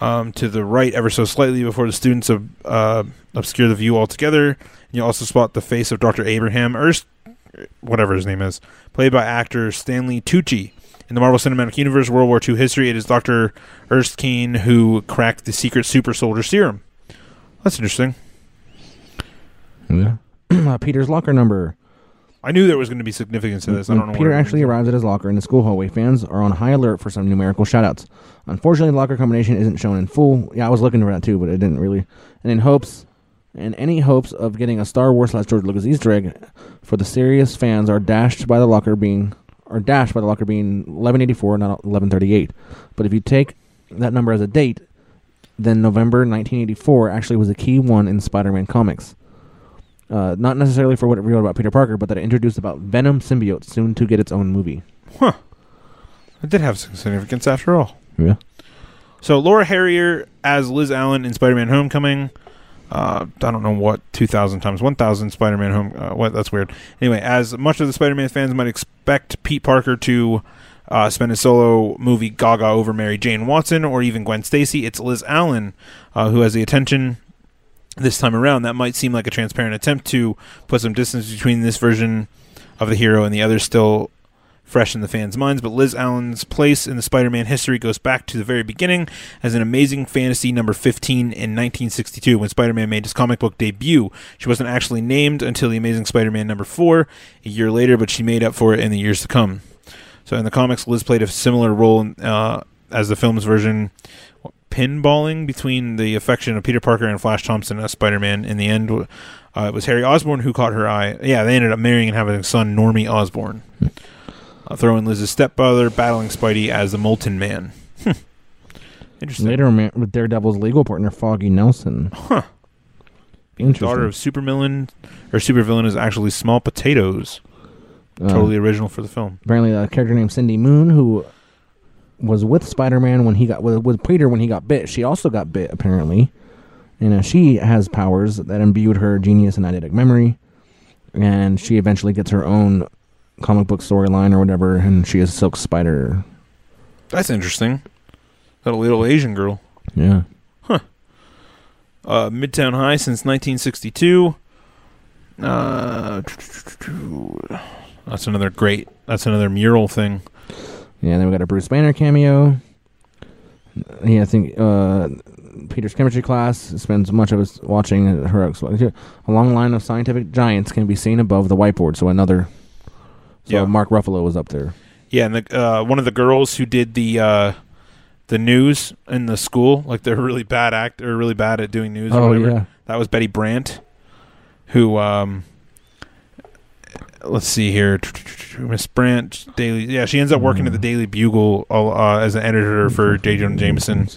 [SPEAKER 2] um, to the right ever so slightly before the students ob- uh, obscure the view altogether. You also spot the face of Doctor Abraham Erskine, whatever his name is, played by actor Stanley Tucci. In the Marvel Cinematic Universe World War II history, it is Dr. Erskine who cracked the secret super soldier serum. That's interesting.
[SPEAKER 4] Yeah. Uh, Peter's locker number.
[SPEAKER 2] I knew there was going to be significance to this. I
[SPEAKER 4] When
[SPEAKER 2] don't know
[SPEAKER 4] Peter
[SPEAKER 2] what it
[SPEAKER 4] actually arrives at his locker in the school hallway. Fans are on high alert for some numerical shoutouts. Unfortunately, the locker combination isn't shown in full. Yeah, I was looking for that too, but it didn't really. And in hopes, and any hopes of getting a Star Wars slash George Lucas Easter egg for the serious fans are dashed by the locker being are dashed by the locker being 1184, not 1138. But if you take that number as a date, then November 1984 actually was a key one in Spider-Man comics uh, not necessarily for what it revealed about Peter Parker, but that it introduced about Venom symbiote soon to get its own movie.
[SPEAKER 2] It did have some significance after all.
[SPEAKER 4] Yeah.
[SPEAKER 2] So Laura Harrier as Liz Allen in Spider-Man: Homecoming. Uh, I don't know what two thousand times one thousand Spider-Man Home. Uh, what that's weird. Anyway, as much of the Spider-Man fans might expect, Pete Parker to uh, spend his solo movie Gaga over Mary Jane Watson or even Gwen Stacy, it's Liz Allen uh, who has the attention this time around. That might seem like a transparent attempt to put some distance between this version of the hero and the others still fresh in the fans' minds, but Liz Allen's place in the Spider Man history goes back to the very beginning as an amazing fantasy number 15 in 1962 when Spider Man made his comic book debut. She wasn't actually named until the Amazing Spider Man number 4 a year later, but she made up for it in the years to come. So in the comics, Liz played a similar role uh, as the film's version. Pinballing between the affection of Peter Parker and Flash Thompson as Spider-Man. In the end, uh, it was Harry Osborn who caught her eye. Yeah, they ended up marrying and having a son, Normie Osborn. Uh, throw in Liz's stepbrother, battling Spidey as the Molten Man. Interesting.
[SPEAKER 4] Later, ma- with Daredevil's legal partner Foggy Nelson. Huh.
[SPEAKER 2] Being the daughter of Supervillain or Supervillain is actually Small Potatoes.
[SPEAKER 4] Oh.
[SPEAKER 2] totally original for the film.
[SPEAKER 4] Uh, Apparently, a character named Cindy Moon, who was with Spider-Man when he got with, with Peter when he got bit, she also got bit apparently, and uh, she has powers that imbued her genius and eidetic memory, and she eventually gets her own comic book storyline or whatever, and she is Silk Spider.
[SPEAKER 2] That's interesting. That little Asian girl.
[SPEAKER 4] Yeah.
[SPEAKER 2] Uh, Midtown High since 1962. Uh, That's another great. That's another mural thing.
[SPEAKER 4] Yeah, then we got a Bruce Banner cameo. Yeah, I think uh, Peter's chemistry class spends much of us watching her. ex- A long line of scientific giants can be seen above the whiteboard. So another. So
[SPEAKER 2] Yeah.
[SPEAKER 4] Mark Ruffalo was up there.
[SPEAKER 2] Yeah, and the uh, one of the girls who did the uh, the news in the school, like they're really bad act or really bad at doing news.
[SPEAKER 4] Oh,
[SPEAKER 2] or whatever.
[SPEAKER 4] yeah.
[SPEAKER 2] that was Betty Brandt, who um, let's see here, Miss Brandt Daily. Yeah, she ends up working at the Daily Bugle uh, as an editor for J. Jonah Jameson.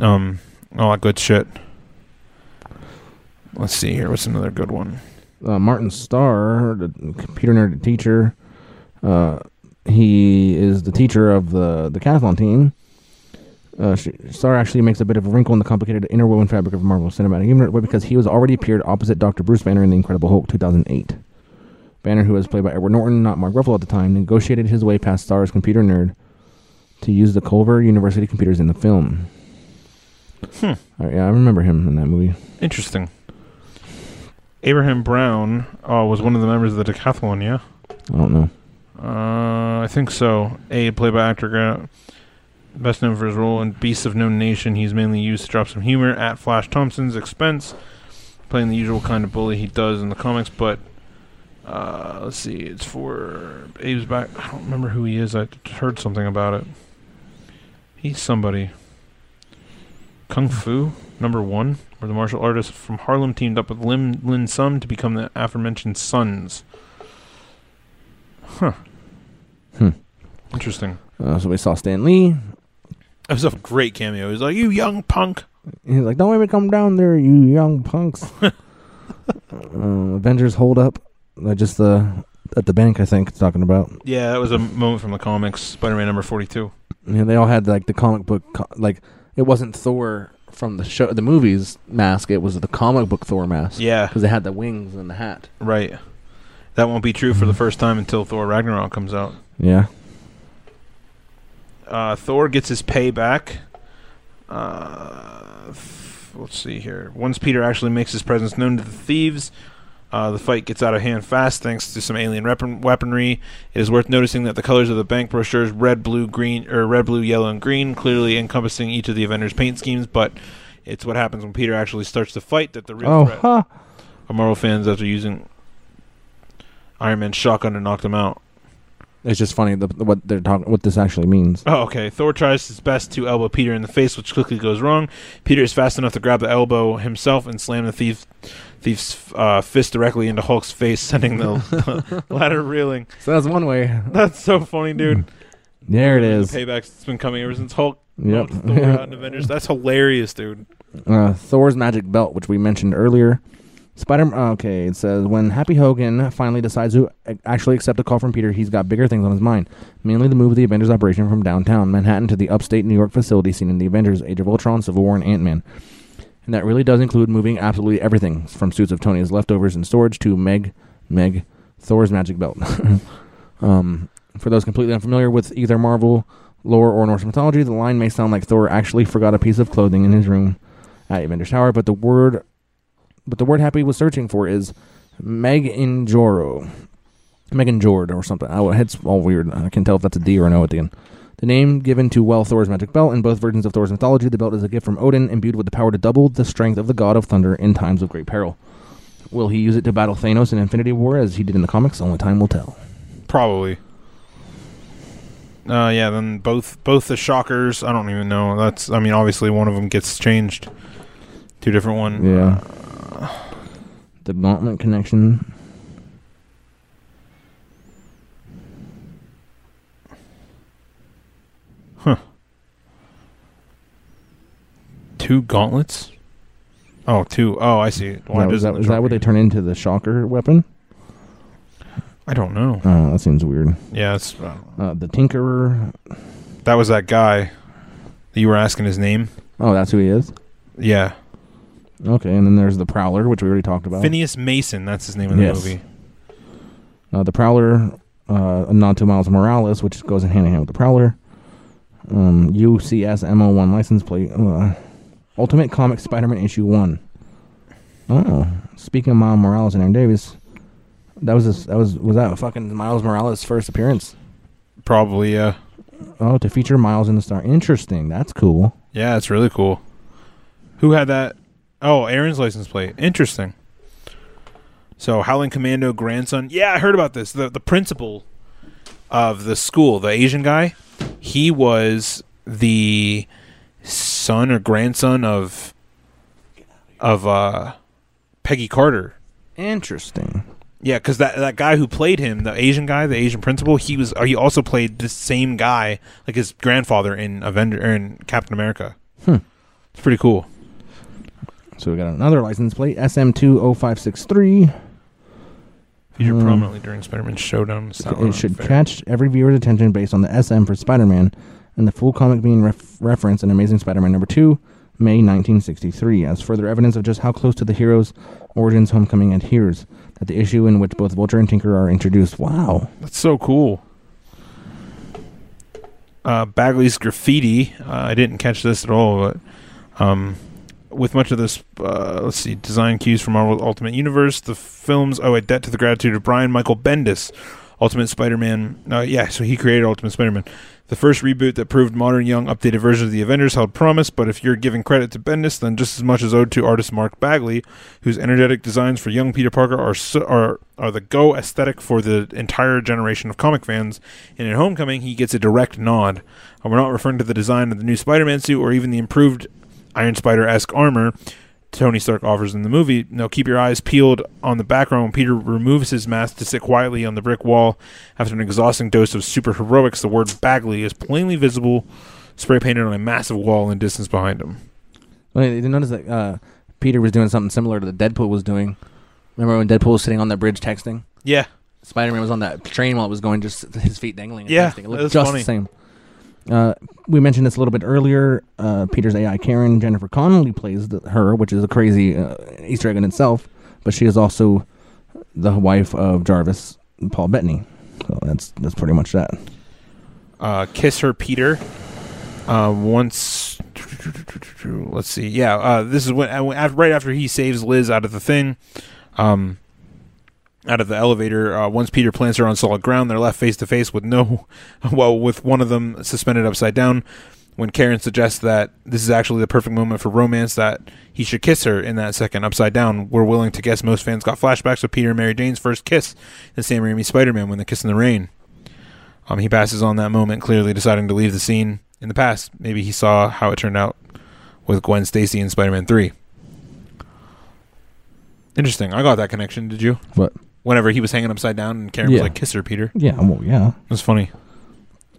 [SPEAKER 2] Um, all that good shit. Let's see here. What's another good one?
[SPEAKER 4] uh, Martin Starr, the computer nerd teacher. Uh, he is the teacher of the the decathlon team. Uh, she, Starr actually makes a bit of a wrinkle in the complicated interwoven fabric of Marvel Cinematic Universe because he was already appeared opposite Doctor Bruce Banner in The Incredible Hulk 2008. Banner, who was played by Edward Norton, not Mark Ruffalo at the time, negotiated his way past Starr's computer nerd to use the Culver University computers in the film.
[SPEAKER 2] Hmm.
[SPEAKER 4] Uh, yeah, I remember him in that movie.
[SPEAKER 2] Interesting. Abraham Brown uh, was one of the members of the decathlon, yeah?
[SPEAKER 4] I don't know.
[SPEAKER 2] Uh, I think so. A, played by actor Grant, best known for his role in Beasts of No Nation. He's mainly used to drop some humor at Flash Thompson's expense, playing the usual kind of bully he does in the comics, but. Uh, let's see. It's for Abe's back. I don't remember who he is. I just heard something about it. He's somebody. Kung Fu number one, where the martial artist from Harlem teamed up with Lim Lin Sum to become the aforementioned Sons. Huh.
[SPEAKER 4] Hmm.
[SPEAKER 2] Interesting.
[SPEAKER 4] Uh, so we saw Stan Lee.
[SPEAKER 2] That was a great cameo. He's like, "You young punk."
[SPEAKER 4] And He's like, "Don't ever come down there, you young punks." um, Avengers hold up, uh, just the at the bank. I think it's talking about.
[SPEAKER 2] Yeah, that was a moment from the comics, Spider-Man number forty-two.
[SPEAKER 4] Yeah, they all had like the comic book, co- like it wasn't Thor from the show, the movies mask. It was the comic book Thor mask.
[SPEAKER 2] Yeah.
[SPEAKER 4] because they had the wings and the hat.
[SPEAKER 2] Right. That won't be true for the first time until Thor Ragnarok comes out.
[SPEAKER 4] Yeah,
[SPEAKER 2] uh, Thor gets his pay back. Uh, th- let's see here. Once Peter actually makes his presence known to the thieves, uh, the fight gets out of hand fast thanks to some alien weapon- weaponry. It is worth noticing that the colors of the bank brochures red, blue, green, or red, blue, yellow, and green, clearly encompassing each of the Avengers' paint schemes. But it's what happens when Peter actually starts to fight that the real
[SPEAKER 4] Oh,
[SPEAKER 2] threat
[SPEAKER 4] huh.
[SPEAKER 2] of Marvel fans after using Iron Man's shotgun to knock them out.
[SPEAKER 4] it's just funny the, the- what they're talking, what this actually means.
[SPEAKER 2] Oh, okay. Thor tries his best to elbow Peter in the face, which quickly goes wrong. Peter is fast enough to grab the elbow himself and slam the thief, thief's uh, fist directly into Hulk's face, sending the ladder reeling.
[SPEAKER 4] So that's one way.
[SPEAKER 2] That's so funny, dude.
[SPEAKER 4] There it
[SPEAKER 2] The
[SPEAKER 4] is.
[SPEAKER 2] paybacks that's been coming ever since Hulk.
[SPEAKER 4] Yep.
[SPEAKER 2] knocked Thor out in Avengers. That's hilarious, dude.
[SPEAKER 4] uh, Thor's magic belt, which we mentioned earlier. Spider. uh, Okay, it says when Happy Hogan finally decides to a- actually accept a call from Peter, he's got bigger things on his mind. Mainly the move of the Avengers operation from downtown Manhattan to the upstate New York facility seen in the Avengers: Age of Ultron, Civil War, and Ant Man. And that really does include moving absolutely everything from suits of Tony's leftovers and storage to Meg, Meg, Thor's magic belt. um, for those completely unfamiliar with either Marvel lore or Norse mythology, the line may sound like Thor actually forgot a piece of clothing in his room at Avengers Tower, but the word, but the word Happy was searching for is Meg in Joro. Megan Jord or something. I, it's all weird. I can tell if that's a D or an O at the end. The name given to well Thor's magic belt in both versions of Thor's mythology. The belt is a gift from Odin, imbued with the power to double the strength of the god of thunder in times of great peril. Will he use it to battle Thanos in Infinity War as he did in the comics? Only time will tell.
[SPEAKER 2] Probably. Uh, yeah. Then both both the shockers. I don't even know. That's. I mean, obviously one of them gets changed to a different one.
[SPEAKER 4] Yeah. The gauntlet connection.
[SPEAKER 2] Two gauntlets. Oh, two. Oh, I see. Why
[SPEAKER 4] Why
[SPEAKER 2] does
[SPEAKER 4] is that, is that what they turn into the shocker weapon?
[SPEAKER 2] I don't know.
[SPEAKER 4] Uh, that seems weird.
[SPEAKER 2] Yeah, it's, I don't know.
[SPEAKER 4] Uh, the Tinkerer.
[SPEAKER 2] that was that guy that you were asking his name.
[SPEAKER 4] Oh, that's who he is.
[SPEAKER 2] Yeah,
[SPEAKER 4] Okay, and then there's the Prowler, which we already talked about.
[SPEAKER 2] Phineas Mason. That's his name in the
[SPEAKER 4] Yes.
[SPEAKER 2] movie.
[SPEAKER 4] Uh, the Prowler, uh, a nod to Miles Morales, which goes hand in hand with the Prowler. Um, UCS MO1 license plate. Uh, Ultimate Comics Spider Man issue 1. Oh, speaking of Miles Morales and Aaron Davis, That was his, that was was that fucking Miles Morales' first appearance?
[SPEAKER 2] Probably, uh, yeah.
[SPEAKER 4] Oh, to feature Miles in the star. Interesting. That's cool.
[SPEAKER 2] Yeah, it's really cool. Who had that? Oh, Aaron's license plate. Interesting. So, Howling Commando grandson. Yeah, I heard about this. The the principal of the school, the Asian guy, he was the son or grandson of of uh, Peggy Carter.
[SPEAKER 4] Interesting.
[SPEAKER 2] Yeah, because that that guy who played him, the Asian guy, the Asian principal, he was he also played the same guy, like his grandfather in Avenger or in Captain America.
[SPEAKER 4] Hmm.
[SPEAKER 2] It's pretty cool.
[SPEAKER 4] So we got another license plate SM two oh five six three.
[SPEAKER 2] Featured prominently during Spider-Man Showdown. It's not really
[SPEAKER 4] Hmm. It should
[SPEAKER 2] fair.
[SPEAKER 4] catch every viewer's attention based on the SM for Spider Man and the full comic being ref- referenced in Amazing Spider Man number two, May 1963, as further evidence of just how close to the hero's origins Homecoming adheres. That the issue in which both Vulture and Tinker are introduced. Wow.
[SPEAKER 2] That's so cool. Uh, Bagley's graffiti. Uh, I didn't catch this at all, but um, with much of this, uh, let's see, design cues from Marvel Ultimate Universe, the films owe a debt to the gratitude of Brian Michael Bendis, Ultimate Spider-Man. Uh, yeah, so he created Ultimate Spider-Man, the first reboot that proved modern, young, updated versions of the Avengers held promise. But if you're giving credit to Bendis, then just as much is owed to artist Mark Bagley, whose energetic designs for young Peter Parker are so, are are the go aesthetic for the entire generation of comic fans. And in Homecoming, he gets a direct nod. And we're not referring to the design of the new Spider-Man suit or even the improved Iron Spider esque armor Tony Stark offers in the movie. Now keep your eyes peeled on the background when Peter removes his mask to sit quietly on the brick wall after an exhausting dose of super heroics. The word Bagley is plainly visible, spray painted on a massive wall in distance behind him.
[SPEAKER 4] Well, you didn't notice that uh, Peter was doing something similar to that Deadpool was doing. Remember when Deadpool was sitting on that bridge texting?
[SPEAKER 2] Yeah.
[SPEAKER 4] Spider Man was on that train while it was going, just his feet dangling. And
[SPEAKER 2] Yeah,
[SPEAKER 4] texting. It
[SPEAKER 2] that
[SPEAKER 4] looked
[SPEAKER 2] was
[SPEAKER 4] just
[SPEAKER 2] funny.
[SPEAKER 4] the same. Uh, we mentioned this a little bit earlier. Uh, Peter's AI Karen Jennifer Connelly plays the, her, which is a crazy uh, Easter egg in itself. But she is also the wife of Jarvis Paul Bettany. So that's that's pretty much that.
[SPEAKER 2] uh, Kiss Her Peter. Uh, once, let's see. Yeah, uh, this is when af- right after he saves Liz out of the thing, um, out of the elevator. Uh, once Peter plants her on solid ground, they're left face to face with no, well, with one of them suspended upside down. When Karen suggests that this is actually the perfect moment for romance, that he should kiss her in that second upside down, we're willing to guess most fans got flashbacks of Peter and Mary Jane's first kiss in Sam Raimi's Spider-Man when they kiss in the rain. Um, he passes on that moment, clearly deciding to leave the scene in the past. Maybe he saw how it turned out with Gwen Stacy in Spider Man 3. Interesting. I got that connection. Did you?
[SPEAKER 4] What?
[SPEAKER 2] Whenever he was hanging upside down and Karen was
[SPEAKER 4] Yeah.
[SPEAKER 2] like, kiss her, Peter.
[SPEAKER 4] Yeah, well, yeah.
[SPEAKER 2] That's funny.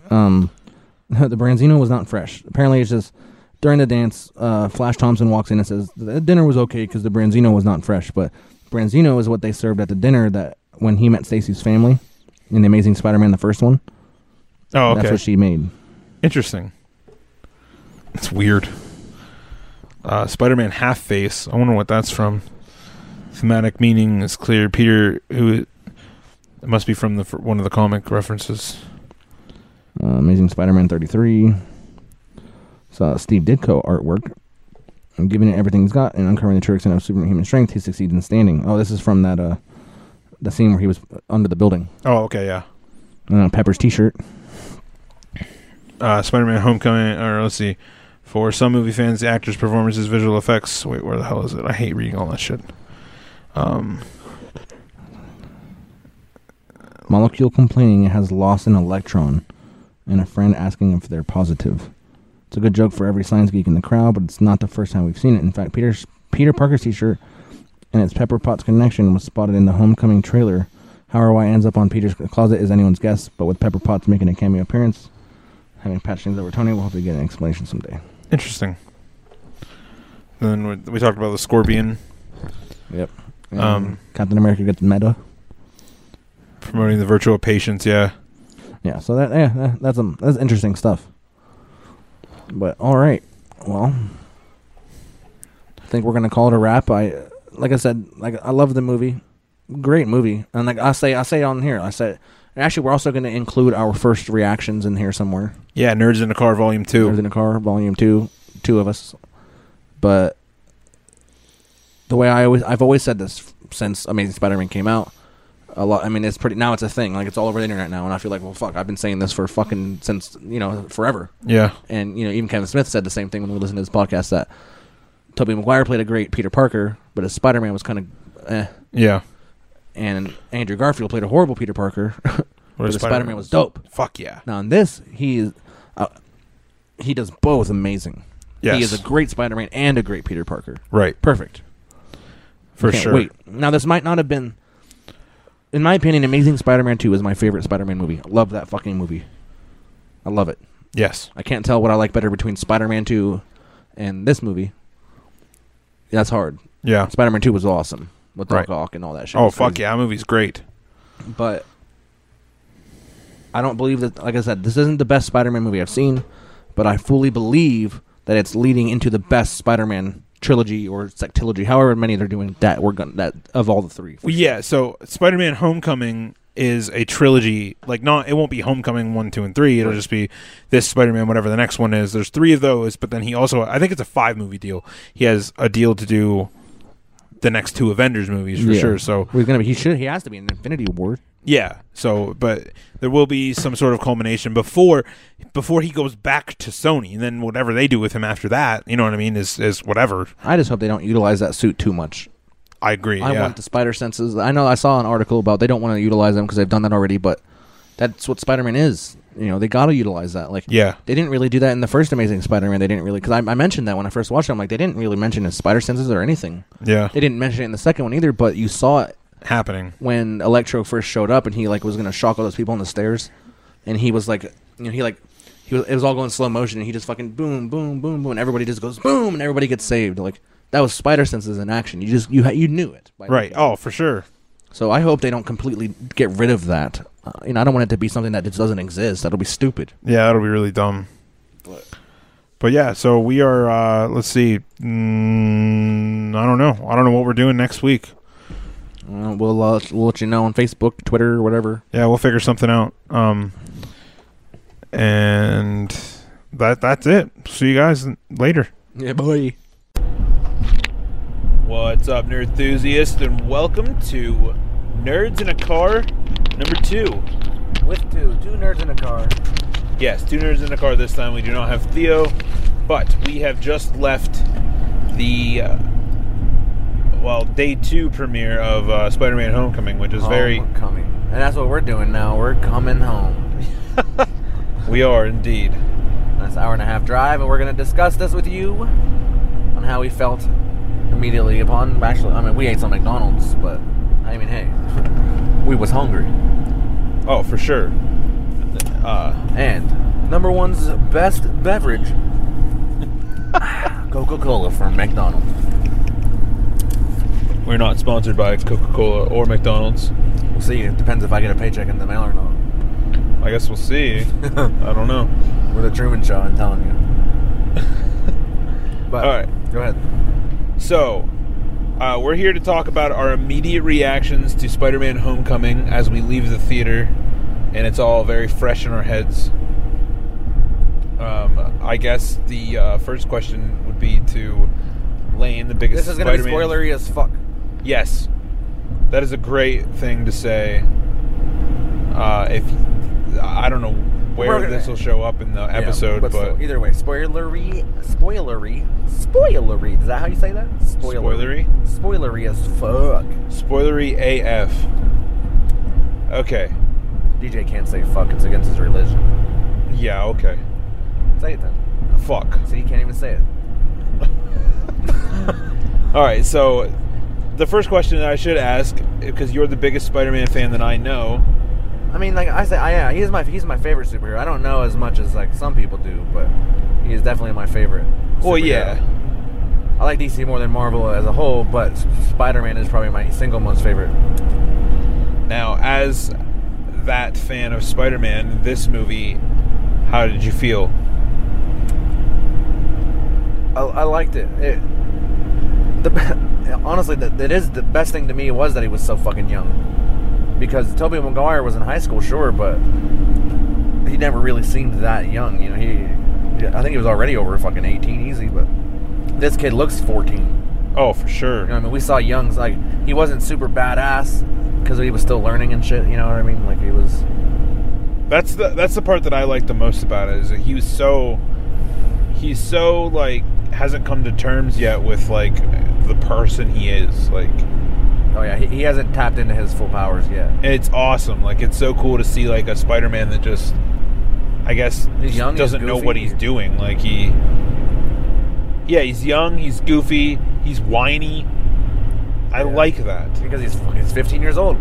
[SPEAKER 4] Um, the Branzino was not fresh. Apparently, it's just during the dance, uh, Flash Thompson walks in and says the dinner was okay because the Branzino was not fresh. But Branzino is what they served at the dinner that when he met Stacy's family in the Amazing Spider-Man, the first one.
[SPEAKER 2] Oh, okay.
[SPEAKER 4] That's what she made.
[SPEAKER 2] Interesting. It's weird. Uh, Spider Man Half Face. I wonder what that's from. Thematic meaning is clear. Peter, who. It must be from the fir- one of the comic references.
[SPEAKER 4] Uh, Amazing Spider-Man 33. Saw Steve Ditko artwork. And giving it everything he's got and uncovering the true extent of superhuman strength, he succeeds in standing. Oh, this is from that uh, the scene where he was under the building.
[SPEAKER 2] Oh, okay, yeah.
[SPEAKER 4] Uh, Pepper's T-shirt.
[SPEAKER 2] uh, Spider-Man: Homecoming, or let's see, for some movie fans, the actors' performances, visual effects. Wait, where the hell is it? I hate reading all that shit. Um,
[SPEAKER 4] Molecule complaining it has lost an electron, and a friend asking if they're positive. It's a good joke for every science geek in the crowd, but it's not the first time we've seen it. In fact, Peter's, Peter Parker's T-shirt and its Pepper Potts connection was spotted in the Homecoming trailer. How or why it ends up on Peter's closet is anyone's guess, but with Pepper Potts making a cameo appearance, having patched things over Tony, we'll hopefully get an explanation someday.
[SPEAKER 2] interesting. Then we, we talked about the Scorpion.
[SPEAKER 4] Yep.
[SPEAKER 2] Um,
[SPEAKER 4] Captain America gets meta.
[SPEAKER 2] promoting the virtual patients. Yeah.
[SPEAKER 4] Yeah, so that yeah, that- that's um, that's interesting stuff. But all right, well, I think we're gonna call it a wrap. I like I said, like I love the movie, great movie, and like I say, I say it on here, I say, and actually, we're also gonna include our first reactions in here somewhere.
[SPEAKER 2] Yeah, Nerds in the Car Volume Two.
[SPEAKER 4] Nerds in the Car Volume Two, two of us, but the way I always I've always said this since Amazing Spider-Man came out, a lot. I mean, it's pretty now. It's a thing. Like it's all over the internet now, and I feel like, well, fuck, I've been saying this for fucking since you know forever.
[SPEAKER 2] Yeah.
[SPEAKER 4] And you know, even Kevin Smith said the same thing when we listened to his podcast that Tobey Maguire played a great Peter Parker, but his Spider Man was kind of eh.
[SPEAKER 2] Yeah.
[SPEAKER 4] And Andrew Garfield played a horrible Peter Parker, but his Spider Man was dope.
[SPEAKER 2] Fuck yeah.
[SPEAKER 4] Now in this, he is uh, he does both amazing. He
[SPEAKER 2] Yes.
[SPEAKER 4] is a great Spider Man and a great Peter Parker.
[SPEAKER 2] Right.
[SPEAKER 4] Perfect.
[SPEAKER 2] For
[SPEAKER 4] Can't
[SPEAKER 2] sure.
[SPEAKER 4] Wait. Now this might not have been in my opinion, Amazing Spider Man two is my favorite Spider Man movie. I love that fucking movie. I love it.
[SPEAKER 2] Yes.
[SPEAKER 4] I can't tell what I like better between Spider Man two and this movie. That's hard.
[SPEAKER 2] Yeah.
[SPEAKER 4] Spider Man two was awesome. With Doc
[SPEAKER 2] Right.
[SPEAKER 4] Ock and all that shit. It
[SPEAKER 2] Oh
[SPEAKER 4] was
[SPEAKER 2] fuck
[SPEAKER 4] crazy.
[SPEAKER 2] yeah, that movie's great.
[SPEAKER 4] But I don't believe that. Like I said, this isn't the best Spider-Man movie I've seen, but I fully believe that it's leading into the best Spider-Man trilogy or sectilogy, however many they're doing. That we're gonna that of all the three.
[SPEAKER 2] Well, yeah, so Spider-Man: Homecoming is a trilogy. Like, not it won't be Homecoming one, two, and three. It'll just be this Spider-Man, whatever the next one is. There's three of those, but then he also, I think it's a five-movie deal. He has a deal to do the next two Avengers movies for
[SPEAKER 4] Yeah.
[SPEAKER 2] sure. So
[SPEAKER 4] Well, he's gonna be. He should. He has to be in Infinity War.
[SPEAKER 2] yeah. So, but there will be some sort of culmination before before he goes back to Sony, and then whatever they do with him after that, you know what I mean, is is whatever.
[SPEAKER 4] I just hope they don't utilize that suit too much.
[SPEAKER 2] I agree.
[SPEAKER 4] I
[SPEAKER 2] yeah.
[SPEAKER 4] want the spider senses. I know I saw an article about they don't want to utilize them because they've done that already, but that's what Spider-Man is. You know, they got to utilize that. Like,
[SPEAKER 2] Yeah.
[SPEAKER 4] they didn't really do that in the first Amazing Spider-Man. They didn't really because I, I mentioned that when I first watched it. I'm like, they didn't really mention his spider senses or anything.
[SPEAKER 2] Yeah.
[SPEAKER 4] they didn't mention it in the second one either. But you saw it
[SPEAKER 2] happening
[SPEAKER 4] when Electro first showed up and he like was gonna shock all those people on the stairs, and he was like, you know, he like. He was, it was all going slow motion, and he just fucking boom, boom, boom, boom, and everybody just goes boom, and everybody gets saved. Like that was spider senses in action. You just you ha- you knew it. by
[SPEAKER 2] right. Oh, for sure.
[SPEAKER 4] so I hope they don't completely get rid of that. Uh, you know, I don't want it to be something that just doesn't exist. That'll be stupid.
[SPEAKER 2] Yeah, that'll be really dumb.
[SPEAKER 4] But-
[SPEAKER 2] But yeah, so we are. Uh, let's see. Mm, I don't know. I don't know what we're doing next week.
[SPEAKER 4] Uh, we'll uh, we'll let you know on Facebook, Twitter, whatever.
[SPEAKER 2] Yeah, we'll figure something out. Um, and that that's it. See you guys later.
[SPEAKER 4] Yeah, boy.
[SPEAKER 2] What's up, nerd enthusiast, and welcome to Nerds in a Car number two.
[SPEAKER 13] With two, two nerds in a car.
[SPEAKER 2] Yes, two nerds in a car this time. We do not have Theo, but we have just left the uh, well day two premiere of uh, Spider-Man: Homecoming, which is very
[SPEAKER 4] coming, and that's what we're doing now. We're coming home.
[SPEAKER 2] we are indeed.
[SPEAKER 4] That's an hour and a half drive, and we're gonna discuss this with you on how we felt immediately upon. Actually, I mean, we ate some McDonald's, but I mean, hey, we was hungry.
[SPEAKER 2] Oh, for sure. Uh,
[SPEAKER 4] And number one's best beverage Coca Cola from McDonald's.
[SPEAKER 2] we're not sponsored by Coca-Cola or McDonald's.
[SPEAKER 4] We'll see. It depends if I get a paycheck in the mail or not.
[SPEAKER 2] I guess we'll see. I don't know.
[SPEAKER 4] We're the Truman Show, I'm telling you. But,
[SPEAKER 2] All right.
[SPEAKER 4] Go ahead.
[SPEAKER 2] So, uh, we're here to talk about our immediate reactions to Spider Man Homecoming as we leave the theater, and it's all very fresh in our heads. Um, I guess the uh, first question would be to Lane, the biggest
[SPEAKER 4] This is going to be
[SPEAKER 2] Spider-Man-
[SPEAKER 4] spoilery as fuck.
[SPEAKER 2] Yes. That is a great thing to say. Uh, if I don't know
[SPEAKER 4] We're
[SPEAKER 2] where
[SPEAKER 4] gonna-
[SPEAKER 2] this will show up in the
[SPEAKER 4] Yeah,
[SPEAKER 2] episode,
[SPEAKER 4] but,
[SPEAKER 2] but,
[SPEAKER 4] still, either way, spoilery, spoilery, spoilery. Is that how you say that? Spoilery. Spoilery as fuck.
[SPEAKER 2] spoilery AF. Okay.
[SPEAKER 4] DJ can't say fuck. It's against his religion.
[SPEAKER 2] Yeah, okay.
[SPEAKER 4] Say it then.
[SPEAKER 2] Fuck.
[SPEAKER 4] See, you can't even say it.
[SPEAKER 2] All right, so the first question that I should ask, because you're the biggest Spider-Man fan that I know.
[SPEAKER 4] I mean, like I say, I, yeah, he's my he's my favorite superhero. I don't know as much as like some people do, but he is definitely my favorite.
[SPEAKER 2] Well,
[SPEAKER 4] superhero.
[SPEAKER 2] yeah.
[SPEAKER 4] I like DC more than Marvel as a whole, but Spider Man is probably my single most favorite.
[SPEAKER 2] Now, as that fan of Spider-Man, this movie, how did you feel?
[SPEAKER 4] I, I liked it. it the be- honestly, that that is the best thing to me was that he was so fucking young, because Tobey Maguire was in high school, sure, but he never really seemed that young. You know, he I think he was already over fucking eighteen easy, but this kid looks fourteen.
[SPEAKER 2] Oh, for sure.
[SPEAKER 4] You know, I mean, we saw Young's like he wasn't super badass,
[SPEAKER 14] because he was still learning and shit. You know what I mean? Like he was.
[SPEAKER 2] That's the that's the part that I like the most about it is that he was so he's so like hasn't come to terms yet with like the person he is. Like
[SPEAKER 4] Oh yeah, he, he hasn't tapped into his full powers yet.
[SPEAKER 2] it's awesome. Like it's so cool to see like a Spider-Man that just I guess
[SPEAKER 4] He's young, he's
[SPEAKER 2] doesn't know
[SPEAKER 4] goofy.
[SPEAKER 2] what he's doing. Like he Yeah, he's young, he's goofy, he's whiny. I like that.
[SPEAKER 4] Because he's fucking he's 15 years old.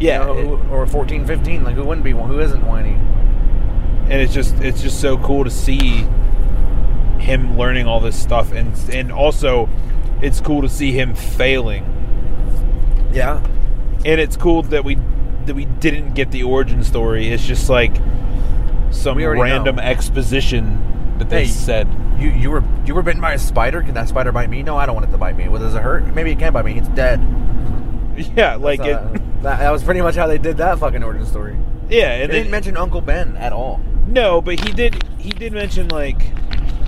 [SPEAKER 2] Yeah,
[SPEAKER 4] You know, who- or 14, 15. Like who wouldn't be one? Who isn't whiny?
[SPEAKER 2] and it's just it's just so cool to see him learning all this stuff and and also it's cool to see him failing
[SPEAKER 4] yeah
[SPEAKER 2] and it's cool that we that we didn't get the origin story it's just like some
[SPEAKER 4] We already
[SPEAKER 2] random
[SPEAKER 4] know.
[SPEAKER 2] exposition that they
[SPEAKER 4] Hey,
[SPEAKER 2] said
[SPEAKER 4] You you were you were bitten by a spider. Can that spider bite me? No, I don't want it to bite me. Well, does it hurt? Maybe it can bite me. It's dead. uh,
[SPEAKER 2] Yeah, like it-
[SPEAKER 4] that, that was pretty much how they did that fucking origin story.
[SPEAKER 2] Yeah,
[SPEAKER 4] they
[SPEAKER 2] and
[SPEAKER 4] didn't
[SPEAKER 2] then-
[SPEAKER 4] mention Uncle Ben at all.
[SPEAKER 2] no but he did he did mention like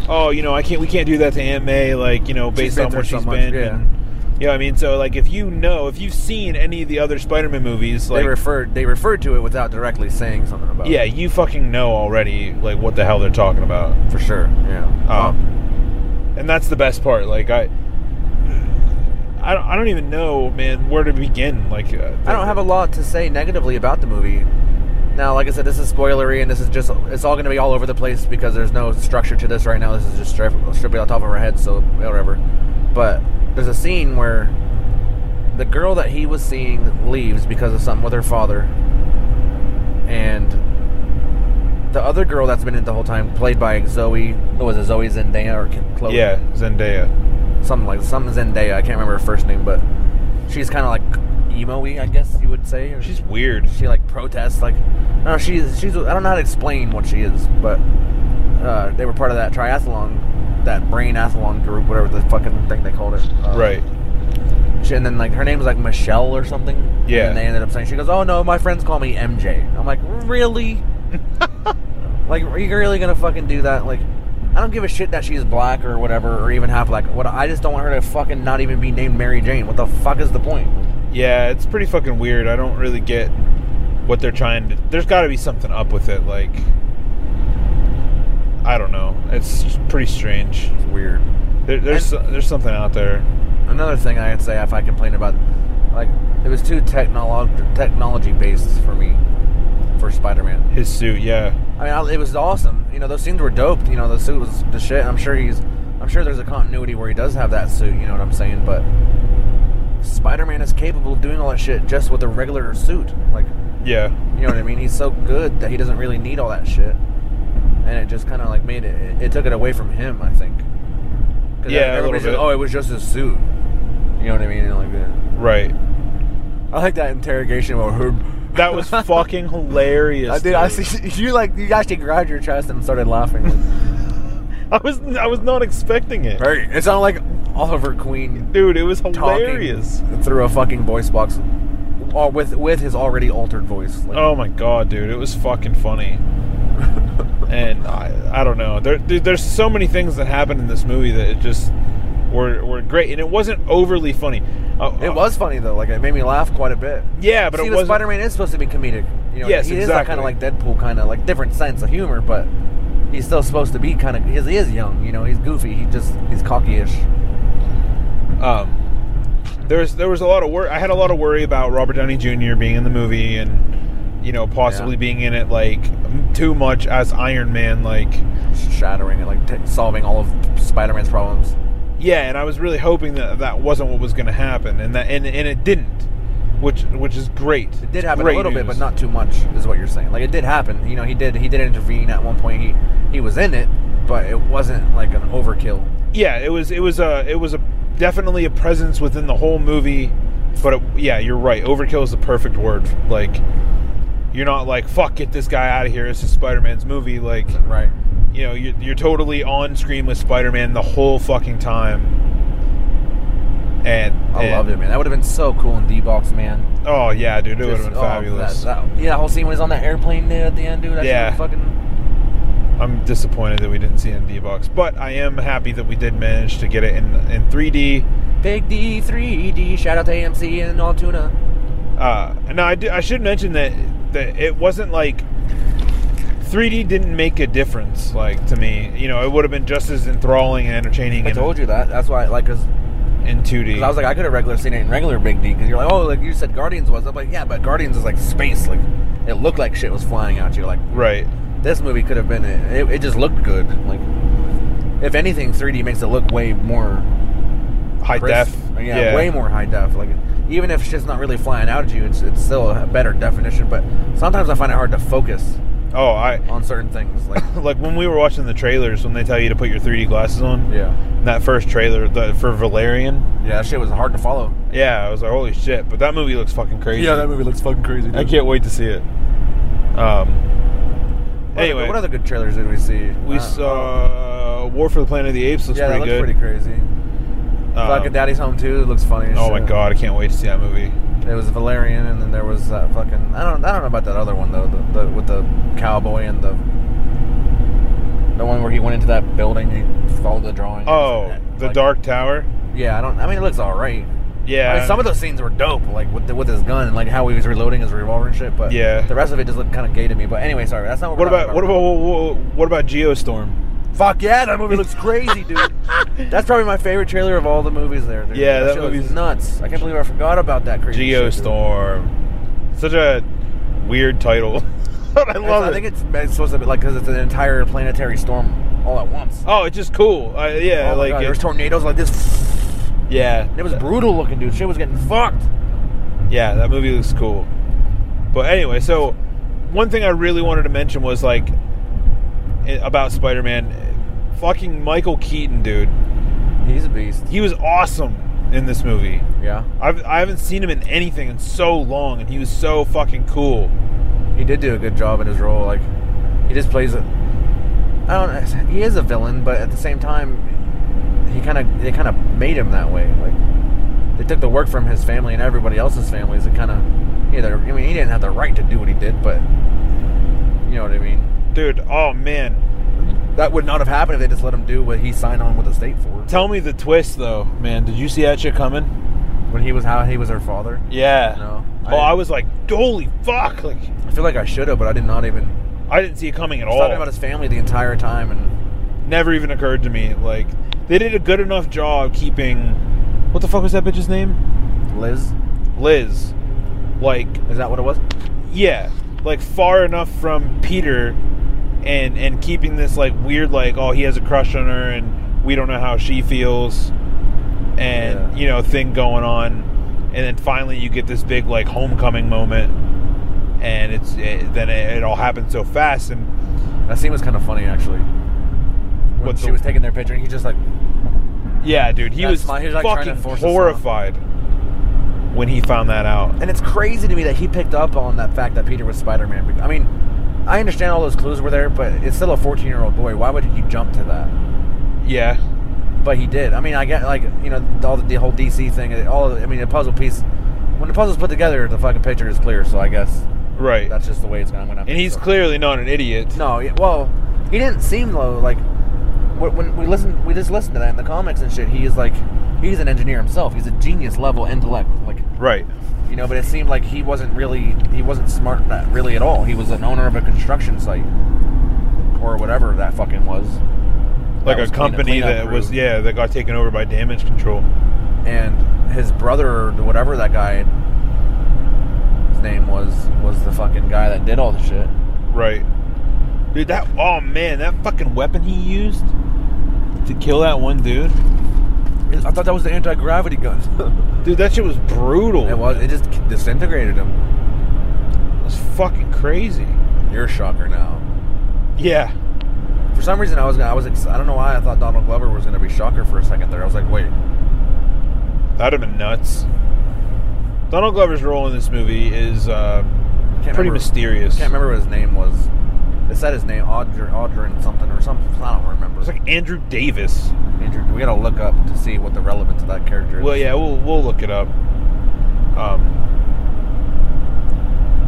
[SPEAKER 2] oh you know i can't we can't do that to aunt may like you know based
[SPEAKER 4] She's been
[SPEAKER 2] on
[SPEAKER 4] through
[SPEAKER 2] where
[SPEAKER 4] so
[SPEAKER 2] she's
[SPEAKER 4] much,
[SPEAKER 2] been
[SPEAKER 4] yeah.
[SPEAKER 2] and, you know what i mean so like if you know if you've seen any of the other spider-man movies like
[SPEAKER 4] they referred they referred to it without directly saying something about
[SPEAKER 2] Yeah,
[SPEAKER 4] it.
[SPEAKER 2] you fucking know already, like what the hell they're talking about
[SPEAKER 4] for sure. Yeah,
[SPEAKER 2] um, and that's the best part. Like I, I don't, I don't even know, man, where to begin. Like uh,
[SPEAKER 4] I don't have a lot to say negatively about the movie. Now, like I said, this is spoilery, and this is just—it's all going to be all over the place because there's no structure to this right now. This is just straight, straight off the top of our heads, so whatever. But there's a scene where the girl that he was seeing leaves because of something with her father, and the other girl that's been in it the whole time, played by Zoe, what was it, Zoe Zendaya or Chloe?
[SPEAKER 2] Yeah, Zendaya.
[SPEAKER 4] Something like something Zendaya. I can't remember her first name, but she's kind of like emo-y, I guess you would say. Or she's
[SPEAKER 2] weird.
[SPEAKER 4] She like protests, like no, she's she's. I don't know how to explain what she is, but uh, they were part of that triathlon, that brainathlon group, whatever the fucking thing they called it. Uh,
[SPEAKER 2] Right.
[SPEAKER 4] She, and then like her name was like Michelle or something.
[SPEAKER 2] Yeah.
[SPEAKER 4] And they ended up saying she goes, "Oh no, my friends call me MJ." I'm like, really? like, are you really gonna fucking do that? Like, I don't give a shit that she's black or whatever, or even half black. What I just don't want her to fucking not even be named Mary Jane. What the fuck is the point?
[SPEAKER 2] Yeah, it's pretty fucking weird. I don't really get what they're trying to. There's got to be something up with it. Like, I don't know. It's pretty strange. It's
[SPEAKER 4] weird.
[SPEAKER 2] There, there's there's something out there.
[SPEAKER 4] Another thing I could say if I complain about, like, it was too technolo- technology based for me for Spider Man.
[SPEAKER 2] His suit, yeah.
[SPEAKER 4] I mean, I, it was awesome. You know, those scenes were dope. You know, the suit was the shit. I'm sure he's, I'm sure there's a continuity where he does have that suit. You know what I'm saying? But Spider Man is capable of doing all that shit just with a regular suit. Like,
[SPEAKER 2] Yeah.
[SPEAKER 4] you know what I mean? He's so good that he doesn't really need all that shit. And it just kind of like made it, it, it took it away from him, I think. 'Cause
[SPEAKER 2] Yeah, a little
[SPEAKER 4] everybody's just,
[SPEAKER 2] bit.
[SPEAKER 4] oh, it was just his suit. You know what I mean? And like that.
[SPEAKER 2] Right.
[SPEAKER 4] I like that interrogation where
[SPEAKER 2] That was fucking hilarious.
[SPEAKER 4] I did. I
[SPEAKER 2] dude.
[SPEAKER 4] see you like you actually grabbed your chest and started laughing.
[SPEAKER 2] I was I was not expecting it.
[SPEAKER 4] Right. It sounded like Oliver Queen.
[SPEAKER 2] Dude, it was
[SPEAKER 4] talking
[SPEAKER 2] hilarious.
[SPEAKER 4] Through a fucking voice box. Or with with his already altered voice. Like,
[SPEAKER 2] Oh my god, dude, it was fucking funny. and I, I don't know. There, dude, there's so many things that happened in this movie that it just were were great, and it wasn't overly funny. Uh,
[SPEAKER 4] It was funny though. Like it made me laugh quite a bit.
[SPEAKER 2] Yeah, but
[SPEAKER 4] See,
[SPEAKER 2] it
[SPEAKER 4] the
[SPEAKER 2] wasn't-
[SPEAKER 4] Spider-Man is supposed to be comedic. You know,
[SPEAKER 2] Yes,
[SPEAKER 4] he is that kind
[SPEAKER 2] exactly.
[SPEAKER 4] of like Deadpool, kind of like different sense of humor, but he's still supposed to be kind of. He is- he is young. You know, he's goofy. He just he's cockyish.
[SPEAKER 2] Um, there was there was a lot of worry. I had a lot of worry about Robert Downey Jr. being in the movie and you know possibly being in it like m- too much as Iron Man, like
[SPEAKER 4] shattering it, like t- solving all of Spider-Man's problems.
[SPEAKER 2] Yeah, and I was really hoping that that wasn't what was going to happen, and that and, and it didn't, which which is great.
[SPEAKER 4] It did happen a little bit, but not too much, is what you're saying. Like it did happen. You know, he did he did intervene at one point. He he was in it, but it wasn't like an overkill.
[SPEAKER 2] yeah it was it was a it was a definitely a presence within the whole movie but it, yeah you're right overkill is the perfect word like you're not like fuck get this guy out of here this is spider-man's movie like
[SPEAKER 4] right
[SPEAKER 2] you know you're, you're totally on screen with spider-man the whole fucking time and
[SPEAKER 4] I
[SPEAKER 2] and-
[SPEAKER 4] loved it, man. That would have been so cool in D box, man.
[SPEAKER 2] oh yeah dude it
[SPEAKER 4] Just-
[SPEAKER 2] would have been
[SPEAKER 4] oh,
[SPEAKER 2] fabulous
[SPEAKER 4] That, that, yeah, that whole scene when he's on that airplane there at the end, dude. That shit
[SPEAKER 2] Yeah.
[SPEAKER 4] was fucking.
[SPEAKER 2] I'm disappointed that we didn't see it in D-Box, but I am happy that we did manage to get it in in 3D.
[SPEAKER 4] Big D, 3D, shout out to AMC and Altoona.
[SPEAKER 2] Uh, now I, do, I should mention that that it wasn't like 3D didn't make a difference. Like to me, you know, it would have been just as enthralling and entertaining.
[SPEAKER 4] I
[SPEAKER 2] in-
[SPEAKER 4] told you that. That's why, like, cause
[SPEAKER 2] in 2D,
[SPEAKER 4] I was like, I could have regular seen it in regular Big D because you're like, oh, like you said, Guardians was. I'm like, yeah, but Guardians is like space. Like, it looked like shit was flying out. You're like,
[SPEAKER 2] right.
[SPEAKER 4] This movie could have been. It, it just looked good. Like, if anything, 3D makes it look way more
[SPEAKER 2] High
[SPEAKER 4] crisp.
[SPEAKER 2] def.
[SPEAKER 4] uh, Yeah,
[SPEAKER 2] Yeah.
[SPEAKER 4] way more high def. Like, even if shit's not really flying out at you, it's it's still a better definition. But sometimes I find it hard to focus.
[SPEAKER 2] Oh, I
[SPEAKER 4] on certain things like
[SPEAKER 2] like when we were watching the trailers when they tell you to put your 3D glasses on.
[SPEAKER 4] Yeah.
[SPEAKER 2] That first trailer the, for Valerian.
[SPEAKER 4] Yeah, that shit was hard to follow.
[SPEAKER 2] Yeah, I was like, holy shit! But that movie looks fucking crazy.
[SPEAKER 4] Yeah, that movie looks fucking crazy,
[SPEAKER 2] I
[SPEAKER 4] dude.
[SPEAKER 2] can't wait to see it. Um. Anyway,
[SPEAKER 4] what other good trailers did we see?
[SPEAKER 2] we
[SPEAKER 4] Uh,
[SPEAKER 2] saw uh, War for the Planet of the Apes. Looks
[SPEAKER 4] yeah,
[SPEAKER 2] pretty
[SPEAKER 4] that
[SPEAKER 2] good. Um,
[SPEAKER 4] looks pretty Uh, crazy. fucking Daddy's Home too. Looks funny. as
[SPEAKER 2] Oh my
[SPEAKER 4] shit.
[SPEAKER 2] god, I can't wait to see that movie.
[SPEAKER 4] It was Valerian, and then there was that fucking. I don't. I don't know about that other one though. The, the with the cowboy and the the one where he went into that building, and he followed the drawing.
[SPEAKER 2] Oh, the Dark Tower.
[SPEAKER 4] Yeah, I don't. I mean, it looks all right.
[SPEAKER 2] Yeah.
[SPEAKER 4] I mean, some of those scenes were dope, like with the, with his gun and like how he was reloading his revolver and shit. But
[SPEAKER 2] Yeah.
[SPEAKER 4] the rest of it just looked kind of gay to me. But anyway, sorry. That's not what.
[SPEAKER 2] What
[SPEAKER 4] we're talking
[SPEAKER 2] about what about what, what about Geostorm?
[SPEAKER 4] Fuck yeah, that movie looks crazy, dude. That's probably my favorite trailer of all the movies there. Dude.
[SPEAKER 2] Yeah, that
[SPEAKER 4] shit looks
[SPEAKER 2] movie's-
[SPEAKER 4] nuts. I can't believe I forgot about that crazy. shit, dude.
[SPEAKER 2] Geostorm. Such a weird title. I
[SPEAKER 4] It's-
[SPEAKER 2] love
[SPEAKER 4] I
[SPEAKER 2] it.
[SPEAKER 4] think it's, it's supposed to be like because it's an entire planetary storm all at once.
[SPEAKER 2] Oh, it's just cool. Uh, yeah,
[SPEAKER 4] Oh my
[SPEAKER 2] like
[SPEAKER 4] God,
[SPEAKER 2] it-
[SPEAKER 4] there's tornadoes like this.
[SPEAKER 2] Yeah,
[SPEAKER 4] It was brutal looking, dude. Shit was getting fucked.
[SPEAKER 2] Yeah, that movie looks cool. But anyway, so one thing I really wanted to mention was like i- about Spider-Man, fucking Michael Keaton, dude.
[SPEAKER 4] He's a beast.
[SPEAKER 2] He was awesome in this movie.
[SPEAKER 4] Yeah.
[SPEAKER 2] I've, I haven't seen him in anything in so long, and he was so fucking cool.
[SPEAKER 4] He did do a good job in his role. Like he just plays it. I don't. know. He is a villain, but at the same time, he kind of they kind of made him that way. Like they took the work from his family and everybody else's families and kind of either. I mean, he didn't have the right to do what he did, but you know what I mean.
[SPEAKER 2] Dude, oh man,
[SPEAKER 4] that would not have happened if they just let him do what he signed on with the state for.
[SPEAKER 2] Tell me the twist, though, man. Did you see that shit coming?
[SPEAKER 4] When he was how he was her father.
[SPEAKER 2] Yeah.
[SPEAKER 4] No.
[SPEAKER 2] Oh, I, was like, holy fuck! Like,
[SPEAKER 4] I feel like I should have, but I did not even.
[SPEAKER 2] I didn't see it coming at
[SPEAKER 4] I was
[SPEAKER 2] all.
[SPEAKER 4] Talking about his family the entire time, and
[SPEAKER 2] never even occurred to me. Like they did a good enough job keeping. What the fuck was that bitch's name?
[SPEAKER 4] Liz.
[SPEAKER 2] Liz. Like.
[SPEAKER 4] Is that what it was?
[SPEAKER 2] Yeah. Like far enough from Peter, and and keeping this like weird like oh he has a crush on her and we don't know how she feels, and you know thing going on, and then finally you get this big like homecoming moment, and it's it, then it, it all happens so fast and.
[SPEAKER 4] That scene was kind of funny actually. when
[SPEAKER 2] What
[SPEAKER 4] she
[SPEAKER 2] the-
[SPEAKER 4] was taking their picture, and he just like
[SPEAKER 2] Yeah, dude, he
[SPEAKER 4] That
[SPEAKER 2] was,
[SPEAKER 4] smile, he was, like, trying to
[SPEAKER 2] fucking
[SPEAKER 4] force a smile.
[SPEAKER 2] horrified when he found that out.
[SPEAKER 4] And it's crazy to me that he picked up on that fact that Peter was Spider Man. I mean, I understand all those clues were there, but it's still a 14 year old boy. Why would he jump to that?
[SPEAKER 2] Yeah.
[SPEAKER 4] But he did. I mean, I get, like, you know, all the, the whole DC thing, it- all, I mean, the puzzle piece. When the puzzle's put together, the fucking picture is clear, so I guess.
[SPEAKER 2] Right.
[SPEAKER 4] That's just the way it's going to happen.
[SPEAKER 2] And he's clearly not an idiot.
[SPEAKER 4] No, yeah, well, he didn't seem low. Like, wh- when we listen, we just listened to that in the comics and shit. He is like, he's an engineer himself. He's a genius level intellect. Like,
[SPEAKER 2] Right.
[SPEAKER 4] you know but it seemed like he wasn't really he wasn't smart not really at all he was an owner of a construction site or whatever that fucking was
[SPEAKER 2] Like
[SPEAKER 4] That was
[SPEAKER 2] a
[SPEAKER 4] clean- a
[SPEAKER 2] company
[SPEAKER 4] cleanup
[SPEAKER 2] that was
[SPEAKER 4] crew.
[SPEAKER 2] yeah, that got taken over by damage control.
[SPEAKER 4] and his brother or whatever that guy his name was was the fucking guy that did all the shit
[SPEAKER 2] Right. Dude, that oh man, that fucking weapon he used to kill that one dude.
[SPEAKER 4] I thought that was the anti-gravity gun.
[SPEAKER 2] dude, that shit was brutal.
[SPEAKER 4] it was it just disintegrated him
[SPEAKER 2] It's fucking crazy.
[SPEAKER 4] you're a shocker now
[SPEAKER 2] Yeah.
[SPEAKER 4] for some reason i was i was ex- i don't know why i thought donald glover was gonna be shocker for a second there i was like wait
[SPEAKER 2] That'd have been nuts. Donald Glover's role in this movie is uh,
[SPEAKER 4] Can't
[SPEAKER 2] pretty
[SPEAKER 4] remember-
[SPEAKER 2] mysterious.
[SPEAKER 4] Can't remember what his name was. They said his name, Audrey, Audrey and something or something. I don't remember. It's
[SPEAKER 2] like Andrew Davis.
[SPEAKER 4] Andrew, we gotta look up to see what the relevance of that character is.
[SPEAKER 2] Well, yeah, we'll we'll look it up. Um,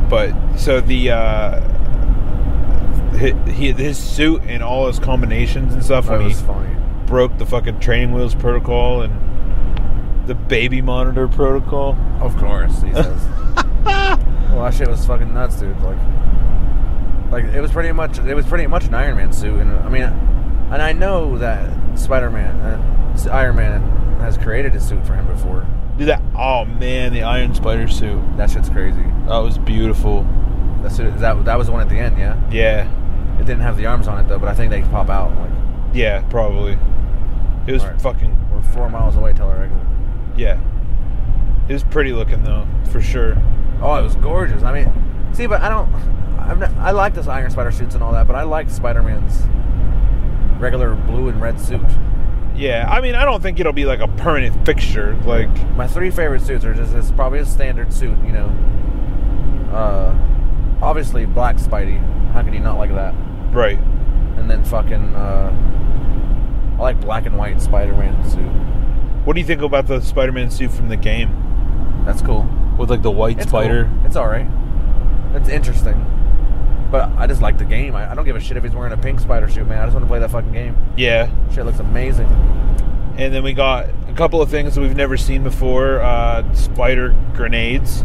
[SPEAKER 2] but so the uh, hi- he, his suit and all his combinations and stuff when
[SPEAKER 4] That
[SPEAKER 2] he
[SPEAKER 4] was funny.
[SPEAKER 2] broke the fucking training wheels protocol and the baby monitor protocol.
[SPEAKER 4] Of course, he says. well, that shit was fucking nuts, dude. Like, like it was pretty much it was pretty much an Iron Man suit, and I mean, and I know that Spider Man, uh, Iron Man, has created a suit for him before.
[SPEAKER 2] Do that. Oh man, the Iron Spider suit.
[SPEAKER 4] That shit's crazy.
[SPEAKER 2] That was beautiful.
[SPEAKER 4] That suit that that was the one at the end, yeah.
[SPEAKER 2] Yeah.
[SPEAKER 4] It didn't have the arms on it though, but I think they pop out. Like,
[SPEAKER 2] Yeah, probably. It was
[SPEAKER 4] Alright.
[SPEAKER 2] fucking.
[SPEAKER 4] we're four miles away till our exit.
[SPEAKER 2] Yeah. It was pretty looking though, for sure.
[SPEAKER 4] Oh, it was gorgeous. I mean, see, but I don't. I'm not, I like this Iron Spider suits and all that, but I like Spider Man's regular blue and red suit.
[SPEAKER 2] Yeah, I mean, I don't think it'll be like a permanent fixture. Like,
[SPEAKER 4] my three favorite suits are just it's probably a standard suit, you know. Uh, obviously Black Spidey. How could you not like that?
[SPEAKER 2] Right.
[SPEAKER 4] And then fucking uh, I like black and white Spider-Man suit.
[SPEAKER 2] What do you think about the Spider-Man suit from the game?
[SPEAKER 4] That's cool.
[SPEAKER 2] With like the white
[SPEAKER 4] It's
[SPEAKER 2] spider.
[SPEAKER 4] cool. It's all right. It's interesting. But I just like the game. I, I don't give a shit if he's wearing a pink spider suit, man. I just want to play that fucking game.
[SPEAKER 2] Yeah.
[SPEAKER 4] Shit looks amazing.
[SPEAKER 2] And then we got a couple of things that we've never seen before: uh, spider grenades.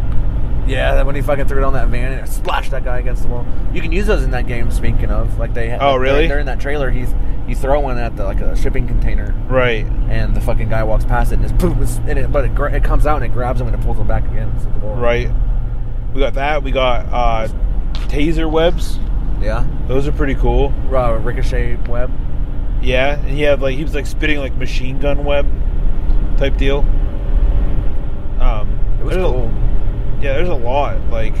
[SPEAKER 4] Yeah, that when he fucking threw it on that van and it splashed that guy against the wall. You can use those in that game. Speaking of, like they.
[SPEAKER 2] Oh,
[SPEAKER 4] like,
[SPEAKER 2] really?
[SPEAKER 4] During that trailer, he's you throw one at the like a shipping container,
[SPEAKER 2] Right.
[SPEAKER 4] and the fucking guy walks past it and just poof, it's- and it, but it, gra- it comes out and it grabs him and it pulls him back again. So the ball-
[SPEAKER 2] Right. We got that. We got uh, taser webs.
[SPEAKER 4] Yeah.
[SPEAKER 2] Those are pretty cool.
[SPEAKER 4] Uh, ricochet web.
[SPEAKER 2] Yeah, and he had like he was like spitting like machine gun web type deal. Um, it was cool. yeah, there's a lot like,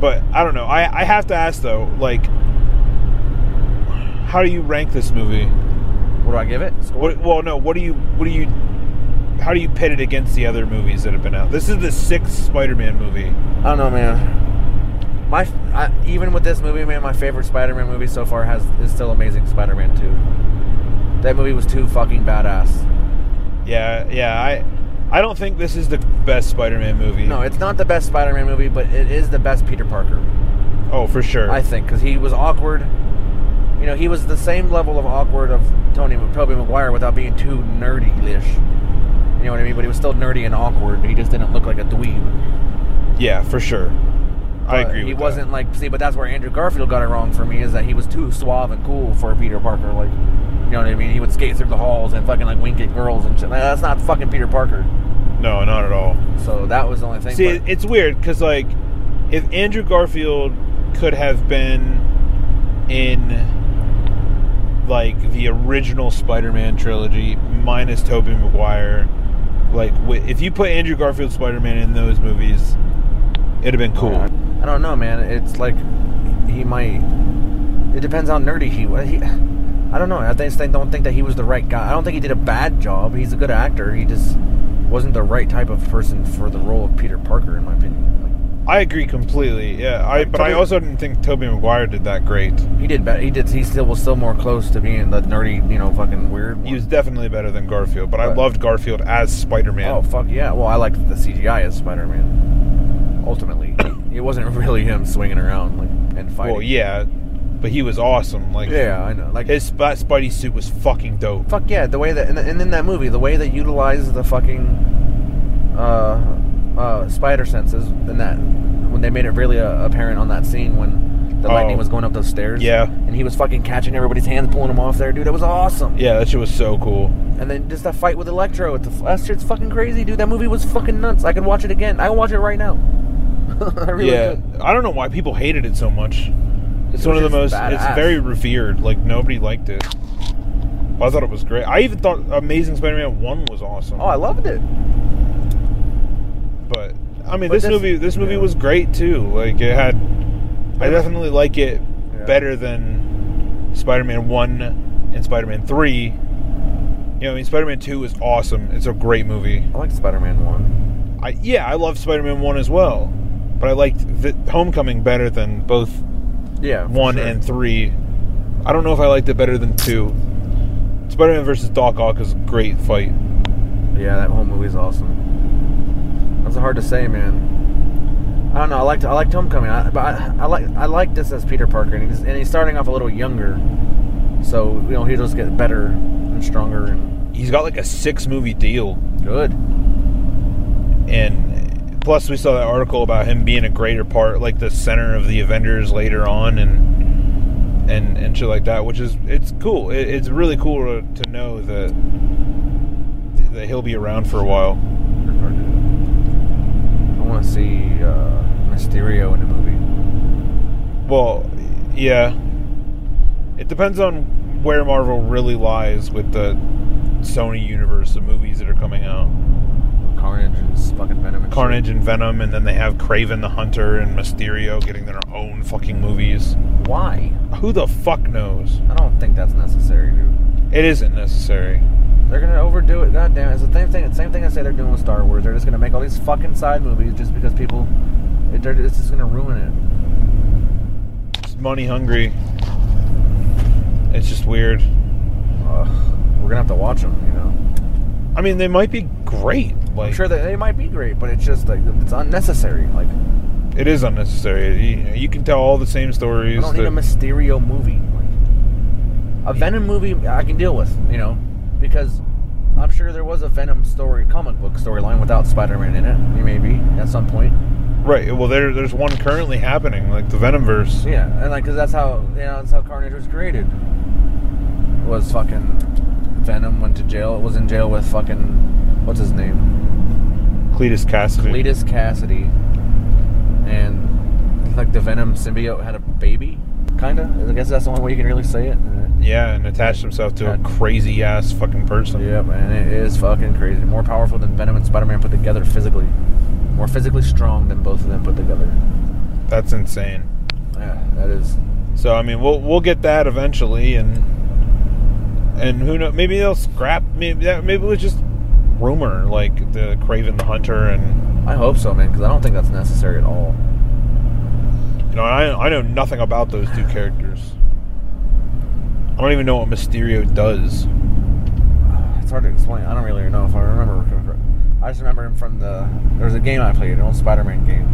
[SPEAKER 2] but I don't know. I I have to ask though, like, how do you rank this movie?
[SPEAKER 4] What do I give it?
[SPEAKER 2] What, well, no. What do you what do you how do you pit it against the other movies that have been out? This is the sixth Spider-Man movie.
[SPEAKER 4] I don't know, man. My f I even with this movie, man, my favorite Spider-Man movie so far has is still Amazing Spider-Man Two. That movie was too fucking badass.
[SPEAKER 2] Yeah, yeah. I I don't think this is the best Spider-Man movie.
[SPEAKER 4] No, it's not the best Spider-Man movie, but it is the best Peter Parker.
[SPEAKER 2] Oh, for sure.
[SPEAKER 4] I think because he was awkward. You know, he was the same level of awkward of Tony Tobey Maguire without being too nerdy-ish. You know what I mean? But he was still nerdy and awkward. He just didn't look like a dweeb.
[SPEAKER 2] Yeah, for sure. I
[SPEAKER 4] But
[SPEAKER 2] agree.
[SPEAKER 4] He
[SPEAKER 2] with that.
[SPEAKER 4] wasn't like see, but that's where Andrew Garfield got it wrong for me is that he was too suave and cool for Peter Parker. Like, you know what I mean? He would skate through the halls and fucking like wink at girls and shit. Like, that's not fucking Peter Parker.
[SPEAKER 2] No, not at all.
[SPEAKER 4] So that was the only thing.
[SPEAKER 2] See,
[SPEAKER 4] but-
[SPEAKER 2] it's weird because like, if Andrew Garfield could have been in like the original Spider-Man trilogy minus Tobey Maguire, like wi- if you put Andrew Garfield Spider-Man in those movies, it'd have been cool.
[SPEAKER 4] I don't know, man. It's like he might. It depends how nerdy he was. He, I don't know. I just think, don't think that he was the right guy. I don't think he did a bad job. He's a good actor. He just wasn't the right type of person for the role of Peter Parker, in my opinion.
[SPEAKER 2] I agree completely. Yeah, I but I
[SPEAKER 4] Tobey-
[SPEAKER 2] also didn't think Tobey Maguire did that great.
[SPEAKER 4] He did better. He did. He still was still more close to being the nerdy, you know, fucking weird. One.
[SPEAKER 2] He was definitely better than Garfield, but I
[SPEAKER 4] But-
[SPEAKER 2] loved Garfield as Spider-Man.
[SPEAKER 4] Oh fuck yeah! Well, I liked the CGI as Spider-Man. Ultimately, it wasn't really him swinging around like and fighting.
[SPEAKER 2] Well, yeah, but he was awesome. Like,
[SPEAKER 4] Yeah, I know. Like
[SPEAKER 2] his Sp- Spidey suit was fucking dope.
[SPEAKER 4] fuck yeah the way that and, and in that movie the way they utilize the fucking uh, uh, spider senses and that when they made it really uh, apparent on that scene when the
[SPEAKER 2] Oh.
[SPEAKER 4] lightning was going up those stairs
[SPEAKER 2] Yeah.
[SPEAKER 4] and he was fucking catching everybody's hands pulling them off there dude it was awesome
[SPEAKER 2] Yeah, that shit was so cool.
[SPEAKER 4] and then just that fight with electro it's a, that shit's fucking crazy dude that movie was fucking nuts i could watch it again i can watch it right now I really
[SPEAKER 2] yeah,
[SPEAKER 4] could.
[SPEAKER 2] I don't know why people hated it so much. It's
[SPEAKER 4] It
[SPEAKER 2] one of the most.
[SPEAKER 4] was just badass.
[SPEAKER 2] It's very revered. Like nobody liked it. I thought it was great. I even thought Amazing Spider-Man One was awesome.
[SPEAKER 4] oh i loved it
[SPEAKER 2] But I mean,
[SPEAKER 4] But
[SPEAKER 2] this,
[SPEAKER 4] this-
[SPEAKER 2] movie, this movie
[SPEAKER 4] yeah.
[SPEAKER 2] was great too. Like it had. I definitely like it
[SPEAKER 4] Yeah.
[SPEAKER 2] better than Spider-Man One and Spider-Man Three. You know, I mean, Spider-Man Two is awesome. It's a great movie.
[SPEAKER 4] i like spider-man 1
[SPEAKER 2] I yeah, I love Spider-Man One as well, but I liked the Homecoming better than both
[SPEAKER 4] yeah for
[SPEAKER 2] one
[SPEAKER 4] sure.
[SPEAKER 2] and three. I don't know if I liked it better than two. Spider-Man versus Doc Ock is a great fight.
[SPEAKER 4] Yeah, that whole movie's awesome. That's hard to say, man. I don't know. I liked I liked Homecoming, I, but I, I like I like this as Peter Parker, and he's, and he's starting off a little younger, so you know he'll just get better and stronger and
[SPEAKER 2] He's got like a six-movie deal,
[SPEAKER 4] good.
[SPEAKER 2] and Plus, we saw that article about him being a greater part, like the center of the Avengers later on, and and and shit like that. Which is it's cool. It, it's really cool to, to know that that he'll be around for a while.
[SPEAKER 4] I want to see uh, Mysterio in a movie.
[SPEAKER 2] Well, yeah. It depends on where Marvel really lies with the Sony universe of movies that are coming out.
[SPEAKER 4] Carnage and fucking Venom. And
[SPEAKER 2] Carnage and Venom, and then they have Craven the Hunter and Mysterio getting their own fucking movies.
[SPEAKER 4] Why?
[SPEAKER 2] Who the fuck knows?
[SPEAKER 4] I don't think that's necessary, dude.
[SPEAKER 2] It isn't necessary.
[SPEAKER 4] They're gonna overdo it. God damn it! It's the same thing. Same thing I say they're doing with Star Wars. They're just gonna make all these fucking side movies just because people. It, they're, it's just gonna ruin it.
[SPEAKER 2] It's money hungry. It's just weird.
[SPEAKER 4] we're gonna have to watch them, you know.
[SPEAKER 2] I mean, they might be great. Like
[SPEAKER 4] I'm sure that they might be great, but it's just like it's unnecessary. Like
[SPEAKER 2] it is unnecessary. You, you can tell all the same stories.
[SPEAKER 4] I don't need
[SPEAKER 2] that-
[SPEAKER 4] a Mysterio movie. Like, a Venom movie I can deal with, you know, because I'm sure there was a Venom story, comic book storyline without Spider-Man in it, maybe at some point.
[SPEAKER 2] right. Well, there, there's one currently happening, like the Venomverse.
[SPEAKER 4] Yeah, and like, cause that's how you know that's how Carnage was created. Was fucking Venom went to jail? Was in jail with fucking what's his name?
[SPEAKER 2] Cletus Cassidy.
[SPEAKER 4] Cletus Cassidy, and like the Venom symbiote had a baby, kinda. I guess that's the only way you can really say it.
[SPEAKER 2] Yeah, and attached himself to a crazy ass fucking person.
[SPEAKER 4] Yep, and it is fucking crazy. More powerful than Venom and Spider-Man put together physically. More physically strong than both of them put together.
[SPEAKER 2] That's insane.
[SPEAKER 4] Yeah, that is.
[SPEAKER 2] So I mean, we'll we'll get that eventually, and and who knows? Maybe they'll scrap. Maybe that. Maybe it was just rumor, like the Craven the Hunter, and
[SPEAKER 4] I hope so, man, because I don't think that's necessary at all.
[SPEAKER 2] You know, I I know nothing about those two characters. I don't even know what Mysterio does.
[SPEAKER 4] It's hard to explain. I don't really know if I remember. correct- I just remember him from the. There was a game I played, an old Spider-Man game,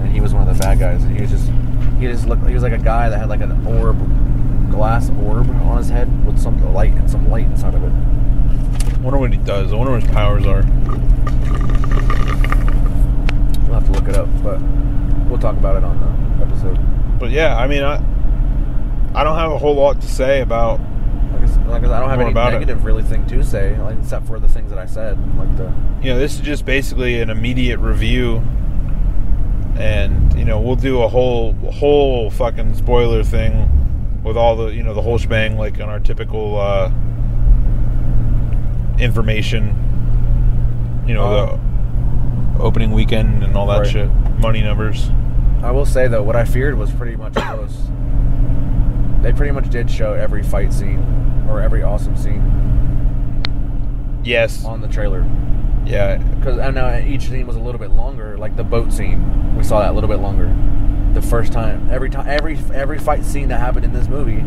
[SPEAKER 4] and he was one of the bad guys. And he was just, he just looked. He was like a guy that had like an orb, glass orb on his head with some light and some light inside of it.
[SPEAKER 2] I wonder what he does. I wonder what his powers are.
[SPEAKER 4] We'll have to look it up, but we'll talk about it on the episode.
[SPEAKER 2] But yeah, I mean, I I don't have a whole lot to say about.
[SPEAKER 4] Like, I s- like I said, I don't have
[SPEAKER 2] More
[SPEAKER 4] any
[SPEAKER 2] about it.
[SPEAKER 4] negative really thing to say, like except for the things that I said, like the.
[SPEAKER 2] you know, this is just basically an immediate review, and you know, we'll do a whole whole fucking spoiler thing with all the you know the whole shebang like on our typical uh, information. You know, the opening weekend and all that
[SPEAKER 4] Uh-huh. Right.
[SPEAKER 2] shit, money numbers.
[SPEAKER 4] I will say though, what I feared was pretty much close. They pretty much did show every fight scene or every awesome scene
[SPEAKER 2] Yes.
[SPEAKER 4] on the trailer.
[SPEAKER 2] Yeah.
[SPEAKER 4] Because I know each scene was a little bit longer, like the boat scene. We saw that a little bit longer. The first time, every time, every every fight scene that happened in this movie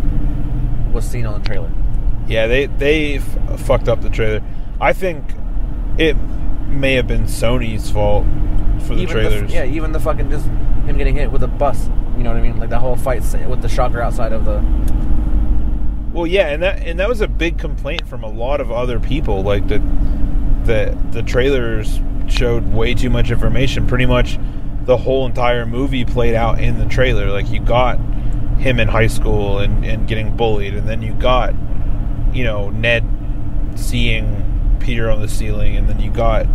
[SPEAKER 4] was seen on the trailer.
[SPEAKER 2] Yeah, they they f- fucked up the trailer. I think it may have been Sony's fault for the
[SPEAKER 4] even
[SPEAKER 2] trailers.
[SPEAKER 4] The, yeah, even the fucking just him getting hit with a bus. You know what I mean? Like the whole fight scene with the shocker outside of the.
[SPEAKER 2] Well, yeah, and that and that was a big complaint from a lot of other people, like that that the trailers showed way too much information. Pretty much, the whole entire movie played out in the trailer. Like you got him in high school and and getting bullied, and then you got you know Ned seeing Peter on the ceiling, and then you got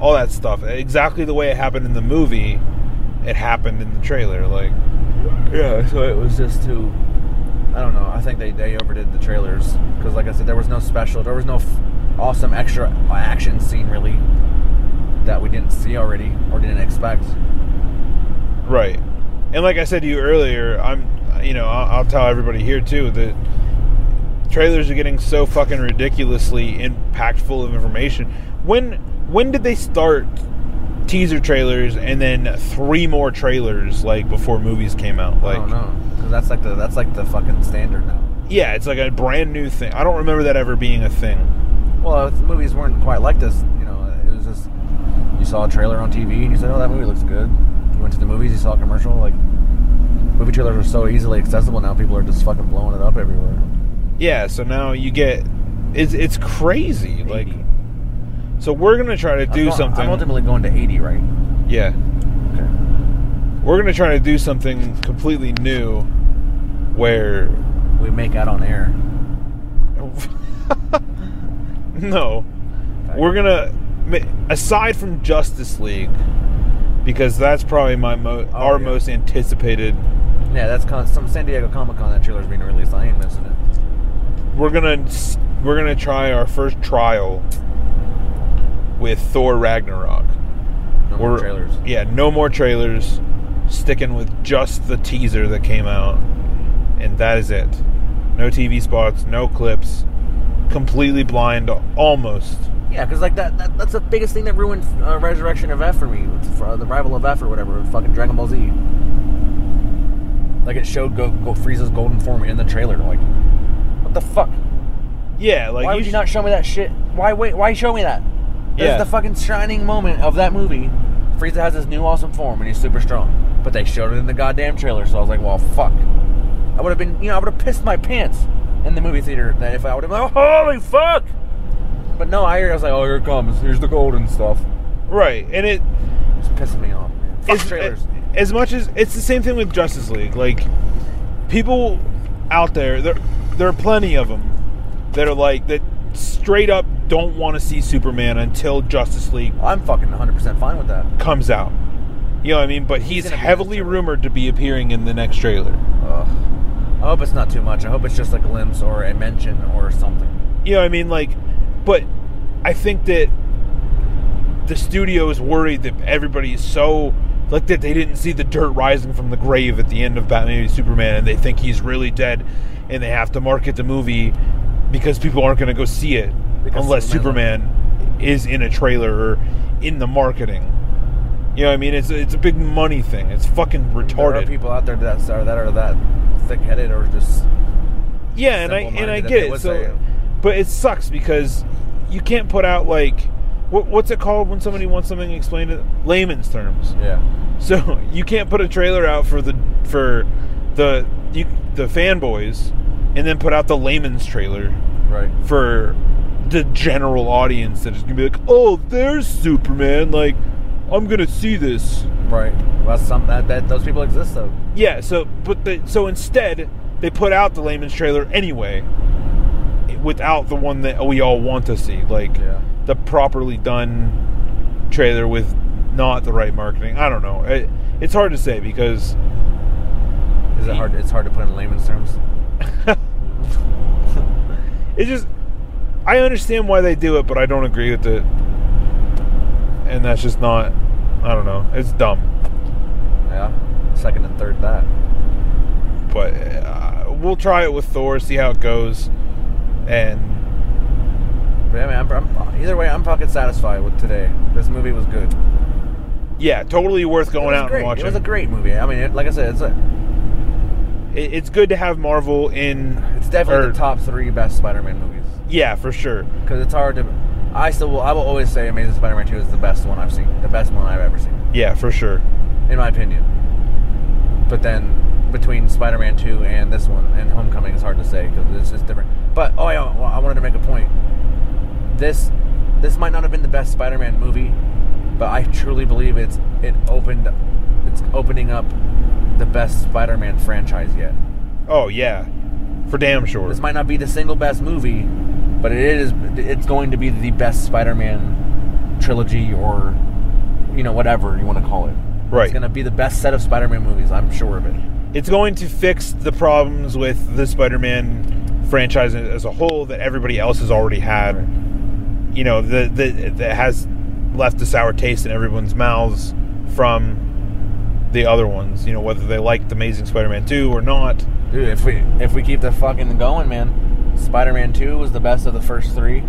[SPEAKER 2] all that stuff exactly the way it happened in the movie. It happened in the trailer, like
[SPEAKER 4] Yeah, so it was just too. I don't know. I think they, they overdid the trailers because, like I said, there was no special, there was no f- awesome extra action scene really that we didn't see already or didn't expect.
[SPEAKER 2] Right. And like I said to you earlier, I'm, you know, I'll, I'll tell everybody here too that trailers are getting so fucking ridiculously impactful of information. When when did they start teaser trailers and then three more trailers like before movies came out? Like
[SPEAKER 4] I don't know because Oh, that's like the that's like the fucking standard now.
[SPEAKER 2] yeah, it's like a brand new thing. I don't remember that ever being a thing.
[SPEAKER 4] Well, if the movies weren't quite like this. You know, it was just you saw a trailer on TV and you said, "Oh, that movie looks good." You went to the movies, you saw a commercial. Like movie trailers are so easily accessible now. People are just fucking blowing it up everywhere.
[SPEAKER 2] Yeah, so now you get it's it's crazy like so we're going to try to
[SPEAKER 4] I'm
[SPEAKER 2] do
[SPEAKER 4] going-
[SPEAKER 2] something
[SPEAKER 4] I'm ultimately going to eighty, right?
[SPEAKER 2] Yeah. We're gonna try to do something completely new, where
[SPEAKER 4] we make out on air.
[SPEAKER 2] no, we're gonna ma- aside from Justice League, because that's probably my mo- our most anticipated.
[SPEAKER 4] Yeah, that's con- some San Diego Comic Con that trailer's being released. I ain't missing it.
[SPEAKER 2] We're gonna s- we're gonna try our first trial with Thor Ragnarok.
[SPEAKER 4] No more trailers.
[SPEAKER 2] Yeah, no more trailers. Sticking with just the teaser that came out, and that is it. No TV spots, no clips. Completely blind, almost.
[SPEAKER 4] Yeah, because like that, that that's the biggest thing that ruined uh, Resurrection of F for me, with, uh, the rival of F or whatever, fucking Dragon Ball Z. Like it showed Go, Go Frieza's golden form in the trailer. Like, what the fuck?
[SPEAKER 2] Yeah, like
[SPEAKER 4] why would you not show me that shit? Why wait? Why show me that? That's
[SPEAKER 2] Yeah.
[SPEAKER 4] the fucking shining moment of that movie. Frieza has his new awesome form and he's super strong, but they showed it in the goddamn trailer. So I was like, well, fuck. I would have been, you know, I would have pissed my pants in the movie theater that if I would have been like, holy fuck. But no, I, I was like, oh, here it comes. Here's the golden stuff.
[SPEAKER 2] Right, and it
[SPEAKER 4] it's pissing me off, man. Fuck
[SPEAKER 2] as,
[SPEAKER 4] trailers.
[SPEAKER 2] as much as it's the same thing with Justice League. Like people out there, there there are plenty of them that are like that straight up don't want to see Superman until Justice League.
[SPEAKER 4] I'm fucking 100 percent fine with that.
[SPEAKER 2] Comes out, you know what I mean? But he's,
[SPEAKER 4] gonna be in
[SPEAKER 2] heavily rumored to be appearing in the next trailer.
[SPEAKER 4] Ugh. I hope it's not too much. I hope it's just like a glimpse or a mention or something.
[SPEAKER 2] You know what I mean? Like, but I think that the studio is worried that everybody is so like that they didn't see the dirt rising from the grave at the end of Batman v Superman, and they think he's really dead, and they have to market the movie because people aren't going to go see it
[SPEAKER 4] Because
[SPEAKER 2] unless
[SPEAKER 4] Superman-
[SPEAKER 2] Superman is in a trailer or in the marketing. You know what I mean? It's it's a big money thing. It's fucking
[SPEAKER 4] There are
[SPEAKER 2] retarded.
[SPEAKER 4] people out there that are that are that thick-headed or just
[SPEAKER 2] Yeah, and I and
[SPEAKER 4] simple-minded
[SPEAKER 2] I
[SPEAKER 4] that
[SPEAKER 2] get
[SPEAKER 4] they
[SPEAKER 2] it.
[SPEAKER 4] would
[SPEAKER 2] So,
[SPEAKER 4] say it.
[SPEAKER 2] but it sucks because you can't put out like what, what's it called when somebody wants something explained in layman's terms.
[SPEAKER 4] Yeah.
[SPEAKER 2] So you can't put a trailer out for the for the you, the fanboys, and then put out the layman's trailer
[SPEAKER 4] right
[SPEAKER 2] for the general audience that is gonna be like, oh, there's Superman. Like, I'm gonna see this.
[SPEAKER 4] Right. Well, that's some that, that those people exist though.
[SPEAKER 2] Yeah. So, but the, so instead, they put out the layman's trailer anyway, without the one that we all want to see, like the properly done trailer with not the right marketing. I don't know. It, it's hard to say because
[SPEAKER 4] Is it hard? It's hard to put in layman's terms.
[SPEAKER 2] it just. I understand why they do it, but I don't agree with it. And that's just not. I don't know. It's dumb.
[SPEAKER 4] Yeah. Second and third that.
[SPEAKER 2] but uh, we'll try it with Thor, see how it goes, and
[SPEAKER 4] But I mean, I'm, I'm, either way, I'm fucking satisfied with today. This movie was good.
[SPEAKER 2] yeah, totally worth
[SPEAKER 4] it
[SPEAKER 2] going
[SPEAKER 4] was
[SPEAKER 2] out
[SPEAKER 4] great.
[SPEAKER 2] and watching.
[SPEAKER 4] It was a great movie. I mean, it, like I said, it's a,
[SPEAKER 2] It- it's good to have Marvel in.
[SPEAKER 4] it's definitely
[SPEAKER 2] or-
[SPEAKER 4] the top three best Spider-Man movies.
[SPEAKER 2] Yeah, for sure.
[SPEAKER 4] Because it's hard to. I still, will, I will always say, Amazing Spider-Man Two is the best one I've seen. The best one I've ever seen.
[SPEAKER 2] Yeah, for sure.
[SPEAKER 4] in my opinion. But then between Spider-Man Two and this one and Homecoming, it's hard to say because it's just different. But oh yeah, well, I wanted to make a point. This this might not have been the best Spider-Man movie, but I truly believe it's it opened it's opening up the best Spider-Man franchise yet.
[SPEAKER 2] Oh yeah, for damn sure.
[SPEAKER 4] This might not be the single best movie, but it is it's going to be the best Spider-Man trilogy or you know whatever you want to call it.
[SPEAKER 2] Right.
[SPEAKER 4] It's going to be the best set of Spider-Man movies. I'm sure of it.
[SPEAKER 2] It's going to fix the problems with the Spider-Man franchise as a whole that everybody else has already had. You know, the, the that has left a sour taste in everyone's mouths from the other ones. You know, whether they liked Amazing Spider-Man two or not.
[SPEAKER 4] Dude, if we if we keep the fucking going, man, Spider-Man Two was the best of the first three.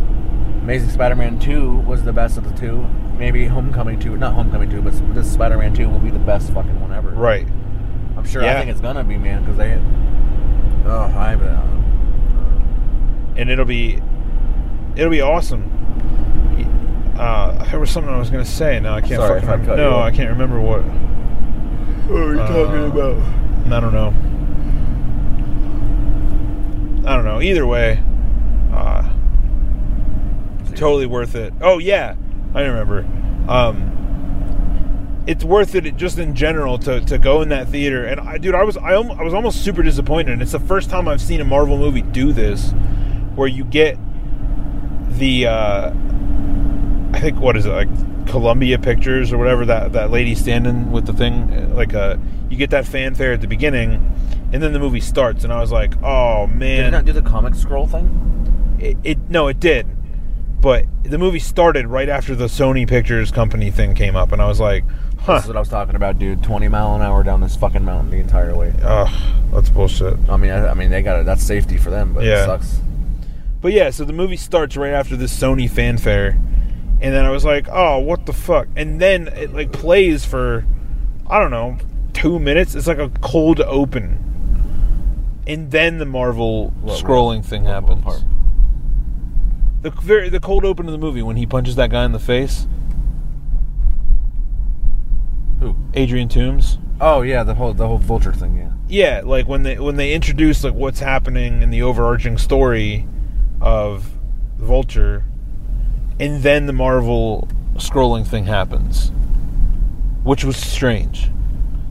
[SPEAKER 4] Amazing Spider-Man Two was the best of the two. Maybe Homecoming Two, not Homecoming Two, but this Spider-Man Two will be the best fucking one ever.
[SPEAKER 2] Right.
[SPEAKER 4] I'm sure. I
[SPEAKER 2] Yeah.
[SPEAKER 4] think it's gonna be, man, because they. Oh, I. Uh,
[SPEAKER 2] and it'll be it'll be awesome. Uh, there was something I was gonna say. Now I can't.
[SPEAKER 4] Sorry
[SPEAKER 2] fucking
[SPEAKER 4] if I
[SPEAKER 2] remember.
[SPEAKER 4] cut you
[SPEAKER 2] No,
[SPEAKER 4] off.
[SPEAKER 2] I can't remember what. What are you talking about? I don't know. I don't know. Either way, uh, totally worth it. Oh yeah, I remember. Um, it's worth it just in general to, to go in that theater. And I, dude, I was I, alm- I was almost super disappointed. And it's the first time I've seen a Marvel movie do this, where you get the uh, I think what is it like Columbia Pictures or whatever that that lady standing with the thing uh, like uh you get that fanfare at the beginning, and then the movie starts. And I was like, oh man,
[SPEAKER 4] Did it not do the comic scroll thing?
[SPEAKER 2] it, it no, it did. But the movie started right after the Sony Pictures company thing came up, and I was like, "Huh."
[SPEAKER 4] This is what I was talking about, dude. Twenty mile an hour down this fucking mountain the entire way.
[SPEAKER 2] Ugh, that's bullshit.
[SPEAKER 4] I mean, I, I mean, they got it. That's safety for them, but
[SPEAKER 2] Yeah.
[SPEAKER 4] it sucks.
[SPEAKER 2] But yeah, so the movie starts right after this Sony fanfare, and then I was like, "Oh, what the fuck?" And then it like plays for, I don't know, two minutes. It's like a cold open, and then the Marvel
[SPEAKER 15] What-
[SPEAKER 2] scrolling thing happens. The very the cold open of the movie when he punches that guy in the face. Who? Adrian Toomes.
[SPEAKER 4] Oh yeah, the whole the whole vulture thing. Yeah.
[SPEAKER 2] Yeah, like when they when they introduce like what's happening in the overarching story of Vulture, and then the Marvel scrolling thing happens, which was strange.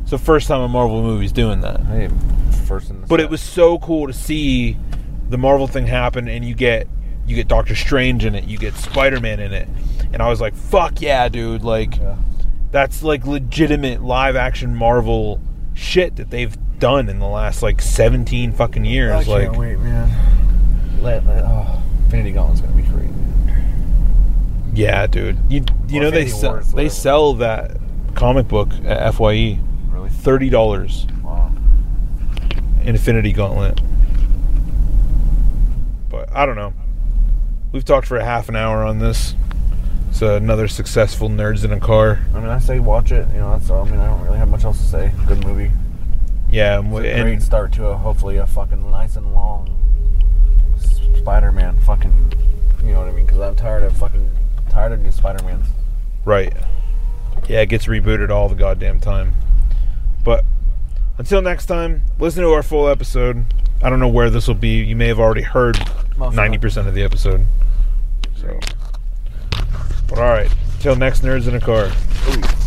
[SPEAKER 2] It's the first time a Marvel movie's doing that.
[SPEAKER 4] Hey, first in the
[SPEAKER 2] But it was so cool to see the Marvel thing happen, and you get you get Doctor Strange in it, you get Spider Man in it, and I was like, "Fuck yeah, dude!" Like, that's like legitimate live action Marvel shit that they've done in the last like seventeen fucking years.
[SPEAKER 4] I
[SPEAKER 2] like,
[SPEAKER 4] can't wait, man. Let, let, oh, Infinity Gauntlet's gonna be great.
[SPEAKER 2] yeah, dude, you you
[SPEAKER 4] Or
[SPEAKER 2] know they
[SPEAKER 4] Infinity
[SPEAKER 2] sell,
[SPEAKER 4] Wars,
[SPEAKER 2] they sell that comic book at Fye,
[SPEAKER 4] Really?
[SPEAKER 2] thirty dollars.
[SPEAKER 4] Wow.
[SPEAKER 2] Infinity Gauntlet. But I don't know. We've talked for a half an hour on this. It's another successful Nerds in a Car.
[SPEAKER 4] I mean, I say watch it. You know, that's all. I mean, I don't really have much else to say. Good movie.
[SPEAKER 2] Yeah, and,
[SPEAKER 4] It's a
[SPEAKER 2] and
[SPEAKER 4] great start to a hopefully a fucking nice and long Spider-Man. Fucking, you know what I mean? Because I'm tired of fucking tired of new Spider-Mans.
[SPEAKER 2] Right. Yeah, it gets rebooted all the goddamn time. But until next time, listen to our full episode. I don't know where this will be. You may have already heard
[SPEAKER 15] Most of it.
[SPEAKER 2] 90% of the episode. So. But alright. Till next Nerds in a Car.